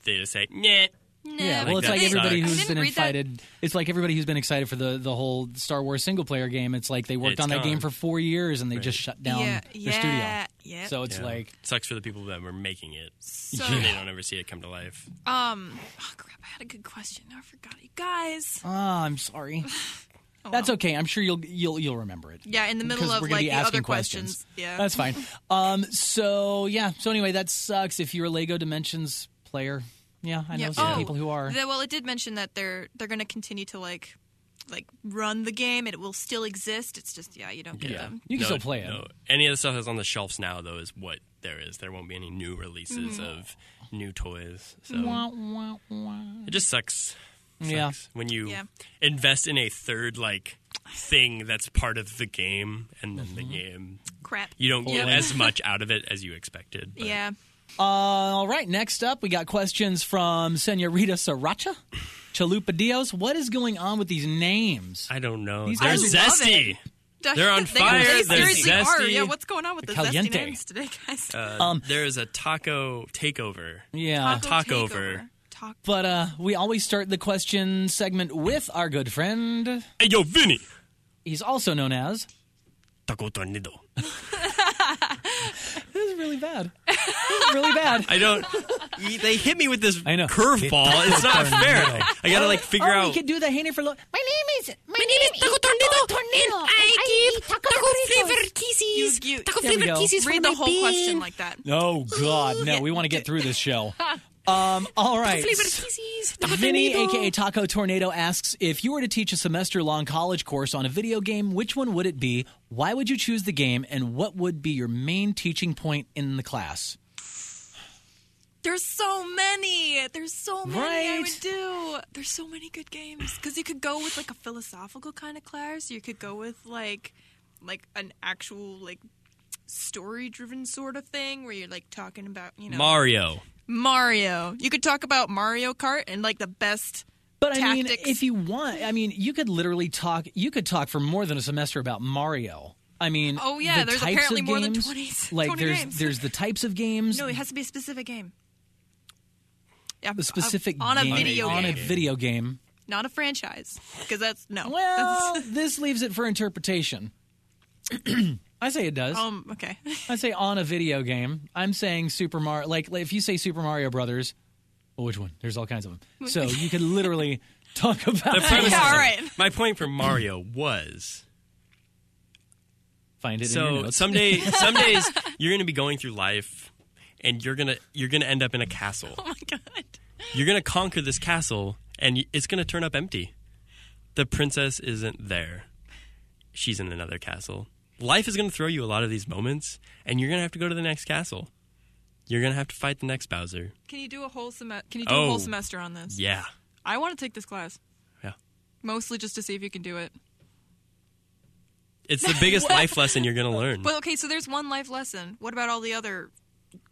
[SPEAKER 4] they just say, nah.
[SPEAKER 2] yeah. Well,
[SPEAKER 4] Like
[SPEAKER 2] it's
[SPEAKER 4] that
[SPEAKER 2] like everybody
[SPEAKER 4] sucks.
[SPEAKER 3] I
[SPEAKER 2] who's
[SPEAKER 3] didn't
[SPEAKER 2] been
[SPEAKER 3] read that-
[SPEAKER 2] excited. It's like everybody who's been excited for the the whole Star Wars single player game. It's like they worked
[SPEAKER 4] It's
[SPEAKER 2] on that game
[SPEAKER 4] gone.
[SPEAKER 2] for four years and they just shut down
[SPEAKER 3] Yeah,
[SPEAKER 2] their
[SPEAKER 3] yeah,
[SPEAKER 2] studio.
[SPEAKER 3] yep.
[SPEAKER 2] So it's like
[SPEAKER 4] sucks for the people that were making it.
[SPEAKER 3] So-
[SPEAKER 4] And they don't ever see it come to life.
[SPEAKER 3] oh crap, I had a good question. I forgot you guys.
[SPEAKER 2] Ah, I'm sorry. That's okay. I'm sure you'll you'll you'll remember it.
[SPEAKER 3] Yeah, in the middle
[SPEAKER 2] Because
[SPEAKER 3] of
[SPEAKER 2] we're gonna
[SPEAKER 3] like
[SPEAKER 2] be
[SPEAKER 3] the
[SPEAKER 2] asking
[SPEAKER 3] other
[SPEAKER 2] questions.
[SPEAKER 3] questions. Yeah.
[SPEAKER 2] that's fine. Um, so yeah. So anyway, that sucks. If you're a Lego Dimensions player, yeah, I know
[SPEAKER 3] Yeah.
[SPEAKER 2] some
[SPEAKER 3] Oh,
[SPEAKER 2] people who are.
[SPEAKER 3] the- well, it did mention that they're they're going to continue to like like run the game. It will still exist. It's just yeah, you don't get them.
[SPEAKER 2] you can still play it.
[SPEAKER 4] No. Any of the stuff that's on the shelves now, though, is what there is. There won't be any new
[SPEAKER 2] Mm-hmm.
[SPEAKER 4] releases of new toys. So
[SPEAKER 2] Wah, wah, wah.
[SPEAKER 4] it just sucks. Sucks
[SPEAKER 2] Yeah.
[SPEAKER 4] When you
[SPEAKER 3] Yeah.
[SPEAKER 4] invest in a third like thing that's part of the game, and then the
[SPEAKER 2] Mm-hmm.
[SPEAKER 4] game
[SPEAKER 3] Crap.
[SPEAKER 4] you don't get
[SPEAKER 3] Yeah.
[SPEAKER 4] as much out of it as you expected. but-
[SPEAKER 3] Yeah.
[SPEAKER 2] All right, next up, we got questions from Senorita Sriracha. Chalupadillos. What is going on with these names?
[SPEAKER 4] I don't know.
[SPEAKER 2] These
[SPEAKER 4] They're
[SPEAKER 2] guys are-
[SPEAKER 4] zesty. They're on
[SPEAKER 3] They-
[SPEAKER 4] fire,
[SPEAKER 3] They,
[SPEAKER 4] they're
[SPEAKER 3] seriously are.
[SPEAKER 4] zesty.
[SPEAKER 3] Yeah, what's going on with the
[SPEAKER 2] Caliente.
[SPEAKER 3] zesty names today, guys?
[SPEAKER 4] Uh, there is a taco takeover.
[SPEAKER 2] Um, Yeah.
[SPEAKER 4] taco
[SPEAKER 3] takeover. Taco.
[SPEAKER 2] But uh, we always start the question segment with our good friend.
[SPEAKER 4] Hey, yo, Vinny.
[SPEAKER 2] He's also known as.
[SPEAKER 4] Taco tornado.
[SPEAKER 2] This is really bad. This is really bad.
[SPEAKER 4] I don't. y- they hit me with this
[SPEAKER 2] I know.
[SPEAKER 4] curveball. It's not fair. I gotta like figure
[SPEAKER 2] oh, we
[SPEAKER 4] out.
[SPEAKER 2] could do the Haney for low.
[SPEAKER 7] My name is my, name, is Taco Tornado. Tornado. I, give taco, flavor kisses.
[SPEAKER 3] You- you-
[SPEAKER 7] taco
[SPEAKER 2] There we
[SPEAKER 7] flavor
[SPEAKER 2] go.
[SPEAKER 7] kisses for
[SPEAKER 3] Read
[SPEAKER 7] my
[SPEAKER 3] the whole
[SPEAKER 7] bean.
[SPEAKER 3] question like that.
[SPEAKER 2] Oh God, no! We want to get through this show. Um, all right.
[SPEAKER 7] Flavor kisses. Taco
[SPEAKER 2] Vinny,
[SPEAKER 7] tornado.
[SPEAKER 2] aka Taco Tornado, asks if you were to teach a semester-long college course on a video game, which one would it be? Why would you choose the game, and what would be your main teaching point in the class?
[SPEAKER 3] There's so many. There's so many I
[SPEAKER 2] Right.
[SPEAKER 3] would do. There's so many good games because you could go with like a philosophical kind of class. You could go with like like an actual like story-driven sort of thing where you're like talking about you know
[SPEAKER 4] Mario.
[SPEAKER 3] Mario. You could talk about Mario Kart and like the best.
[SPEAKER 2] But I mean,
[SPEAKER 3] Tactics.
[SPEAKER 2] if you want, I mean, you could literally talk. You could talk for more than a semester about Mario. I mean,
[SPEAKER 3] Oh, yeah,
[SPEAKER 2] the
[SPEAKER 3] there's
[SPEAKER 2] types
[SPEAKER 3] apparently
[SPEAKER 2] of
[SPEAKER 3] more than
[SPEAKER 2] games,
[SPEAKER 3] 20
[SPEAKER 2] Like
[SPEAKER 3] 20
[SPEAKER 2] there's
[SPEAKER 3] games.
[SPEAKER 2] there's the types of games.
[SPEAKER 3] No, it has to be a specific game. Yeah,
[SPEAKER 2] the specific
[SPEAKER 3] on a
[SPEAKER 2] game,
[SPEAKER 3] video
[SPEAKER 2] on
[SPEAKER 3] game,
[SPEAKER 2] a video game.
[SPEAKER 3] not a franchise, because that's no.
[SPEAKER 2] Well, this leaves it for interpretation. I say it does.
[SPEAKER 3] that's, um, okay.
[SPEAKER 2] I say on a video game. I'm saying Super Mario. Like, like, if you say Super Mario Brothers, well, which one? There's all kinds of them. So you could literally talk
[SPEAKER 4] The
[SPEAKER 2] about.
[SPEAKER 4] premise
[SPEAKER 3] Yeah,
[SPEAKER 4] is-
[SPEAKER 3] all right.
[SPEAKER 4] My point for Mario was
[SPEAKER 2] Find it. in your
[SPEAKER 4] so
[SPEAKER 2] notes.
[SPEAKER 4] someday, some days you're gonna be going through life, and you're gonna you're gonna end up in a castle.
[SPEAKER 3] oh my god.
[SPEAKER 4] You're gonna conquer this castle, and y- it's gonna turn up empty. The princess isn't there. She's in another castle. Life is gonna throw you a lot of these moments, and you're gonna have to go to the next castle. You're gonna have to fight the next Bowser.
[SPEAKER 3] Can you do a whole semester? Can you do a
[SPEAKER 4] Oh.
[SPEAKER 3] whole semester on this?
[SPEAKER 4] Yeah.
[SPEAKER 3] I want to take this class
[SPEAKER 4] Yeah.
[SPEAKER 3] mostly just to see if you can do it.
[SPEAKER 4] It's the biggest life lesson you're going to learn.
[SPEAKER 3] But okay, so there's one life lesson. What about all the other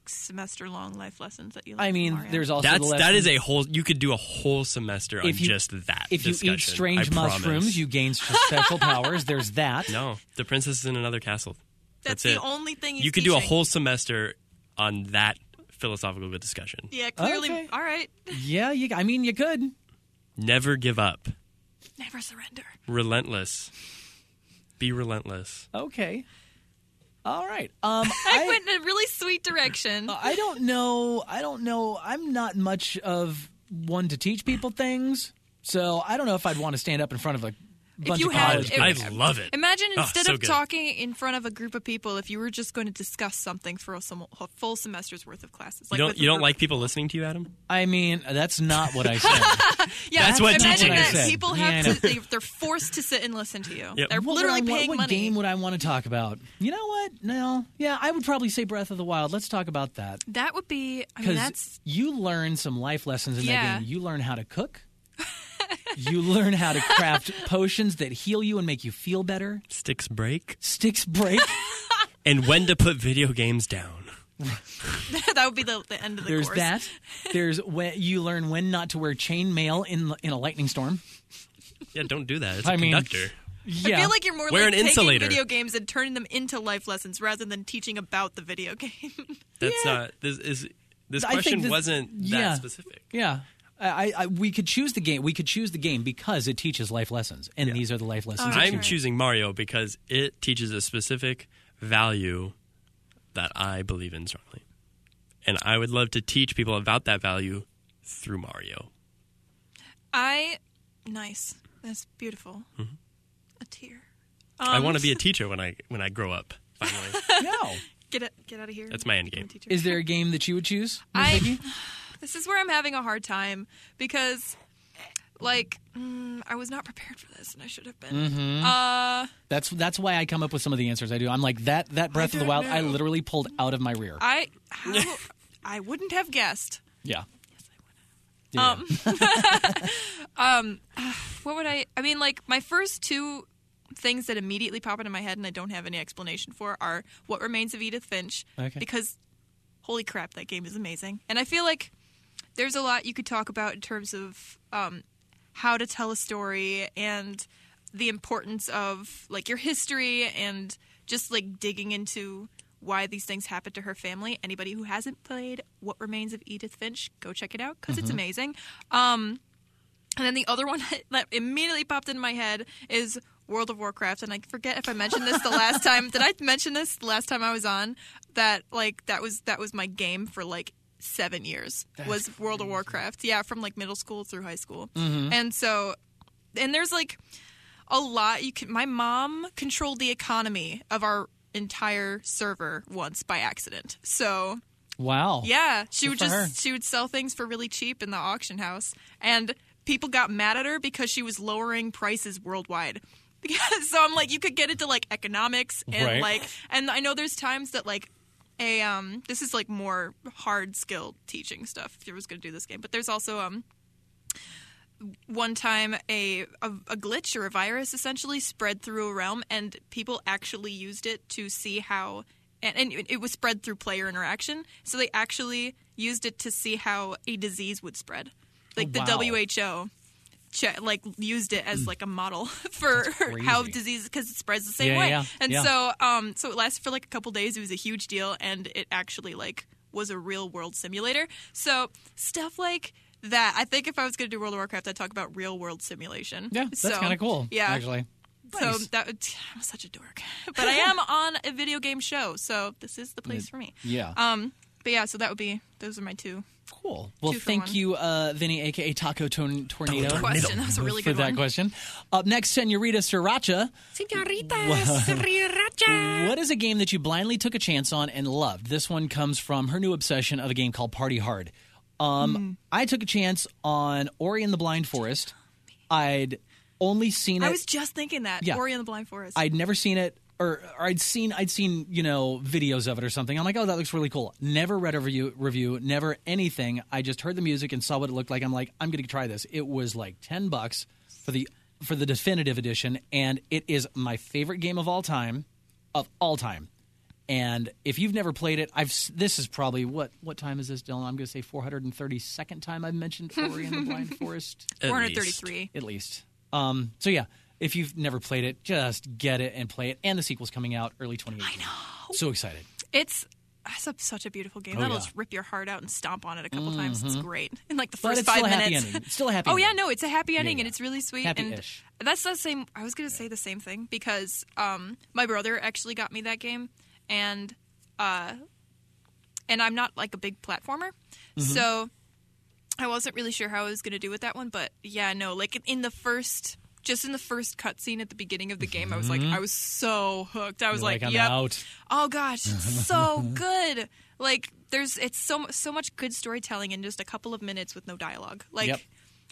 [SPEAKER 3] semester-long life lessons that you? Learn
[SPEAKER 2] I
[SPEAKER 3] from
[SPEAKER 2] mean,
[SPEAKER 3] Mario?
[SPEAKER 2] there's also
[SPEAKER 4] That's
[SPEAKER 2] the
[SPEAKER 4] that
[SPEAKER 2] lesson-
[SPEAKER 4] is a whole. You could do a whole semester on
[SPEAKER 2] If you-
[SPEAKER 4] just that.
[SPEAKER 2] If you eat
[SPEAKER 4] discussion,
[SPEAKER 2] strange
[SPEAKER 4] I promise.
[SPEAKER 2] mushrooms, you gain s- special powers. There's that.
[SPEAKER 4] no. The princess is in another castle. That's,
[SPEAKER 3] that's, the
[SPEAKER 4] it.
[SPEAKER 3] only thing he's
[SPEAKER 4] you could do a
[SPEAKER 3] teaching.
[SPEAKER 4] whole semester on that philosophical discussion.
[SPEAKER 3] Yeah, clearly.
[SPEAKER 2] Okay.
[SPEAKER 3] All right.
[SPEAKER 2] Yeah, you, I mean, you could.
[SPEAKER 4] Never give up.
[SPEAKER 3] Never surrender.
[SPEAKER 4] Relentless. Be relentless.
[SPEAKER 2] Okay. All right. Um,
[SPEAKER 3] I
[SPEAKER 2] I-
[SPEAKER 3] went in a really sweet direction.
[SPEAKER 2] Uh, I don't know. I don't know. I'm not much of one to teach people things, so I don't know if I'd want to stand up in front of a bunch
[SPEAKER 3] you
[SPEAKER 2] of
[SPEAKER 3] had-
[SPEAKER 2] college.
[SPEAKER 3] if-
[SPEAKER 4] I, I love it.
[SPEAKER 3] Imagine
[SPEAKER 4] Oh,
[SPEAKER 3] instead
[SPEAKER 4] so
[SPEAKER 3] of
[SPEAKER 4] good.
[SPEAKER 3] talking in front of a group of people, if you were just going to discuss something for a, sem- a full semester's worth of classes.
[SPEAKER 4] You
[SPEAKER 3] Like
[SPEAKER 4] don't
[SPEAKER 3] with a
[SPEAKER 4] you don't
[SPEAKER 3] group-
[SPEAKER 4] like people listening to you, Adam?
[SPEAKER 2] I mean, that's not what I said.
[SPEAKER 3] Yeah,
[SPEAKER 4] That's what teaching
[SPEAKER 3] imagine that
[SPEAKER 4] is. What I
[SPEAKER 2] said.
[SPEAKER 3] people
[SPEAKER 2] Yeah, I
[SPEAKER 3] have
[SPEAKER 2] know.
[SPEAKER 3] to. They, they're forced to sit and listen to you.
[SPEAKER 4] Yep.
[SPEAKER 3] They're
[SPEAKER 2] What would
[SPEAKER 3] literally
[SPEAKER 2] I want-
[SPEAKER 3] paying
[SPEAKER 2] what
[SPEAKER 3] money.
[SPEAKER 2] game would I want to talk about? You know what? No, yeah, I would probably say Breath of the Wild. Let's talk about that
[SPEAKER 3] that would be. I mean,
[SPEAKER 2] because
[SPEAKER 3] that's
[SPEAKER 2] you learn some life lessons in
[SPEAKER 3] Yeah.
[SPEAKER 2] that game. You learn how to cook. you learn how to craft potions that heal you and make you feel better.
[SPEAKER 4] Sticks break.
[SPEAKER 2] Sticks break.
[SPEAKER 4] And when to put video games down.
[SPEAKER 3] that would be the, the end of the
[SPEAKER 2] There's
[SPEAKER 3] course.
[SPEAKER 2] that. There's when you learn when not to wear chainmail in in a lightning storm.
[SPEAKER 4] Yeah, don't do that. It's a
[SPEAKER 2] I mean,
[SPEAKER 4] conductor.
[SPEAKER 2] Yeah.
[SPEAKER 3] I feel like you're more
[SPEAKER 4] Wear an
[SPEAKER 3] like taking
[SPEAKER 4] insulator.
[SPEAKER 3] video games and turning them into life lessons rather than teaching about the video game.
[SPEAKER 4] That's uh, not this is this
[SPEAKER 2] I think
[SPEAKER 4] question
[SPEAKER 2] this-
[SPEAKER 4] wasn't that
[SPEAKER 2] yeah.
[SPEAKER 4] specific.
[SPEAKER 2] yeah. I, I, we could choose the game. We could choose the game because it teaches life lessons, and these are the life lessons. it
[SPEAKER 4] I'm
[SPEAKER 2] teaches.
[SPEAKER 4] choosing Mario because it teaches a specific value that I believe in strongly. And I would love to teach people about that value through Mario.
[SPEAKER 3] I nice. That's beautiful.
[SPEAKER 4] Mm-hmm.
[SPEAKER 3] A tear. Um,
[SPEAKER 4] I want to be a teacher when I when I grow up. Finally,
[SPEAKER 2] No.
[SPEAKER 3] Get it, get out of here.
[SPEAKER 4] That's my end
[SPEAKER 3] I'm a
[SPEAKER 4] game.
[SPEAKER 3] teacher.
[SPEAKER 2] Is there a game that you would choose? Miss
[SPEAKER 3] I-
[SPEAKER 2] Vicky?
[SPEAKER 3] This is where I'm having a hard time because, like, mm, I was not prepared for this, and I should have been. Uh,
[SPEAKER 2] That's that's why I come up with some of the answers I do. I'm like that that Breath of the Wild. I literally pulled out of my rear.
[SPEAKER 3] I how, I wouldn't have guessed.
[SPEAKER 2] yeah. Yeah.
[SPEAKER 3] Um, um, what would I? I mean, like my first two things that immediately pop into my head and I don't have any explanation for are "What Remains of Edith Finch"
[SPEAKER 2] Okay.
[SPEAKER 3] because holy crap, that game is amazing, and I feel like there's a lot you could talk about in terms of um, how to tell a story and the importance of like your history and just like digging into why these things happened to her family. Anybody who hasn't played What Remains of Edith Finch, go check it out because it's amazing. Um, and then the other one that immediately popped in my head is World of Warcraft. And I forget if I mentioned this the last time. Did I mention this the last time I was on? That like that was that was my game for like seven years was World of Warcraft. Yeah, from like middle school through high school. And so and there's like a lot you can my mom controlled the economy of our entire server once by accident. So
[SPEAKER 2] Wow.
[SPEAKER 3] yeah, she
[SPEAKER 2] Good
[SPEAKER 3] would
[SPEAKER 2] for
[SPEAKER 3] just
[SPEAKER 2] her.
[SPEAKER 3] she would sell things for really cheap in the auction house, and people got mad at her because she was lowering prices worldwide. so I'm like, you could get into like economics and
[SPEAKER 2] Right.
[SPEAKER 3] like, and I know there's times that like. A um, this is like more hard skill teaching stuff. If you was going to do this game, but there's also um, one time a, a a glitch or a virus essentially spread through a realm, and people actually used it to see how, and, and it was spread through player interaction. So they actually used it to see how a disease would spread, like
[SPEAKER 2] Oh, wow. Mm.
[SPEAKER 3] the WHO. Che- like used it as like a model for how
[SPEAKER 2] crazy.
[SPEAKER 3] disease because it spreads the same
[SPEAKER 2] Yeah,
[SPEAKER 3] way
[SPEAKER 2] yeah,
[SPEAKER 3] and
[SPEAKER 2] yeah.
[SPEAKER 3] so um so it lasted for like a couple days it was a huge deal and it actually like was a real world simulator so stuff like that i think if i was going to do world of warcraft i'd talk about real world simulation
[SPEAKER 2] Yeah, that's
[SPEAKER 3] So,
[SPEAKER 2] kind of cool.
[SPEAKER 3] yeah
[SPEAKER 2] actually.
[SPEAKER 3] so
[SPEAKER 2] Nice.
[SPEAKER 3] that would- i'm such a dork but i am on a video game show so this is the place for me
[SPEAKER 2] Yeah.
[SPEAKER 3] um but yeah so that would be those are my two
[SPEAKER 2] Cool. Well,
[SPEAKER 3] Two for
[SPEAKER 2] thank
[SPEAKER 3] one.
[SPEAKER 2] you, uh, Vinny, aka Taco Ton- Tornado.
[SPEAKER 3] question that was a really
[SPEAKER 2] for
[SPEAKER 3] good
[SPEAKER 2] that
[SPEAKER 3] one
[SPEAKER 2] question. Up next, Senorita Sriracha.
[SPEAKER 7] Señorita Sriracha.
[SPEAKER 2] What is a game that you blindly took a chance on and loved? This one comes from her new obsession of a game called Party Hard.
[SPEAKER 3] Hmm.
[SPEAKER 2] Um, I took a chance on Ori and the Blind Forest. I'd only seen it.
[SPEAKER 3] i was just thinking that
[SPEAKER 2] Yeah.
[SPEAKER 3] ori and the blind forest
[SPEAKER 2] I'd never seen it, or, or I'd seen I'd seen you know videos of it or something. I'm like, oh, that looks really cool. Never read a review, review, never anything. I just heard the music and saw what it looked like. I'm like, I'm going to try this. It was like ten bucks for the for the definitive edition, and it is my favorite game of all time, of all time. And if you've never played it, I've s- this is probably what what time is this, Dylan? I'm going to say 432nd time I've mentioned Ori and the Blind Forest
[SPEAKER 4] At
[SPEAKER 3] 433
[SPEAKER 2] at least. Um, so yeah, if you've never played it, just get it and play it. And the sequel's coming out early 2018. I know. So excited.
[SPEAKER 3] It's that's a, such a beautiful game. That'll
[SPEAKER 2] Oh, yeah. Mm-hmm.
[SPEAKER 3] just rip your heart out and stomp on it a couple times. It's great. In like the
[SPEAKER 2] But
[SPEAKER 3] first
[SPEAKER 2] it's
[SPEAKER 3] five
[SPEAKER 2] still a happy
[SPEAKER 3] minutes.
[SPEAKER 2] ending. It's still a happy
[SPEAKER 3] Oh yeah,
[SPEAKER 2] ending.
[SPEAKER 3] no, it's a happy ending and
[SPEAKER 2] yeah.
[SPEAKER 3] it's really sweet.
[SPEAKER 2] Happy-ish.
[SPEAKER 3] And that's the same I was gonna say the same thing because um my brother actually got me that game and uh and I'm not like a big platformer.
[SPEAKER 2] Mm-hmm.
[SPEAKER 3] So I wasn't really sure how I was going to do with that one, but yeah, no, like in the first, just in the first cutscene at the beginning of the game, I was like, I was so hooked. I was
[SPEAKER 2] Mm-hmm. You're like, I'm
[SPEAKER 3] yep.
[SPEAKER 2] out.
[SPEAKER 3] Oh gosh, it's so good. Like there's, it's so mu- so much good storytelling in just a couple of minutes with no dialogue. Like
[SPEAKER 2] Yep.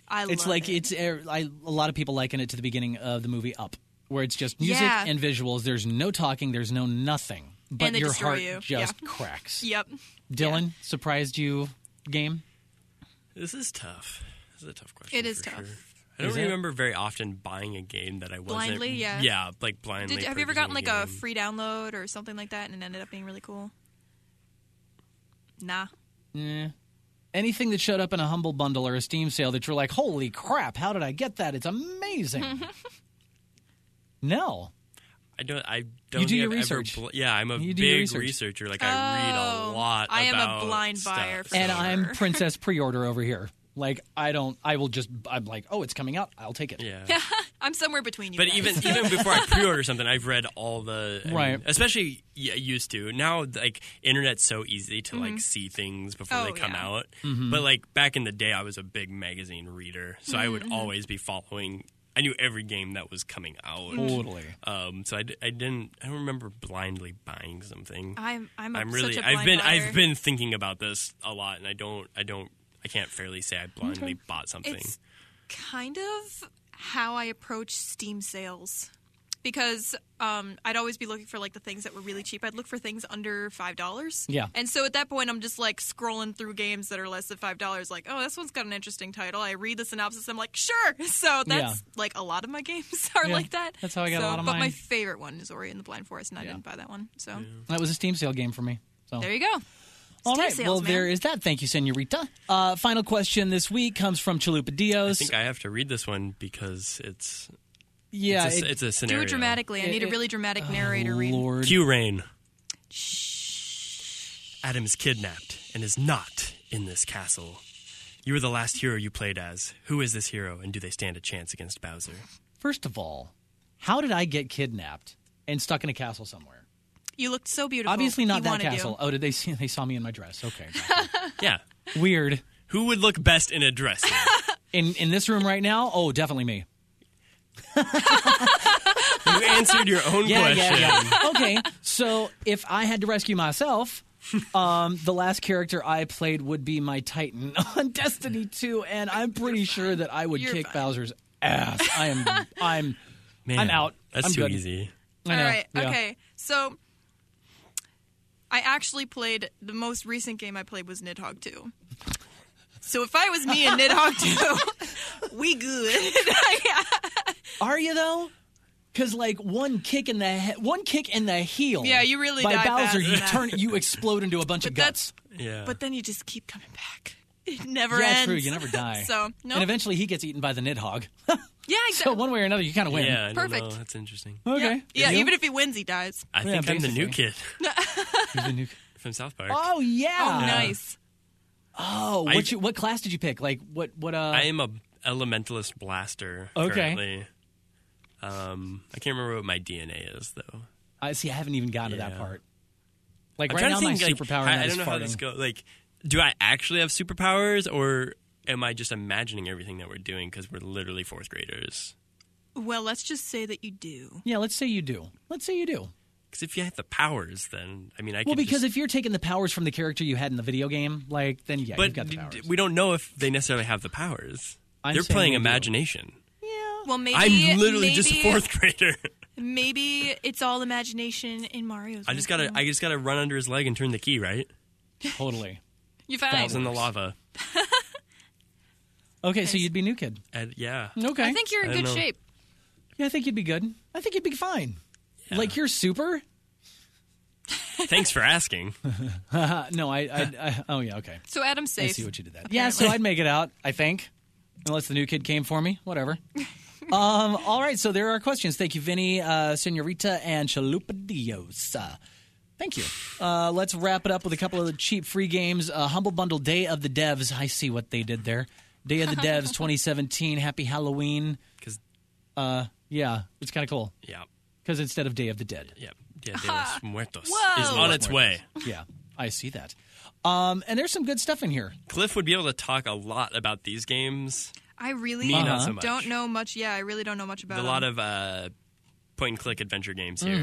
[SPEAKER 3] I,
[SPEAKER 2] It's
[SPEAKER 3] love
[SPEAKER 2] like
[SPEAKER 3] it.
[SPEAKER 2] it's er, I, a lot of people liken it to the beginning of the movie Up, where it's just music
[SPEAKER 3] Yeah.
[SPEAKER 2] and visuals. There's no talking. There's no nothing. But
[SPEAKER 3] they
[SPEAKER 2] your
[SPEAKER 3] destroy
[SPEAKER 2] heart
[SPEAKER 3] you.
[SPEAKER 2] just
[SPEAKER 3] Yeah.
[SPEAKER 2] cracks.
[SPEAKER 3] Yep.
[SPEAKER 2] Dylan surprised you. Game.
[SPEAKER 4] This is tough. This is a tough question.
[SPEAKER 3] It is
[SPEAKER 4] for
[SPEAKER 3] tough.
[SPEAKER 4] sure. I don't
[SPEAKER 2] Is it?
[SPEAKER 4] remember very often buying a game that I wasn't
[SPEAKER 3] Blindly, yeah.
[SPEAKER 4] yeah, like blindly.
[SPEAKER 3] Did, have you ever gotten like
[SPEAKER 4] purchasing
[SPEAKER 3] a
[SPEAKER 4] game.
[SPEAKER 3] free download or something like that and it ended up being really cool? Nah.
[SPEAKER 2] Anything that showed up in a humble bundle or a Steam sale that you're like, holy crap, how did I get that? It's amazing. no.
[SPEAKER 4] I don't. I don't.
[SPEAKER 2] do
[SPEAKER 4] think
[SPEAKER 2] your
[SPEAKER 4] I've ever
[SPEAKER 2] research.
[SPEAKER 4] bl- yeah, I'm a
[SPEAKER 2] You
[SPEAKER 4] big
[SPEAKER 2] do your research.
[SPEAKER 4] researcher. Like I read a
[SPEAKER 3] Oh,
[SPEAKER 4] lot.
[SPEAKER 3] I am a
[SPEAKER 4] about
[SPEAKER 3] blind
[SPEAKER 4] stuff,
[SPEAKER 3] buyer for
[SPEAKER 4] so-
[SPEAKER 2] and I'm
[SPEAKER 3] Sure.
[SPEAKER 2] princess pre-order over here. Like I don't, I will just, I'm like, oh, it's coming out, I'll take it.
[SPEAKER 4] Yeah.
[SPEAKER 3] I'm somewhere between you.
[SPEAKER 4] But
[SPEAKER 3] guys.
[SPEAKER 4] even even before I pre-order something, I've read all the I mean,
[SPEAKER 2] Right.
[SPEAKER 4] especially yeah, used to now like internet's so easy to like see things before
[SPEAKER 3] Mm-hmm. Oh,
[SPEAKER 4] they come
[SPEAKER 3] yeah.
[SPEAKER 4] out.
[SPEAKER 2] Mm-hmm.
[SPEAKER 4] But like back in the day, I was a big magazine reader, so I
[SPEAKER 3] Mm-hmm.
[SPEAKER 4] would always be following. I knew every game that was coming out.
[SPEAKER 2] Totally.
[SPEAKER 4] Um, so I, d- I didn't. I don't remember blindly buying something.
[SPEAKER 3] I'm I'm, a,
[SPEAKER 4] I'm really.
[SPEAKER 3] such a
[SPEAKER 4] I've
[SPEAKER 3] blind
[SPEAKER 4] been.
[SPEAKER 3] buyer.
[SPEAKER 4] I've been thinking about this a lot, and I don't. I don't. I can't fairly say I blindly bought something.
[SPEAKER 3] It's kind of how I approach Steam sales because um, I'd always be looking for like the things that were really cheap. I'd look for things under five dollars.
[SPEAKER 2] Yeah.
[SPEAKER 3] And so at that point, I'm just like scrolling through games that are less than five dollars. Like, oh, this one's got an interesting title. I read the synopsis. I'm like, sure. So that's
[SPEAKER 2] Yeah.
[SPEAKER 3] like a lot of my games are
[SPEAKER 2] Yeah.
[SPEAKER 3] like that.
[SPEAKER 2] That's how I got a
[SPEAKER 3] So-
[SPEAKER 2] lot of
[SPEAKER 3] But my
[SPEAKER 2] mine.
[SPEAKER 3] favorite one is Ori and the Blind Forest, and I didn't buy that one. So
[SPEAKER 2] That was a Steam sale game for me. So
[SPEAKER 3] there you go.
[SPEAKER 2] All right.
[SPEAKER 3] Stay
[SPEAKER 2] Well,
[SPEAKER 3] salesman.
[SPEAKER 2] there is that. Thank you, Senorita. Uh, final question this week comes from Chalupa
[SPEAKER 4] I
[SPEAKER 2] Dios.
[SPEAKER 4] think I have to read this one because it's
[SPEAKER 2] yeah.
[SPEAKER 4] it's, a,
[SPEAKER 2] it-
[SPEAKER 4] it's a
[SPEAKER 3] Do
[SPEAKER 4] scenario.
[SPEAKER 3] it dramatically. I need a really dramatic narrator read.
[SPEAKER 2] Oh, Lord.
[SPEAKER 4] Q Rain. Adam is kidnapped and is not in this castle. You were the last hero you played as. Who is this hero, and do they stand a chance against Bowser?
[SPEAKER 2] First of all, how did I get kidnapped and stuck in a castle somewhere?
[SPEAKER 3] You looked so beautiful.
[SPEAKER 2] Obviously
[SPEAKER 3] You
[SPEAKER 2] not that
[SPEAKER 3] wanted to.
[SPEAKER 2] castle. Oh, did they see? They saw me in my dress. Okay.
[SPEAKER 4] Yeah.
[SPEAKER 2] Weird.
[SPEAKER 4] Who would look best in a dress?
[SPEAKER 2] In in this room right now? Oh, definitely me.
[SPEAKER 4] you answered your own question.
[SPEAKER 2] yeah. okay, so if I had to rescue myself, um, the last character I played would be my Titan on Destiny 2, and I'm pretty sure that I would
[SPEAKER 3] You're
[SPEAKER 2] kick
[SPEAKER 3] fine.
[SPEAKER 2] Bowser's ass. I am. I'm.
[SPEAKER 4] Man,
[SPEAKER 2] I'm out.
[SPEAKER 4] That's
[SPEAKER 2] I'm
[SPEAKER 4] too
[SPEAKER 2] good.
[SPEAKER 4] easy.
[SPEAKER 2] I know.
[SPEAKER 3] All right.
[SPEAKER 2] yeah.
[SPEAKER 3] Okay. So I actually played the most recent game I played was Nidhogg 2. So if I was me and Nidhogg 2, we good.
[SPEAKER 2] Are you though? Because like one kick in the he- one kick in the heel.
[SPEAKER 3] Yeah, you really
[SPEAKER 2] by
[SPEAKER 3] die
[SPEAKER 2] Bowser.
[SPEAKER 3] fast
[SPEAKER 2] You
[SPEAKER 3] in that.
[SPEAKER 2] turn. You explode into a bunch of
[SPEAKER 3] But that's-
[SPEAKER 2] guts.
[SPEAKER 4] Yeah.
[SPEAKER 3] but then you just keep coming back. It never
[SPEAKER 2] yeah,
[SPEAKER 3] ends.
[SPEAKER 2] true. You never die.
[SPEAKER 3] so no.
[SPEAKER 2] And eventually he gets eaten by the Nidhogg.
[SPEAKER 3] yeah,
[SPEAKER 2] so
[SPEAKER 3] exactly.
[SPEAKER 2] one way or another, you kind of win.
[SPEAKER 4] yeah, I don't
[SPEAKER 3] Perfect.
[SPEAKER 4] know. That's interesting.
[SPEAKER 3] yeah,
[SPEAKER 2] Okay.
[SPEAKER 3] yeah,
[SPEAKER 2] You?
[SPEAKER 3] even if he wins, he dies.
[SPEAKER 4] I
[SPEAKER 2] Yeah,
[SPEAKER 4] think I'm the new kid
[SPEAKER 2] He's the new-
[SPEAKER 4] from South Park.
[SPEAKER 2] Oh yeah.
[SPEAKER 3] Oh, nice.
[SPEAKER 2] Oh,
[SPEAKER 4] I-
[SPEAKER 2] what, you, what class did you pick? Like what? What? Uh,
[SPEAKER 4] I am a elementalist blaster
[SPEAKER 2] Okay.
[SPEAKER 4] currently. Um, I can't remember what my DNA is though.
[SPEAKER 2] I see. I haven't even gotten to that
[SPEAKER 4] Yeah.
[SPEAKER 2] part. Like
[SPEAKER 4] I'm
[SPEAKER 2] right
[SPEAKER 4] trying
[SPEAKER 2] now,
[SPEAKER 4] to
[SPEAKER 2] my
[SPEAKER 4] think. like,
[SPEAKER 2] superpower
[SPEAKER 4] I,
[SPEAKER 2] in that
[SPEAKER 4] I
[SPEAKER 2] is
[SPEAKER 4] don't know how this
[SPEAKER 2] farting.
[SPEAKER 4] goes. Like, do I actually have superpowers, or am I just imagining everything that we're doing because we're literally fourth graders?
[SPEAKER 3] Well, let's just say that you do.
[SPEAKER 2] Yeah, let's say you do. Let's say you do.
[SPEAKER 4] Because if you had the powers, then I mean, I
[SPEAKER 2] Well,
[SPEAKER 4] could
[SPEAKER 2] because
[SPEAKER 4] just,
[SPEAKER 2] if you're taking the powers from the character you had in the video game, like then yeah, you've
[SPEAKER 4] but
[SPEAKER 2] got the
[SPEAKER 4] d-
[SPEAKER 2] powers.
[SPEAKER 4] d- we don't know if they necessarily have the powers.
[SPEAKER 2] I'm
[SPEAKER 4] They're
[SPEAKER 2] saying
[SPEAKER 4] playing
[SPEAKER 2] they do.
[SPEAKER 4] imagination.
[SPEAKER 3] Well, maybe
[SPEAKER 4] I'm literally
[SPEAKER 3] maybe,
[SPEAKER 4] just a fourth grader.
[SPEAKER 3] Maybe it's all imagination in Mario's.
[SPEAKER 4] I just gotta, I just gotta run under his leg and turn the key. Right?
[SPEAKER 2] totally.
[SPEAKER 3] You
[SPEAKER 4] I
[SPEAKER 3] fine?
[SPEAKER 4] was in the lava.
[SPEAKER 2] Okay, so you'd be new kid.
[SPEAKER 4] And yeah,
[SPEAKER 2] Okay.
[SPEAKER 3] I think you're in
[SPEAKER 4] I
[SPEAKER 3] good
[SPEAKER 4] don't know.
[SPEAKER 3] shape.
[SPEAKER 2] Yeah, I think you'd be good. I think you'd be fine. Like you're super.
[SPEAKER 4] thanks for asking.
[SPEAKER 2] Uh, no, I, I, I. Oh yeah. Okay.
[SPEAKER 3] So Adam's safe.
[SPEAKER 2] I see what you did there. Yeah, so I'd make it out, I think. Unless the new kid came for me, whatever. um, all right, so there are questions. Thank you, Vinny, uh, Senorita, and Chalupadios. Uh, Thank you. Uh, let's wrap it up with a couple of the cheap free games. Uh, Humble Bundle Day of the Devs. I see what they did there. Day of the Devs 2017. Happy Halloween.
[SPEAKER 4] Because
[SPEAKER 2] Yeah, it's kind of cool
[SPEAKER 4] yeah,
[SPEAKER 2] because instead of Day of the Dead.
[SPEAKER 4] yeah, yeah, de los muertos is
[SPEAKER 3] Whoa.
[SPEAKER 4] on its way.
[SPEAKER 2] Yeah, I see that. Um, and there's some good stuff in here.
[SPEAKER 4] Cliff would be able to talk a lot about these games.
[SPEAKER 3] I really
[SPEAKER 4] Me,
[SPEAKER 2] Uh-huh.
[SPEAKER 4] not so much.
[SPEAKER 3] don't know much. Yeah, I really don't know much about
[SPEAKER 4] A
[SPEAKER 3] them.
[SPEAKER 4] lot of uh, point and click adventure games here.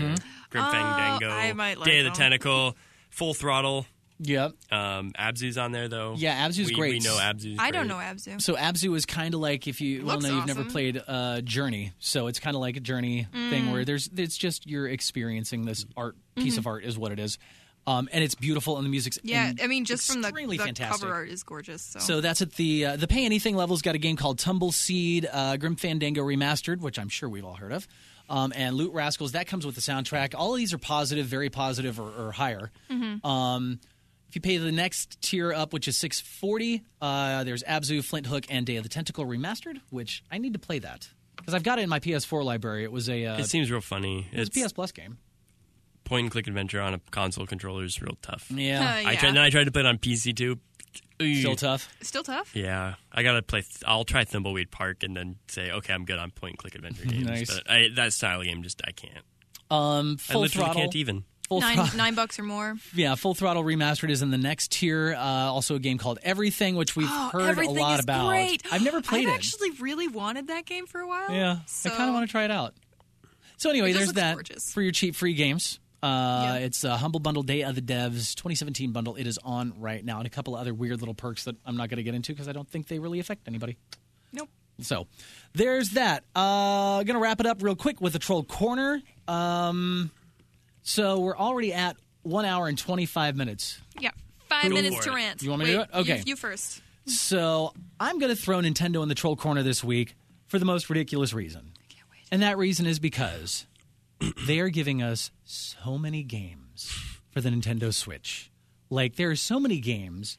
[SPEAKER 4] Grim Fandango,
[SPEAKER 3] Mm-hmm. Oh, I might like
[SPEAKER 4] Day of the
[SPEAKER 3] them.
[SPEAKER 4] Tentacle, Full Throttle.
[SPEAKER 2] Yep.
[SPEAKER 4] Um, Abzu's on there though.
[SPEAKER 2] Yeah, Abzu's
[SPEAKER 4] we,
[SPEAKER 2] great.
[SPEAKER 4] We know Abzu's.
[SPEAKER 3] I don't know
[SPEAKER 4] great.
[SPEAKER 3] Abzu.
[SPEAKER 2] So Abzu is kind of like if you well
[SPEAKER 3] Looks
[SPEAKER 2] no you've never
[SPEAKER 3] awesome. Mm.
[SPEAKER 2] played uh, Journey, so it's kind of like a Journey thing where there's it's just you're experiencing this art piece
[SPEAKER 3] Mm-hmm.
[SPEAKER 2] of art is what it is, um, and it's beautiful and the music's
[SPEAKER 3] Yeah,
[SPEAKER 2] in-
[SPEAKER 3] I mean, just from the,
[SPEAKER 2] extremely
[SPEAKER 3] the
[SPEAKER 2] fantastic.
[SPEAKER 3] cover art is gorgeous. So,
[SPEAKER 2] So that's at the uh, the pay anything level's got a game called Tumble Seed, uh, Grim Fandango Remastered, which I'm sure we've all heard of, um, and Loot Rascals. That comes with the soundtrack. All of these are positive, very positive, or, or higher. Um, if you pay the next tier up, which is 640, uh, there's Abzu, Flint Hook, and Day of the Tentacle Remastered, which I need to play that because I've got it in my PS4 library. It was a uh,
[SPEAKER 4] It seems real funny.
[SPEAKER 2] it was
[SPEAKER 4] It's
[SPEAKER 2] a PS Plus game.
[SPEAKER 4] point and click adventure on a console controller is real tough.
[SPEAKER 3] Uh,
[SPEAKER 2] Yeah,
[SPEAKER 4] I
[SPEAKER 3] yeah.
[SPEAKER 4] tried, then I tried to play it on PC too.
[SPEAKER 2] still
[SPEAKER 4] Ugh.
[SPEAKER 2] tough.
[SPEAKER 3] still tough.
[SPEAKER 4] Yeah, I gotta play. Th- I'll try Thimbleweed Park and then say, okay, I'm good on point and click adventure games.
[SPEAKER 2] Nice.
[SPEAKER 4] But I, that style of game just I can't.
[SPEAKER 2] Um, full
[SPEAKER 4] I literally
[SPEAKER 2] throttle.
[SPEAKER 4] can't even.
[SPEAKER 2] Full
[SPEAKER 3] Nine
[SPEAKER 2] throttle.
[SPEAKER 3] nine bucks or more.
[SPEAKER 2] Yeah, Full Throttle Remastered is in the next tier. Uh, also, a game called Everything, which we've
[SPEAKER 3] Oh,
[SPEAKER 2] heard a
[SPEAKER 3] everything
[SPEAKER 2] lot
[SPEAKER 3] is
[SPEAKER 2] about.
[SPEAKER 3] great.
[SPEAKER 2] I've never played
[SPEAKER 3] I've
[SPEAKER 2] it.
[SPEAKER 3] Actually, really wanted that game for a while.
[SPEAKER 2] yeah,
[SPEAKER 3] so
[SPEAKER 2] I kind of want to try it out. So anyway,
[SPEAKER 3] It just
[SPEAKER 2] there's
[SPEAKER 3] looks
[SPEAKER 2] that
[SPEAKER 3] gorgeous.
[SPEAKER 2] for your cheap free games. Uh,
[SPEAKER 3] Yeah.
[SPEAKER 2] It's a Humble Bundle Day of the Devs 2017 bundle. It is on right now, and a couple of other weird little perks that I'm not going to get into because I don't think they really affect anybody.
[SPEAKER 3] Nope.
[SPEAKER 2] So there's that. Uh, gonna wrap it up real quick with the troll corner. Um, so we're already at one hour and 25 minutes.
[SPEAKER 3] Yeah. Five
[SPEAKER 4] Go
[SPEAKER 3] minutes
[SPEAKER 4] for
[SPEAKER 3] to
[SPEAKER 4] it.
[SPEAKER 3] rant.
[SPEAKER 2] You want me to
[SPEAKER 3] Wait,
[SPEAKER 2] do it? Okay.
[SPEAKER 3] You, you first.
[SPEAKER 2] So I'm going to throw Nintendo in the troll corner this week for the most ridiculous reason. And that reason is because they are giving us so many games for the Nintendo Switch. Like there are so many games.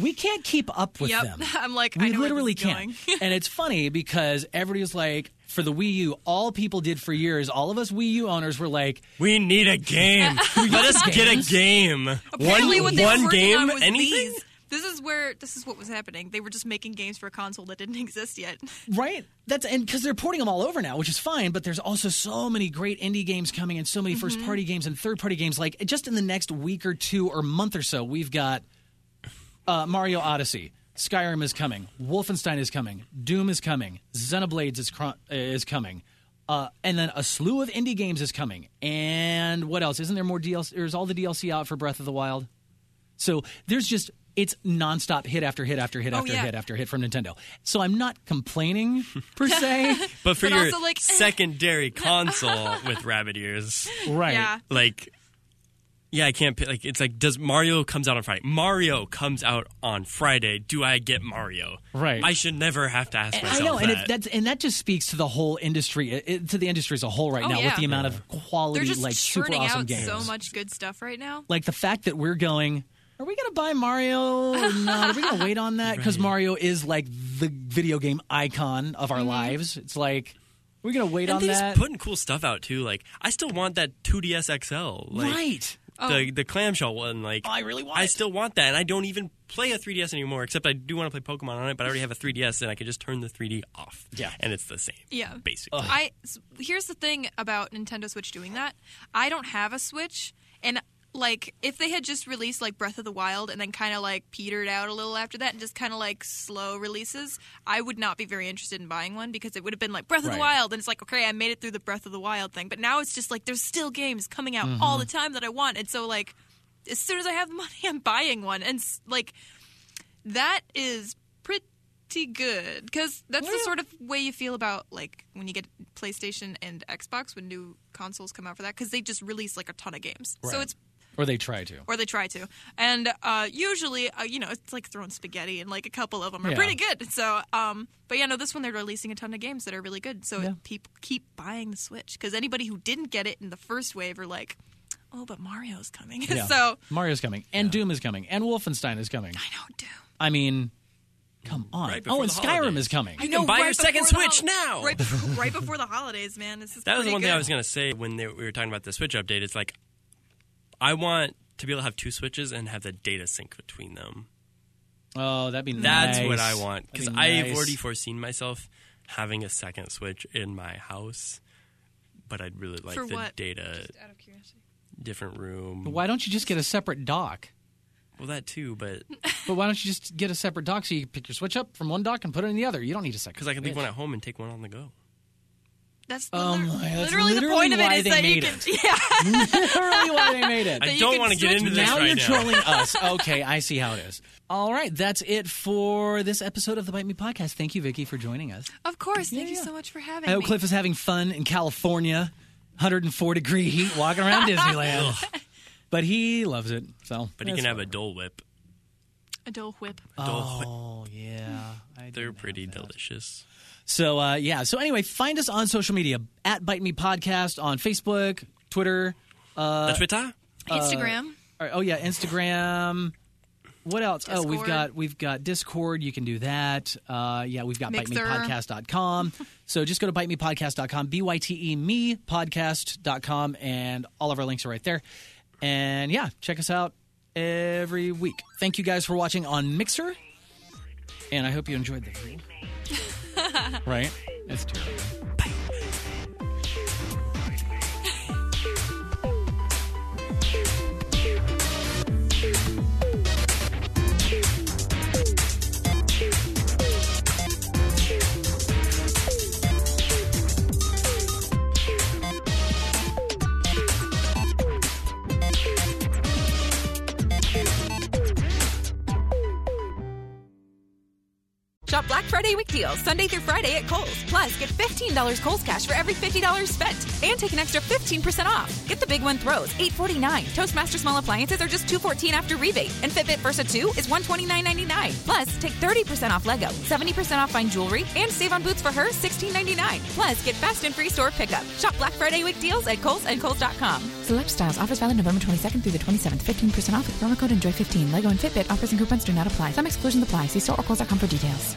[SPEAKER 2] We can't keep up with
[SPEAKER 3] Yep.
[SPEAKER 2] them.
[SPEAKER 3] I'm like, I
[SPEAKER 2] we
[SPEAKER 3] know where this
[SPEAKER 2] literally
[SPEAKER 3] is
[SPEAKER 2] can't.
[SPEAKER 3] going.
[SPEAKER 2] and it's funny because everybody's like, for the Wii U, all people did for years, all of us Wii U owners were like,
[SPEAKER 4] We need a game. Let us get a game.
[SPEAKER 3] Apparently,
[SPEAKER 4] one
[SPEAKER 3] what they were
[SPEAKER 4] one
[SPEAKER 3] working
[SPEAKER 4] game,
[SPEAKER 3] on was
[SPEAKER 4] anything.
[SPEAKER 3] these. This is where this is what was happening. They were just making games for a console that didn't exist yet.
[SPEAKER 2] Right. That's and because they're porting them all over now, which is fine. But there's also so many great indie games coming, and so many first party games and third party games. Like just in the next week or two or month or so, we've got uh, Mario Odyssey, Skyrim is coming, Wolfenstein is coming, Doom is coming, Xenoblades is cro- uh, is coming, uh, and then a slew of indie games is coming. And what else? Isn't there more DLC? Or is all the DLC out for Breath of the Wild? So there's just it's nonstop hit after hit after hit
[SPEAKER 3] Oh,
[SPEAKER 2] after
[SPEAKER 3] yeah.
[SPEAKER 2] hit after hit from Nintendo. So I'm not complaining per se.
[SPEAKER 4] But for
[SPEAKER 3] But
[SPEAKER 4] your
[SPEAKER 3] also, like-
[SPEAKER 4] secondary console with rabbit ears,
[SPEAKER 2] right.
[SPEAKER 3] Yeah.
[SPEAKER 4] like, yeah, I can't. pi- Like, it's like, does Mario comes out on Friday? Mario comes out on Friday. Do I get Mario?
[SPEAKER 2] Right.
[SPEAKER 4] I should never have to ask myself
[SPEAKER 2] I know,
[SPEAKER 4] that.
[SPEAKER 2] and it, that's and that just speaks to the whole industry, it, it- to the industry as a whole right
[SPEAKER 3] Oh,
[SPEAKER 2] now, with
[SPEAKER 3] yeah.
[SPEAKER 2] the amount of
[SPEAKER 3] They're
[SPEAKER 2] quality,
[SPEAKER 3] just
[SPEAKER 2] like super
[SPEAKER 3] churning
[SPEAKER 2] awesome
[SPEAKER 3] out
[SPEAKER 2] games.
[SPEAKER 3] so much good stuff right now.
[SPEAKER 2] Like the fact that we're going, are we going to buy Mario? or not? Are we going to wait on that? Because Mario is like the video game icon of our lives. It's like we're going to wait
[SPEAKER 4] Mm-hmm. and
[SPEAKER 2] on
[SPEAKER 4] they just
[SPEAKER 2] that,
[SPEAKER 4] putting cool stuff out too. Like, I still want that 2DS XL. Like,
[SPEAKER 2] right? Oh.
[SPEAKER 4] The the clamshell one. Like,
[SPEAKER 2] I really want
[SPEAKER 4] I
[SPEAKER 2] it.
[SPEAKER 4] still want that, and I don't even play a 3DS anymore. Except I do want to play Pokemon on it, but I already have a 3DS, and I can just turn the 3D off.
[SPEAKER 2] Yeah.
[SPEAKER 4] and it's the same.
[SPEAKER 3] Yeah.
[SPEAKER 4] basically.
[SPEAKER 3] I s- here's the thing about Nintendo Switch doing that. I don't have a Switch, and like if they had just released like Breath of the Wild and then kind of like petered out a little after that and just kind of like slow releases, I would not be very interested in buying one because it would have been like Breath of the
[SPEAKER 2] Right.
[SPEAKER 3] Wild, and it's like okay, I made it through the Breath of the Wild thing, but now it's just like there's still games coming out all the time that I want, and so like as soon as I have the money, I'm buying one, and s- like that is pretty good because that's the sort of way you feel about like when you get PlayStation and Xbox when new consoles come out for that because they just release like a ton of games. So
[SPEAKER 2] Right.
[SPEAKER 3] it's
[SPEAKER 2] Or they try to.
[SPEAKER 3] or they try to, and uh, usually uh, you know it's like throwing spaghetti and like a couple of them are
[SPEAKER 2] Yeah.
[SPEAKER 3] pretty good. So um, but yeah, no, this one they're releasing a ton of games that are really good. So
[SPEAKER 2] Yeah.
[SPEAKER 3] people keep buying the Switch because anybody who didn't get it in the first wave are like, oh, but Mario's coming.
[SPEAKER 2] Yeah.
[SPEAKER 3] so
[SPEAKER 2] Mario's coming, and Doom is coming, and Wolfenstein is coming.
[SPEAKER 3] I know, Doom.
[SPEAKER 2] I mean, come on.
[SPEAKER 4] Mm-hmm. Right before
[SPEAKER 2] oh, and
[SPEAKER 4] the
[SPEAKER 2] Skyrim
[SPEAKER 4] holidays.
[SPEAKER 2] is coming.
[SPEAKER 3] You know,
[SPEAKER 4] buy your
[SPEAKER 3] before
[SPEAKER 4] second
[SPEAKER 3] the
[SPEAKER 4] Switch
[SPEAKER 3] hol-
[SPEAKER 4] now.
[SPEAKER 3] Right, bef- right before the holidays, man. This is
[SPEAKER 4] That was the
[SPEAKER 3] pretty
[SPEAKER 4] one
[SPEAKER 3] good.
[SPEAKER 4] thing I was going to say when they, we were talking about the Switch update. It's like, I want to be able to have two Switches and have the data sync between them.
[SPEAKER 2] Oh, that'd be
[SPEAKER 4] That's
[SPEAKER 2] nice.
[SPEAKER 4] what I want because
[SPEAKER 2] That'd be
[SPEAKER 4] I've
[SPEAKER 2] nice.
[SPEAKER 4] already foreseen myself having a second Switch in my house, but I'd really like
[SPEAKER 3] For
[SPEAKER 4] the
[SPEAKER 3] what?
[SPEAKER 4] data
[SPEAKER 3] Out of curiosity.
[SPEAKER 4] different room.
[SPEAKER 2] Why don't you just get a separate dock?
[SPEAKER 4] Well, that too, but
[SPEAKER 2] But why don't you just get a separate dock so you can pick your Switch up from one dock and put it in the other? You don't need a second.
[SPEAKER 4] because I can leave
[SPEAKER 2] Switch.
[SPEAKER 4] one at home and take one on the go.
[SPEAKER 3] That's, the-
[SPEAKER 2] Um,
[SPEAKER 3] literally,
[SPEAKER 2] that's
[SPEAKER 3] the
[SPEAKER 2] literally
[SPEAKER 3] point of
[SPEAKER 2] why
[SPEAKER 3] it is
[SPEAKER 2] they
[SPEAKER 3] that you
[SPEAKER 2] made
[SPEAKER 3] can.
[SPEAKER 2] it.
[SPEAKER 3] Yeah.
[SPEAKER 2] Literally why they made it.
[SPEAKER 3] That
[SPEAKER 4] I
[SPEAKER 3] you
[SPEAKER 4] don't
[SPEAKER 3] can
[SPEAKER 4] want to get
[SPEAKER 3] switch
[SPEAKER 4] into this
[SPEAKER 2] now
[SPEAKER 4] right
[SPEAKER 2] you're
[SPEAKER 4] now.
[SPEAKER 2] trolling us. Okay, I see how it is. All right, that's it for this episode of the Bite Me podcast. Thank you, Vicky, for joining us.
[SPEAKER 3] Of course.
[SPEAKER 2] yeah.
[SPEAKER 3] Thank you so much for having
[SPEAKER 2] I hope
[SPEAKER 3] me.
[SPEAKER 2] Cliff is having fun in California, 104 degree heat, walking around Disneyland. But he loves it, so.
[SPEAKER 4] But you
[SPEAKER 2] that's
[SPEAKER 4] can have
[SPEAKER 2] fine.
[SPEAKER 4] a Dole Whip.
[SPEAKER 3] a Dole Whip.
[SPEAKER 4] Dole Whip.
[SPEAKER 2] Oh yeah, I
[SPEAKER 4] They're
[SPEAKER 2] didn't have
[SPEAKER 4] pretty
[SPEAKER 2] that.
[SPEAKER 4] delicious.
[SPEAKER 2] So uh, yeah. So anyway, find us on social media at Bite Me Podcast on Facebook, Twitter. Uh,
[SPEAKER 4] the Twitter?
[SPEAKER 3] Instagram.
[SPEAKER 2] or- oh yeah, Instagram. What else? Oh, we've
[SPEAKER 3] Discord.
[SPEAKER 2] got we've got Discord. You can do that. Uh, yeah, we've got
[SPEAKER 3] Mixer.
[SPEAKER 2] bitemepodcast.com. so just go to bitemepodcast.com, B Y T E me podcast.com, and all of our links are right there. And yeah, check us out every week. Thank you guys for watching on Mixer. And I hope you enjoyed the view. right? It's terrible.
[SPEAKER 8] Shop Black Friday week deals Sunday through Friday at Kohl's. Plus, get $15 Kohl's cash for every $50 spent and take an extra 15% off. Get the big one throws, $849. Toastmaster small appliances are just $214 after rebate. And Fitbit Versa 2 is $129.99. Plus, take 30% off Lego, 70% off fine jewelry, and save on boots for her $16.99. Plus, get fast and free store pickup. Shop Black Friday week deals at Kohl's and Kohl's.com.
[SPEAKER 9] Select styles. Offers valid November 22nd through the 27th. 15% off with promo code ENJOY15. Lego and Fitbit offers and coupons do not apply. Some exclusions apply. See store or kohls.com for details.